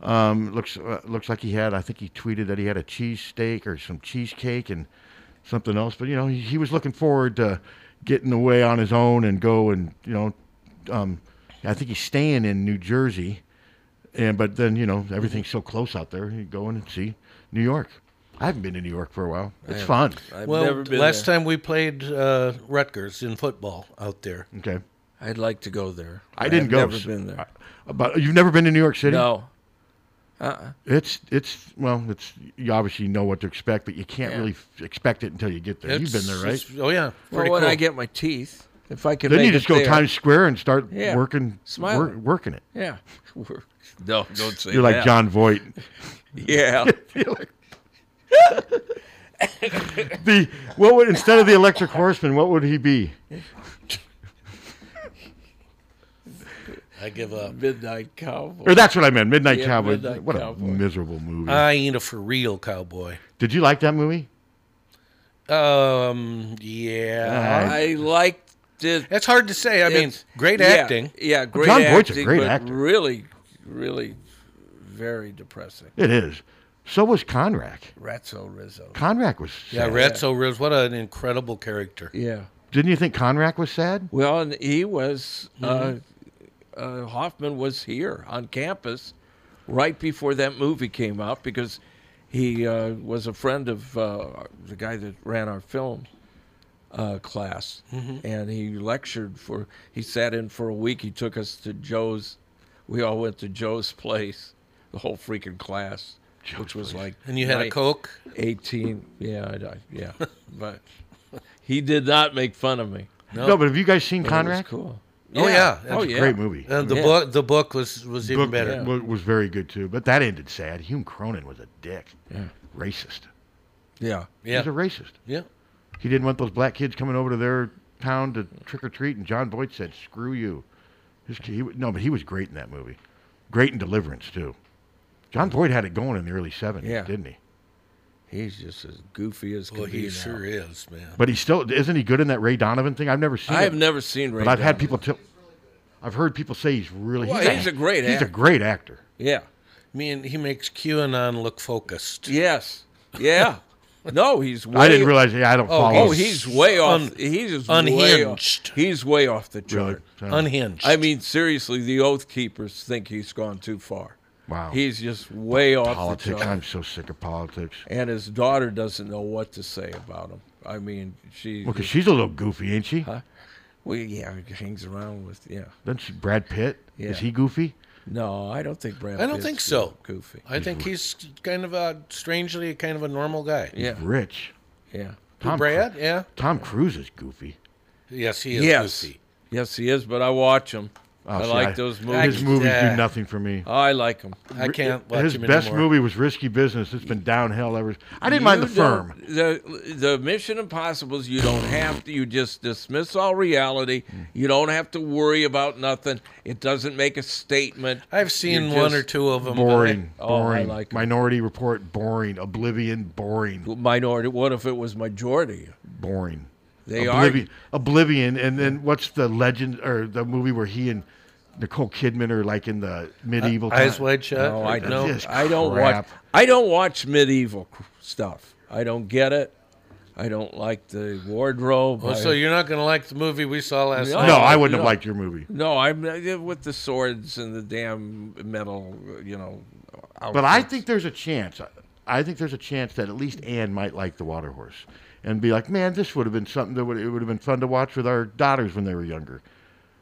Speaker 2: Um, looks uh, looks like he had. I think he tweeted that he had a cheesesteak or some cheesecake and something else. But you know, he, he was looking forward to getting away on his own and go and you know, um, I think he's staying in New Jersey, and but then you know everything's
Speaker 4: Mm-hmm.
Speaker 2: so close out there. You go in and see New York. I haven't been to New York for a while. It's
Speaker 3: Yeah.
Speaker 2: fun.
Speaker 3: well, last time we played uh, Rutgers in football out there.
Speaker 2: Okay.
Speaker 4: I'd like to go there.
Speaker 2: I didn't
Speaker 4: have
Speaker 2: go.
Speaker 4: Never
Speaker 2: so-
Speaker 4: been there.
Speaker 2: I- but you've never been to New York City?
Speaker 4: No. Uh-uh.
Speaker 2: It's it's well, it's you obviously know what to expect, but you can't
Speaker 4: Yeah.
Speaker 2: really f- expect it until you get there. You've been there, right?
Speaker 3: oh,
Speaker 4: Well, when I get my teeth, if I can.
Speaker 2: Then
Speaker 4: make
Speaker 2: you just
Speaker 4: it
Speaker 2: go
Speaker 4: there.
Speaker 2: Times Square and start
Speaker 4: Yeah.
Speaker 2: working,
Speaker 4: Smile.
Speaker 2: wor- working it.
Speaker 4: Yeah. Work. [LAUGHS] No, don't say.
Speaker 2: You're like
Speaker 4: that.
Speaker 2: John Voight.
Speaker 4: [LAUGHS]
Speaker 2: [LAUGHS]
Speaker 4: yeah.
Speaker 2: the what would instead of the Electric Horseman, what would he be?
Speaker 3: [LAUGHS] I give up.
Speaker 4: Midnight Cowboy.
Speaker 2: Or that's what I meant, Midnight Cowboy.
Speaker 3: Midnight
Speaker 2: what
Speaker 3: Cowboy. Uh,
Speaker 2: a miserable movie.
Speaker 3: I ain't a for real cowboy.
Speaker 2: Did you like that movie?
Speaker 3: Um, yeah.
Speaker 2: Uh,
Speaker 4: I liked it.
Speaker 3: That's hard to say. I mean,
Speaker 4: It's-
Speaker 3: great
Speaker 4: yeah,
Speaker 3: acting.
Speaker 4: Yeah, great
Speaker 2: John
Speaker 4: acting.
Speaker 2: Voight's a great
Speaker 4: but
Speaker 2: actor.
Speaker 4: Really, really, very depressing.
Speaker 2: It is. So was Conrack.
Speaker 4: Ratso Rizzo.
Speaker 2: Conrack was
Speaker 3: Yeah,
Speaker 2: sad.
Speaker 3: Ratso Rizzo. What an incredible character.
Speaker 4: Yeah. Oh,
Speaker 2: Didn't you think Conrack was sad?
Speaker 4: Well, and he was
Speaker 3: Mm-hmm.
Speaker 4: uh, uh, Hoffman was here on campus right before that movie came out because he uh, was a friend of uh, the guy that ran our film uh, class,
Speaker 3: Mm-hmm.
Speaker 16: Mhm.
Speaker 4: and he lectured for. He sat in for a week. He took us to Joe's. We all went to Joe's place, the whole freaking class, which was like.
Speaker 3: And you had a
Speaker 4: nine-
Speaker 3: Coke?
Speaker 4: Eighteen. Yeah, I, I,
Speaker 3: [LAUGHS]
Speaker 4: yeah, but he did not make fun of me.
Speaker 2: No, but have you guys seen
Speaker 4: But it was
Speaker 2: Conrad?
Speaker 4: Cool.
Speaker 3: Oh yeah,
Speaker 2: That's a great movie.
Speaker 3: And Uh, the
Speaker 2: Yeah.
Speaker 3: book, the book was was even
Speaker 2: Book
Speaker 3: better.
Speaker 2: wa- was very good too, but that ended sad. Hume Cronin was a dick,
Speaker 4: Yeah.
Speaker 2: racist.
Speaker 4: Yeah,
Speaker 2: he was a racist.
Speaker 3: Yeah,
Speaker 2: he didn't want those black kids coming over to their town to trick or treat, and John Boyd said, "Screw you." His kid, he, wa- no, but he was great in that movie. Great in Deliverance too. John Boyd had it going in the early seventies,
Speaker 4: Yeah.
Speaker 2: didn't he?
Speaker 4: He's just as goofy as can
Speaker 3: Well,
Speaker 4: be
Speaker 3: he
Speaker 4: now.
Speaker 3: sure is, man.
Speaker 2: But he still isn't he good in that Ray Donovan thing? I've never seen.
Speaker 4: I've
Speaker 2: it,
Speaker 4: never seen Ray
Speaker 2: But I've had people. T- I've heard people say he's really.
Speaker 4: Well, he's a great
Speaker 2: He's
Speaker 4: actor.
Speaker 2: a great actor.
Speaker 4: Yeah.
Speaker 3: I mean, he makes QAnon look focused.
Speaker 4: Yes. Yeah. No, he's.
Speaker 2: [LAUGHS] I didn't realize- yeah, I don't
Speaker 4: oh,
Speaker 2: follow.
Speaker 4: Oh, he's way off. he's just Way off,
Speaker 3: unhinged.
Speaker 4: he's way off the
Speaker 3: Really?
Speaker 4: chart.
Speaker 3: Yeah. Unhinged.
Speaker 4: I mean, seriously, the Oath Keepers think he's gone too far.
Speaker 2: Wow.
Speaker 4: He's just way off the
Speaker 2: politics.
Speaker 4: chart.
Speaker 2: I'm so sick of politics.
Speaker 4: And his daughter doesn't know what to say about him. I mean, she.
Speaker 2: Well, 'cause she's a little goofy, ain't she?
Speaker 4: Huh? Well, yeah, hangs around with yeah.
Speaker 2: Doesn't she, Brad Pitt?
Speaker 4: Yeah.
Speaker 2: Is he goofy?
Speaker 4: No, I don't think Brad.
Speaker 3: I don't
Speaker 4: Pitt's
Speaker 3: think so.
Speaker 4: Goofy.
Speaker 3: I think he's kind of a strangely kind of a normal guy.
Speaker 4: Yeah.
Speaker 2: Rich.
Speaker 4: Yeah.
Speaker 3: Tom Brad? Yeah.
Speaker 2: Tom Cruise is goofy.
Speaker 3: Yes, he is
Speaker 4: yes.
Speaker 3: goofy.
Speaker 4: Yes, he is. But I watch him. I
Speaker 2: Oh, see,
Speaker 4: like
Speaker 2: I-
Speaker 4: those
Speaker 2: his
Speaker 4: movies.
Speaker 2: movies do Yeah. nothing for me. uh,
Speaker 4: I like them.
Speaker 3: I can't watch
Speaker 2: His
Speaker 3: him
Speaker 2: best
Speaker 3: anymore.
Speaker 2: movie was Risky Business. It's been downhill ever. I didn't mind the
Speaker 4: You don't-
Speaker 2: firm.
Speaker 4: The the Mission Impossible's you don't have to. You just dismiss all reality.
Speaker 2: Mm.
Speaker 4: You don't have to worry about nothing. It doesn't make a statement.
Speaker 3: I've seen
Speaker 4: You're
Speaker 3: one or
Speaker 4: just-
Speaker 3: two of them.
Speaker 2: Boring.
Speaker 4: Oh, I
Speaker 2: boring.
Speaker 4: like 'em.
Speaker 2: Minority Report. Boring. Oblivion. Boring.
Speaker 4: Minority. What if it was majority?
Speaker 2: Boring.
Speaker 4: They
Speaker 2: Oblivion, Oblivion. And then what's the legend or the movie where he and Nicole Kidman are like in the medieval?
Speaker 3: Eyes
Speaker 2: time?
Speaker 3: Wide Shut?
Speaker 4: No, I
Speaker 2: That's
Speaker 4: don't.
Speaker 2: just
Speaker 4: I don't
Speaker 2: crap.
Speaker 4: watch. I don't watch medieval cr- stuff. I don't get it. I don't like the wardrobe.
Speaker 3: Well,
Speaker 4: I-
Speaker 3: so you're not going to like the movie we saw last night.
Speaker 2: No, I wouldn't have liked your movie.
Speaker 4: No, I'm uh, with the swords and the damn metal. You know.
Speaker 2: But I
Speaker 4: outfits.
Speaker 2: think there's a chance. I think there's a chance that at least Anne might like the Water Horse, and be like, man, this would have been something that would it would have been fun to watch with our daughters when they were younger.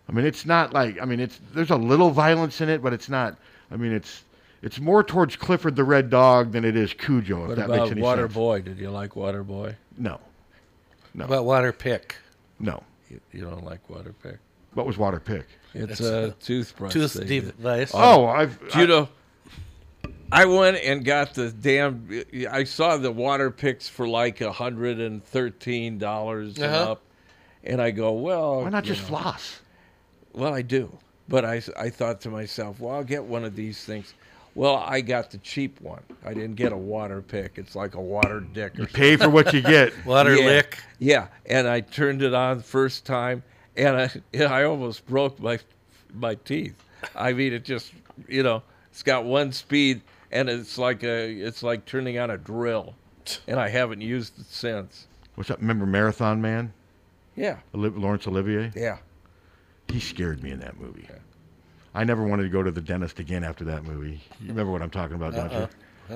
Speaker 2: I mean, it's not like I mean, it's there's a little violence in it, but it's not. I mean, it's it's more towards Clifford the Red Dog than it is Cujo.
Speaker 4: What
Speaker 2: if that
Speaker 4: about
Speaker 2: makes any
Speaker 4: Water
Speaker 2: sense.
Speaker 4: Boy? Did you like Water Boy?
Speaker 2: No. No.
Speaker 3: About Water Pick.
Speaker 2: No.
Speaker 4: You, you don't like Water Pick.
Speaker 2: What was Water Pick?
Speaker 4: It's a toothbrush.
Speaker 3: Tooth
Speaker 4: they did. Um,
Speaker 3: device.
Speaker 2: Oh, I've-
Speaker 4: Do you know. I went and got the damn. I saw the water picks for like a hundred and thirteen dollars and
Speaker 2: Uh-huh.
Speaker 4: up, and I go, well,
Speaker 2: Why not
Speaker 4: you
Speaker 2: just
Speaker 4: know.
Speaker 2: floss?
Speaker 4: Well, I do, but I s- I thought to myself, well, I'll get one of these things. Well, I got the cheap one. I didn't get a water pick. It's like a water dick. or
Speaker 2: You pay for what you get. [LAUGHS] Water
Speaker 4: Yeah.
Speaker 2: lick.
Speaker 4: Yeah, and I turned it on the first time, and I [LAUGHS] and I almost broke my my teeth. I mean, it just you know, it's got one speed, and it's like a it's like turning on a drill, and I haven't used it since.
Speaker 2: What's that? Remember Marathon Man?
Speaker 4: Yeah.
Speaker 2: Oli- Laurence Olivier.
Speaker 4: Yeah.
Speaker 2: He scared me in that movie. I never wanted to go to the dentist again after that movie. You remember what I'm talking about, don't you?
Speaker 3: Uh-uh.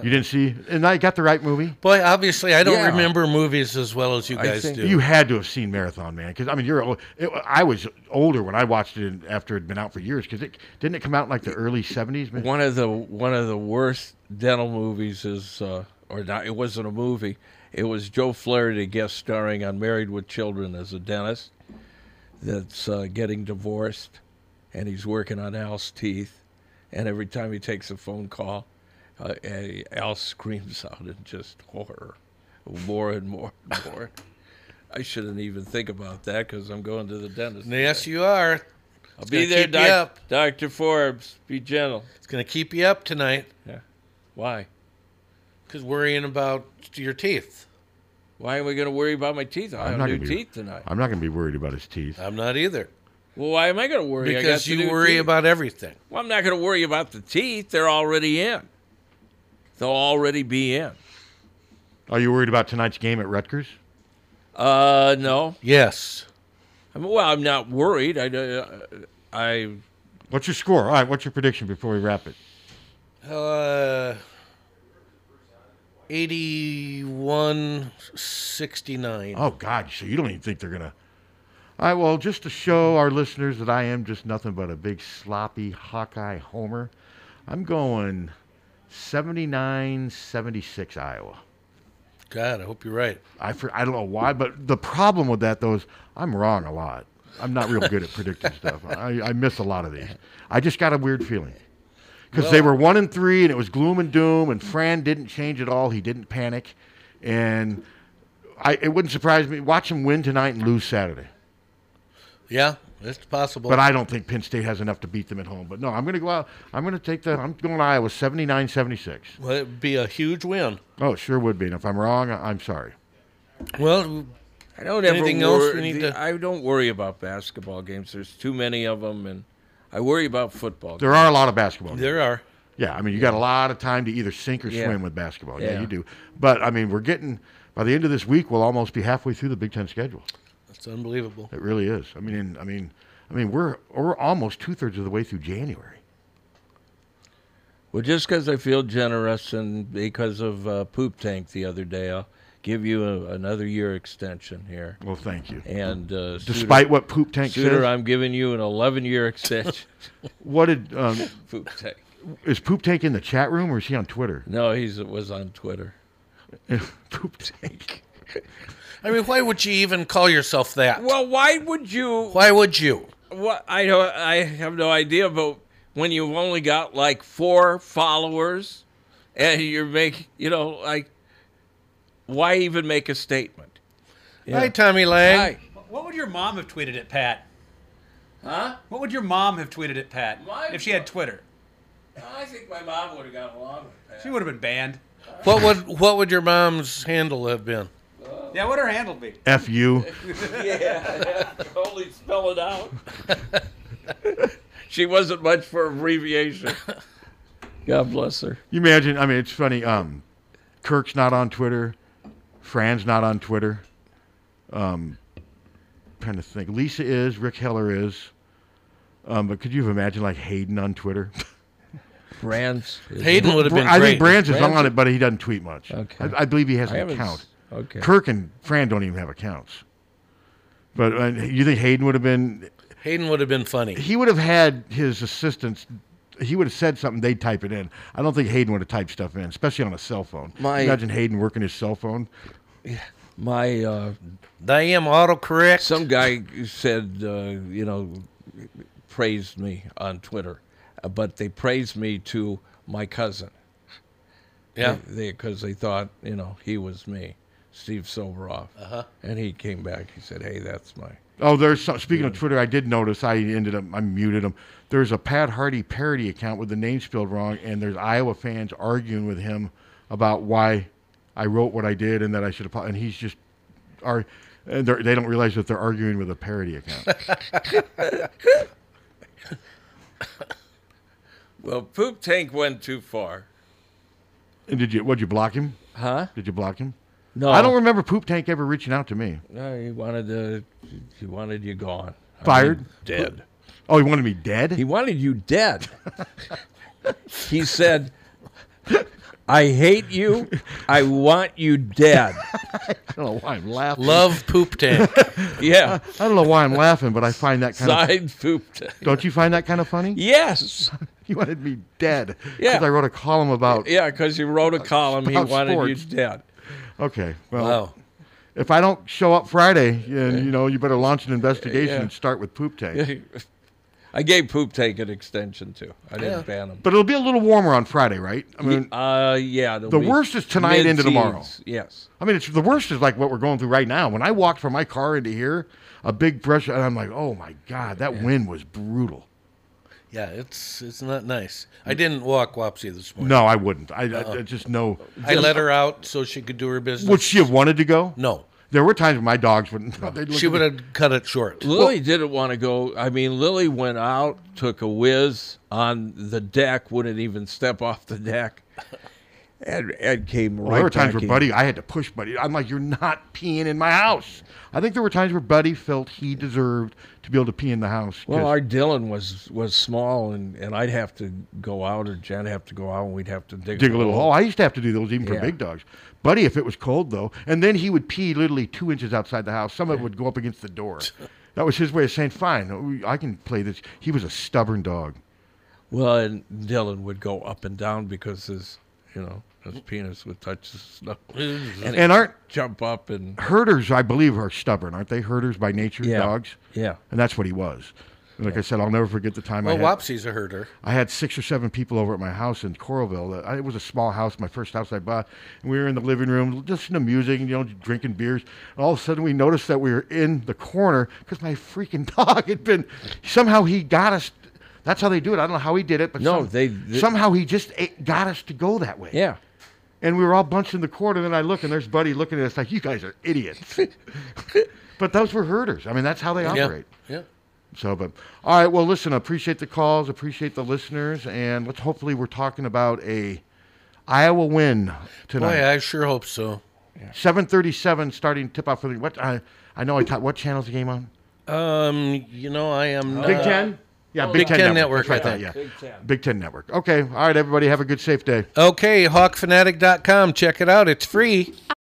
Speaker 2: You didn't see, and I got the right movie.
Speaker 3: Boy, obviously, I don't
Speaker 2: Yeah.
Speaker 3: remember movies as well as you guys do.
Speaker 2: You had to have seen Marathon Man because I mean you're. old- It, I was older when I watched it in- after it had been out for years because it didn't it come out in like the early '70s.
Speaker 3: [LAUGHS]
Speaker 2: man?
Speaker 4: One of the one of the worst dental movies is, uh, or not, it wasn't a movie. It was Joe Flaherty guest starring on Married with Children as a dentist that's uh, getting divorced, and he's working on Al's teeth, and every time he takes a phone call, uh, eh, Al screams [LAUGHS] out in just horror, more and more and
Speaker 3: [LAUGHS]
Speaker 4: more. I shouldn't even think about that because I'm going to the dentist.
Speaker 3: Yes, you are.
Speaker 4: I'll
Speaker 3: It's
Speaker 4: be
Speaker 3: gonna
Speaker 4: there,
Speaker 3: keep you up.
Speaker 4: doc- Dr. Forbes. Be gentle.
Speaker 3: It's going to keep you up tonight.
Speaker 4: Yeah. Why?
Speaker 3: Because worrying about your teeth.
Speaker 4: Why am I going to worry about my teeth? I
Speaker 2: I'm
Speaker 4: have
Speaker 2: not
Speaker 4: new
Speaker 2: gonna be-
Speaker 4: teeth tonight.
Speaker 2: I'm not going to be worried about his teeth.
Speaker 3: I'm not either.
Speaker 4: Well, why am I going to worry? I
Speaker 3: because
Speaker 4: got the
Speaker 3: you
Speaker 4: new
Speaker 3: worry
Speaker 4: teeth.
Speaker 3: about everything.
Speaker 4: Well, I'm not going to worry about the teeth. They're already in. They'll already be in.
Speaker 2: Are you worried about tonight's game at Rutgers?
Speaker 4: Uh, no.
Speaker 3: Yes.
Speaker 4: I mean, well, I'm not worried. I, uh, I
Speaker 2: What's your score? All right, what's your prediction before we wrap it?
Speaker 3: Uh, 8169.
Speaker 2: Oh God, so you don't even think they're gonna? All right, well, just to show our listeners that I am just nothing but a big sloppy Hawkeye homer, I'm going 79-76 Iowa.
Speaker 3: God, I hope you're right.
Speaker 2: I for, I don't know why, but the problem with that though is I'm wrong a lot. I'm not real good at
Speaker 3: [LAUGHS]
Speaker 2: predicting stuff. I, I miss a lot of these. I just got a weird feeling because they were one and three, and it was gloom and doom, and Fran didn't change at all. He didn't panic, and I it wouldn't surprise me. Watch him win tonight and lose Saturday.
Speaker 3: Yeah, it's possible.
Speaker 2: But I don't think Penn State has enough to beat them at home. But no, I'm going to go out. I'm going to take the. I'm going Iowa 79-76.
Speaker 3: Well, it'd be a huge win.
Speaker 2: Oh, it sure would be. And if I'm wrong, I- I'm sorry.
Speaker 3: Well,
Speaker 4: I don't ever
Speaker 3: anything
Speaker 4: wor-
Speaker 3: else we need
Speaker 4: the-
Speaker 3: to.
Speaker 4: I don't worry about basketball games. There's too many of them, and I worry about football.
Speaker 2: There are a lot of basketball.
Speaker 3: There are.
Speaker 2: Yeah, I mean, you got a lot of time to either sink or
Speaker 4: Yeah.
Speaker 2: swim with basketball. Yeah,
Speaker 4: Yeah.
Speaker 2: you do. But I mean, we're getting by the end of this week, we'll almost be halfway through the Big Ten schedule.
Speaker 3: It's unbelievable.
Speaker 2: It really is. I mean, and, I mean, I mean, we're we're almost two thirds of the way through January.
Speaker 4: Well, just because I feel generous and because of uh, poop tank the other day, I'll give you a, another year extension here.
Speaker 2: Well, thank you.
Speaker 4: And uh,
Speaker 2: Despite what Poop Tank
Speaker 4: Suter,
Speaker 2: says?
Speaker 4: I'm giving you an 11 year extension. [LAUGHS]
Speaker 2: What did
Speaker 3: [LAUGHS]
Speaker 2: um,
Speaker 4: poop tank?
Speaker 2: Is Poop Tank in the chat room or is he on Twitter?
Speaker 4: No, he's it was on Twitter.
Speaker 2: poop tank.
Speaker 3: I mean, why would you even call yourself that?
Speaker 4: Well, why would you?
Speaker 3: Why would you?
Speaker 4: Well, I don't. I have no idea. But when you've only got like four followers, and you're making, you know, like, why even make a statement? Yeah.
Speaker 3: Hi, Tommy Lang.
Speaker 4: Hi.
Speaker 14: What would your mom have tweeted at Pat?
Speaker 4: Huh?
Speaker 14: What would your mom have tweeted at Pat
Speaker 4: My
Speaker 14: if she had Twitter?
Speaker 4: I think my mom would have got along with that.
Speaker 14: She would have been banned.
Speaker 3: What would what would your mom's handle have been?
Speaker 14: Yeah, what her handle be?
Speaker 2: F you.
Speaker 4: [LAUGHS] yeah, [LAUGHS] totally spell it out. [LAUGHS] she wasn't much for abbreviation. God bless her.
Speaker 2: You imagine? I mean, it's funny. Um, Kirk's not on Twitter. Fran's not on Twitter. Um, trying to think. Lisa is. Rick Heller is. Um, but could you have imagined like Hayden on Twitter?
Speaker 4: Brands.
Speaker 3: Hayden would have been
Speaker 2: I
Speaker 3: great.
Speaker 2: think Brands is
Speaker 3: Brands-
Speaker 2: on it, but he doesn't tweet much.
Speaker 3: Okay.
Speaker 2: I, I believe he has
Speaker 3: I
Speaker 2: an
Speaker 3: haven't
Speaker 2: account.
Speaker 4: s- okay.
Speaker 2: Kirk and Fran don't even have accounts. But uh, you think Hayden would have been?
Speaker 3: Hayden would have been funny.
Speaker 2: He would have had his assistants. He would have said something. They'd type it in. I don't think Hayden would have typed stuff in, especially on a cell phone.
Speaker 4: My-
Speaker 2: Imagine Hayden working his cell phone.
Speaker 4: My uh,
Speaker 3: I am autocorrect.
Speaker 4: Some guy said, uh, you know, praised me on Twitter, uh, but they praised me to my cousin.
Speaker 3: Yeah.
Speaker 4: Because they, thought, you know, he was me, Steve Silveroff.
Speaker 3: Uh-huh.
Speaker 4: And he came back. He said, hey, that's my.
Speaker 2: Oh, there's some, speaking of Twitter, I did notice I ended up I muted him. There's a Pat Hardy parody account with the name spelled wrong, and there's Iowa fans arguing with him about why I wrote what I did and that I should have. And he's just are and they're- they don't realize that they're arguing with a parody
Speaker 4: [LAUGHS]
Speaker 2: account.
Speaker 4: Well, Poop Tank went too far.
Speaker 2: and did you? Would you block him?
Speaker 4: Huh?
Speaker 2: Did you block him?
Speaker 4: No.
Speaker 2: I don't remember Poop Tank ever reaching out to me.
Speaker 4: No, he wanted to, he wanted you gone. I mean,
Speaker 2: Fired.
Speaker 4: dead.
Speaker 2: Oh, he wanted me dead. He
Speaker 4: wanted you dead. he said, I hate you. I want you dead. I
Speaker 2: don't know why I'm laughing.
Speaker 3: Love Poop
Speaker 4: [LAUGHS]
Speaker 3: Tank.
Speaker 4: yeah.
Speaker 2: I don't know why I'm laughing, but I find that kind of.
Speaker 4: Signed Poop Tank.
Speaker 2: Don't you find that kind of funny? [LAUGHS]
Speaker 4: Yes.
Speaker 2: you wanted me dead.
Speaker 4: Yeah.
Speaker 2: Because I wrote a column about.
Speaker 4: Yeah, because you wrote a column. He
Speaker 2: about
Speaker 4: wanted
Speaker 2: sports.
Speaker 4: you dead.
Speaker 2: Okay. Well.
Speaker 4: Wow.
Speaker 2: If I don't show up Friday, and you know, you better launch an investigation
Speaker 4: Yeah.
Speaker 2: and start with poop tank.
Speaker 4: I gave Poop Tank an extension too. I [LAUGHS] didn't
Speaker 2: Yeah.
Speaker 4: ban him.
Speaker 2: But it'll be a little warmer on Friday, right? I mean,
Speaker 4: uh, yeah. it'll
Speaker 2: the
Speaker 4: be
Speaker 2: worst is tonight into tomorrow.
Speaker 4: mid-teens, Yes.
Speaker 2: I mean, it's the worst is like what we're going through right now. When I walked from my car into here, a big brush, and I'm like, oh my god, that wind was brutal.
Speaker 3: Yeah, it's it's not nice. I didn't walk Wopsy this morning.
Speaker 2: No, I wouldn't. I, I-
Speaker 3: Uh-uh.
Speaker 2: I just know.
Speaker 3: I let her out so she could do her business.
Speaker 2: Would she have wanted to go?
Speaker 3: No.
Speaker 2: There were times when my dogs wouldn't. [LAUGHS] they'd look
Speaker 3: She
Speaker 2: at me.
Speaker 3: would have cut it short.
Speaker 4: Lily didn't want to go. I mean, Lily went out,
Speaker 3: [LAUGHS]
Speaker 4: took a whiz on the deck, wouldn't even step off the deck. and, and came right
Speaker 2: Well, there were times
Speaker 4: back
Speaker 2: where
Speaker 4: in.
Speaker 2: Buddy, I had to push Buddy. I'm like, you're not peeing in my house. I think there were times where Buddy felt he deserved to be able to pee in the house.
Speaker 4: Well,
Speaker 2: 'cause-
Speaker 4: our Dylan was was small, and, and I'd have to go out, or Jen have to go out, and we'd have to dig,
Speaker 2: dig a little hole. I used to have to do those even for
Speaker 4: Yeah.
Speaker 2: big dogs. Buddy, if it was cold though, and then he would pee literally two inches outside the house. Some of it would go up against the door. That was his way of saying, "Fine, I can play this." He was a stubborn dog.
Speaker 4: Well, and Dylan would go up and down because his, you know, his penis would touch the snow,
Speaker 2: And
Speaker 4: he'd
Speaker 2: aren't-
Speaker 4: jump up and
Speaker 2: Herders, I believe, are stubborn, aren't they? Herders by nature,
Speaker 4: Yeah.
Speaker 2: dogs.
Speaker 4: Yeah.
Speaker 2: and that's what he was. And like I said, I'll never forget the time
Speaker 3: Well,
Speaker 2: I had.
Speaker 3: Wopsie's a herder.
Speaker 2: I had six or seven people over at my house in Coralville. Uh, It was a small house, my first house I bought. And we were in the living room, listening to music, you know, drinking beers. And all of a sudden, we noticed that we were in the corner because my freaking [LAUGHS] dog had been. Somehow he got us. That's how they do it. I don't know how he did it, but
Speaker 4: No,
Speaker 2: some-
Speaker 4: they- they-
Speaker 2: somehow he just ate, got us to go that way.
Speaker 4: Yeah.
Speaker 2: And we were all bunched in the corner. And then I look, and there's Buddy looking at us like, "You guys are [LAUGHS] idiots." but those were herders. I mean, that's how they
Speaker 3: Yeah.
Speaker 2: operate.
Speaker 3: Yeah.
Speaker 2: So, but all right. Well, listen. I Appreciate the calls. Appreciate the listeners, and let's hopefully we're talking about a Iowa win
Speaker 3: Boy,
Speaker 2: tonight.
Speaker 3: I sure hope so.
Speaker 2: Seven thirty-seven starting tip-off for the what? I I know I taught what channel's the game on?
Speaker 3: Um, you know, I am not- Oh.
Speaker 2: Big Ten. Yeah, Oh, Big, Ten, Network. That's
Speaker 3: I
Speaker 2: what I
Speaker 3: think.
Speaker 2: thought, yeah. Big Ten Network. Okay. All right, everybody. Have a good, safe day.
Speaker 3: Okay, hawkfanatic.com. Check it out. It's free.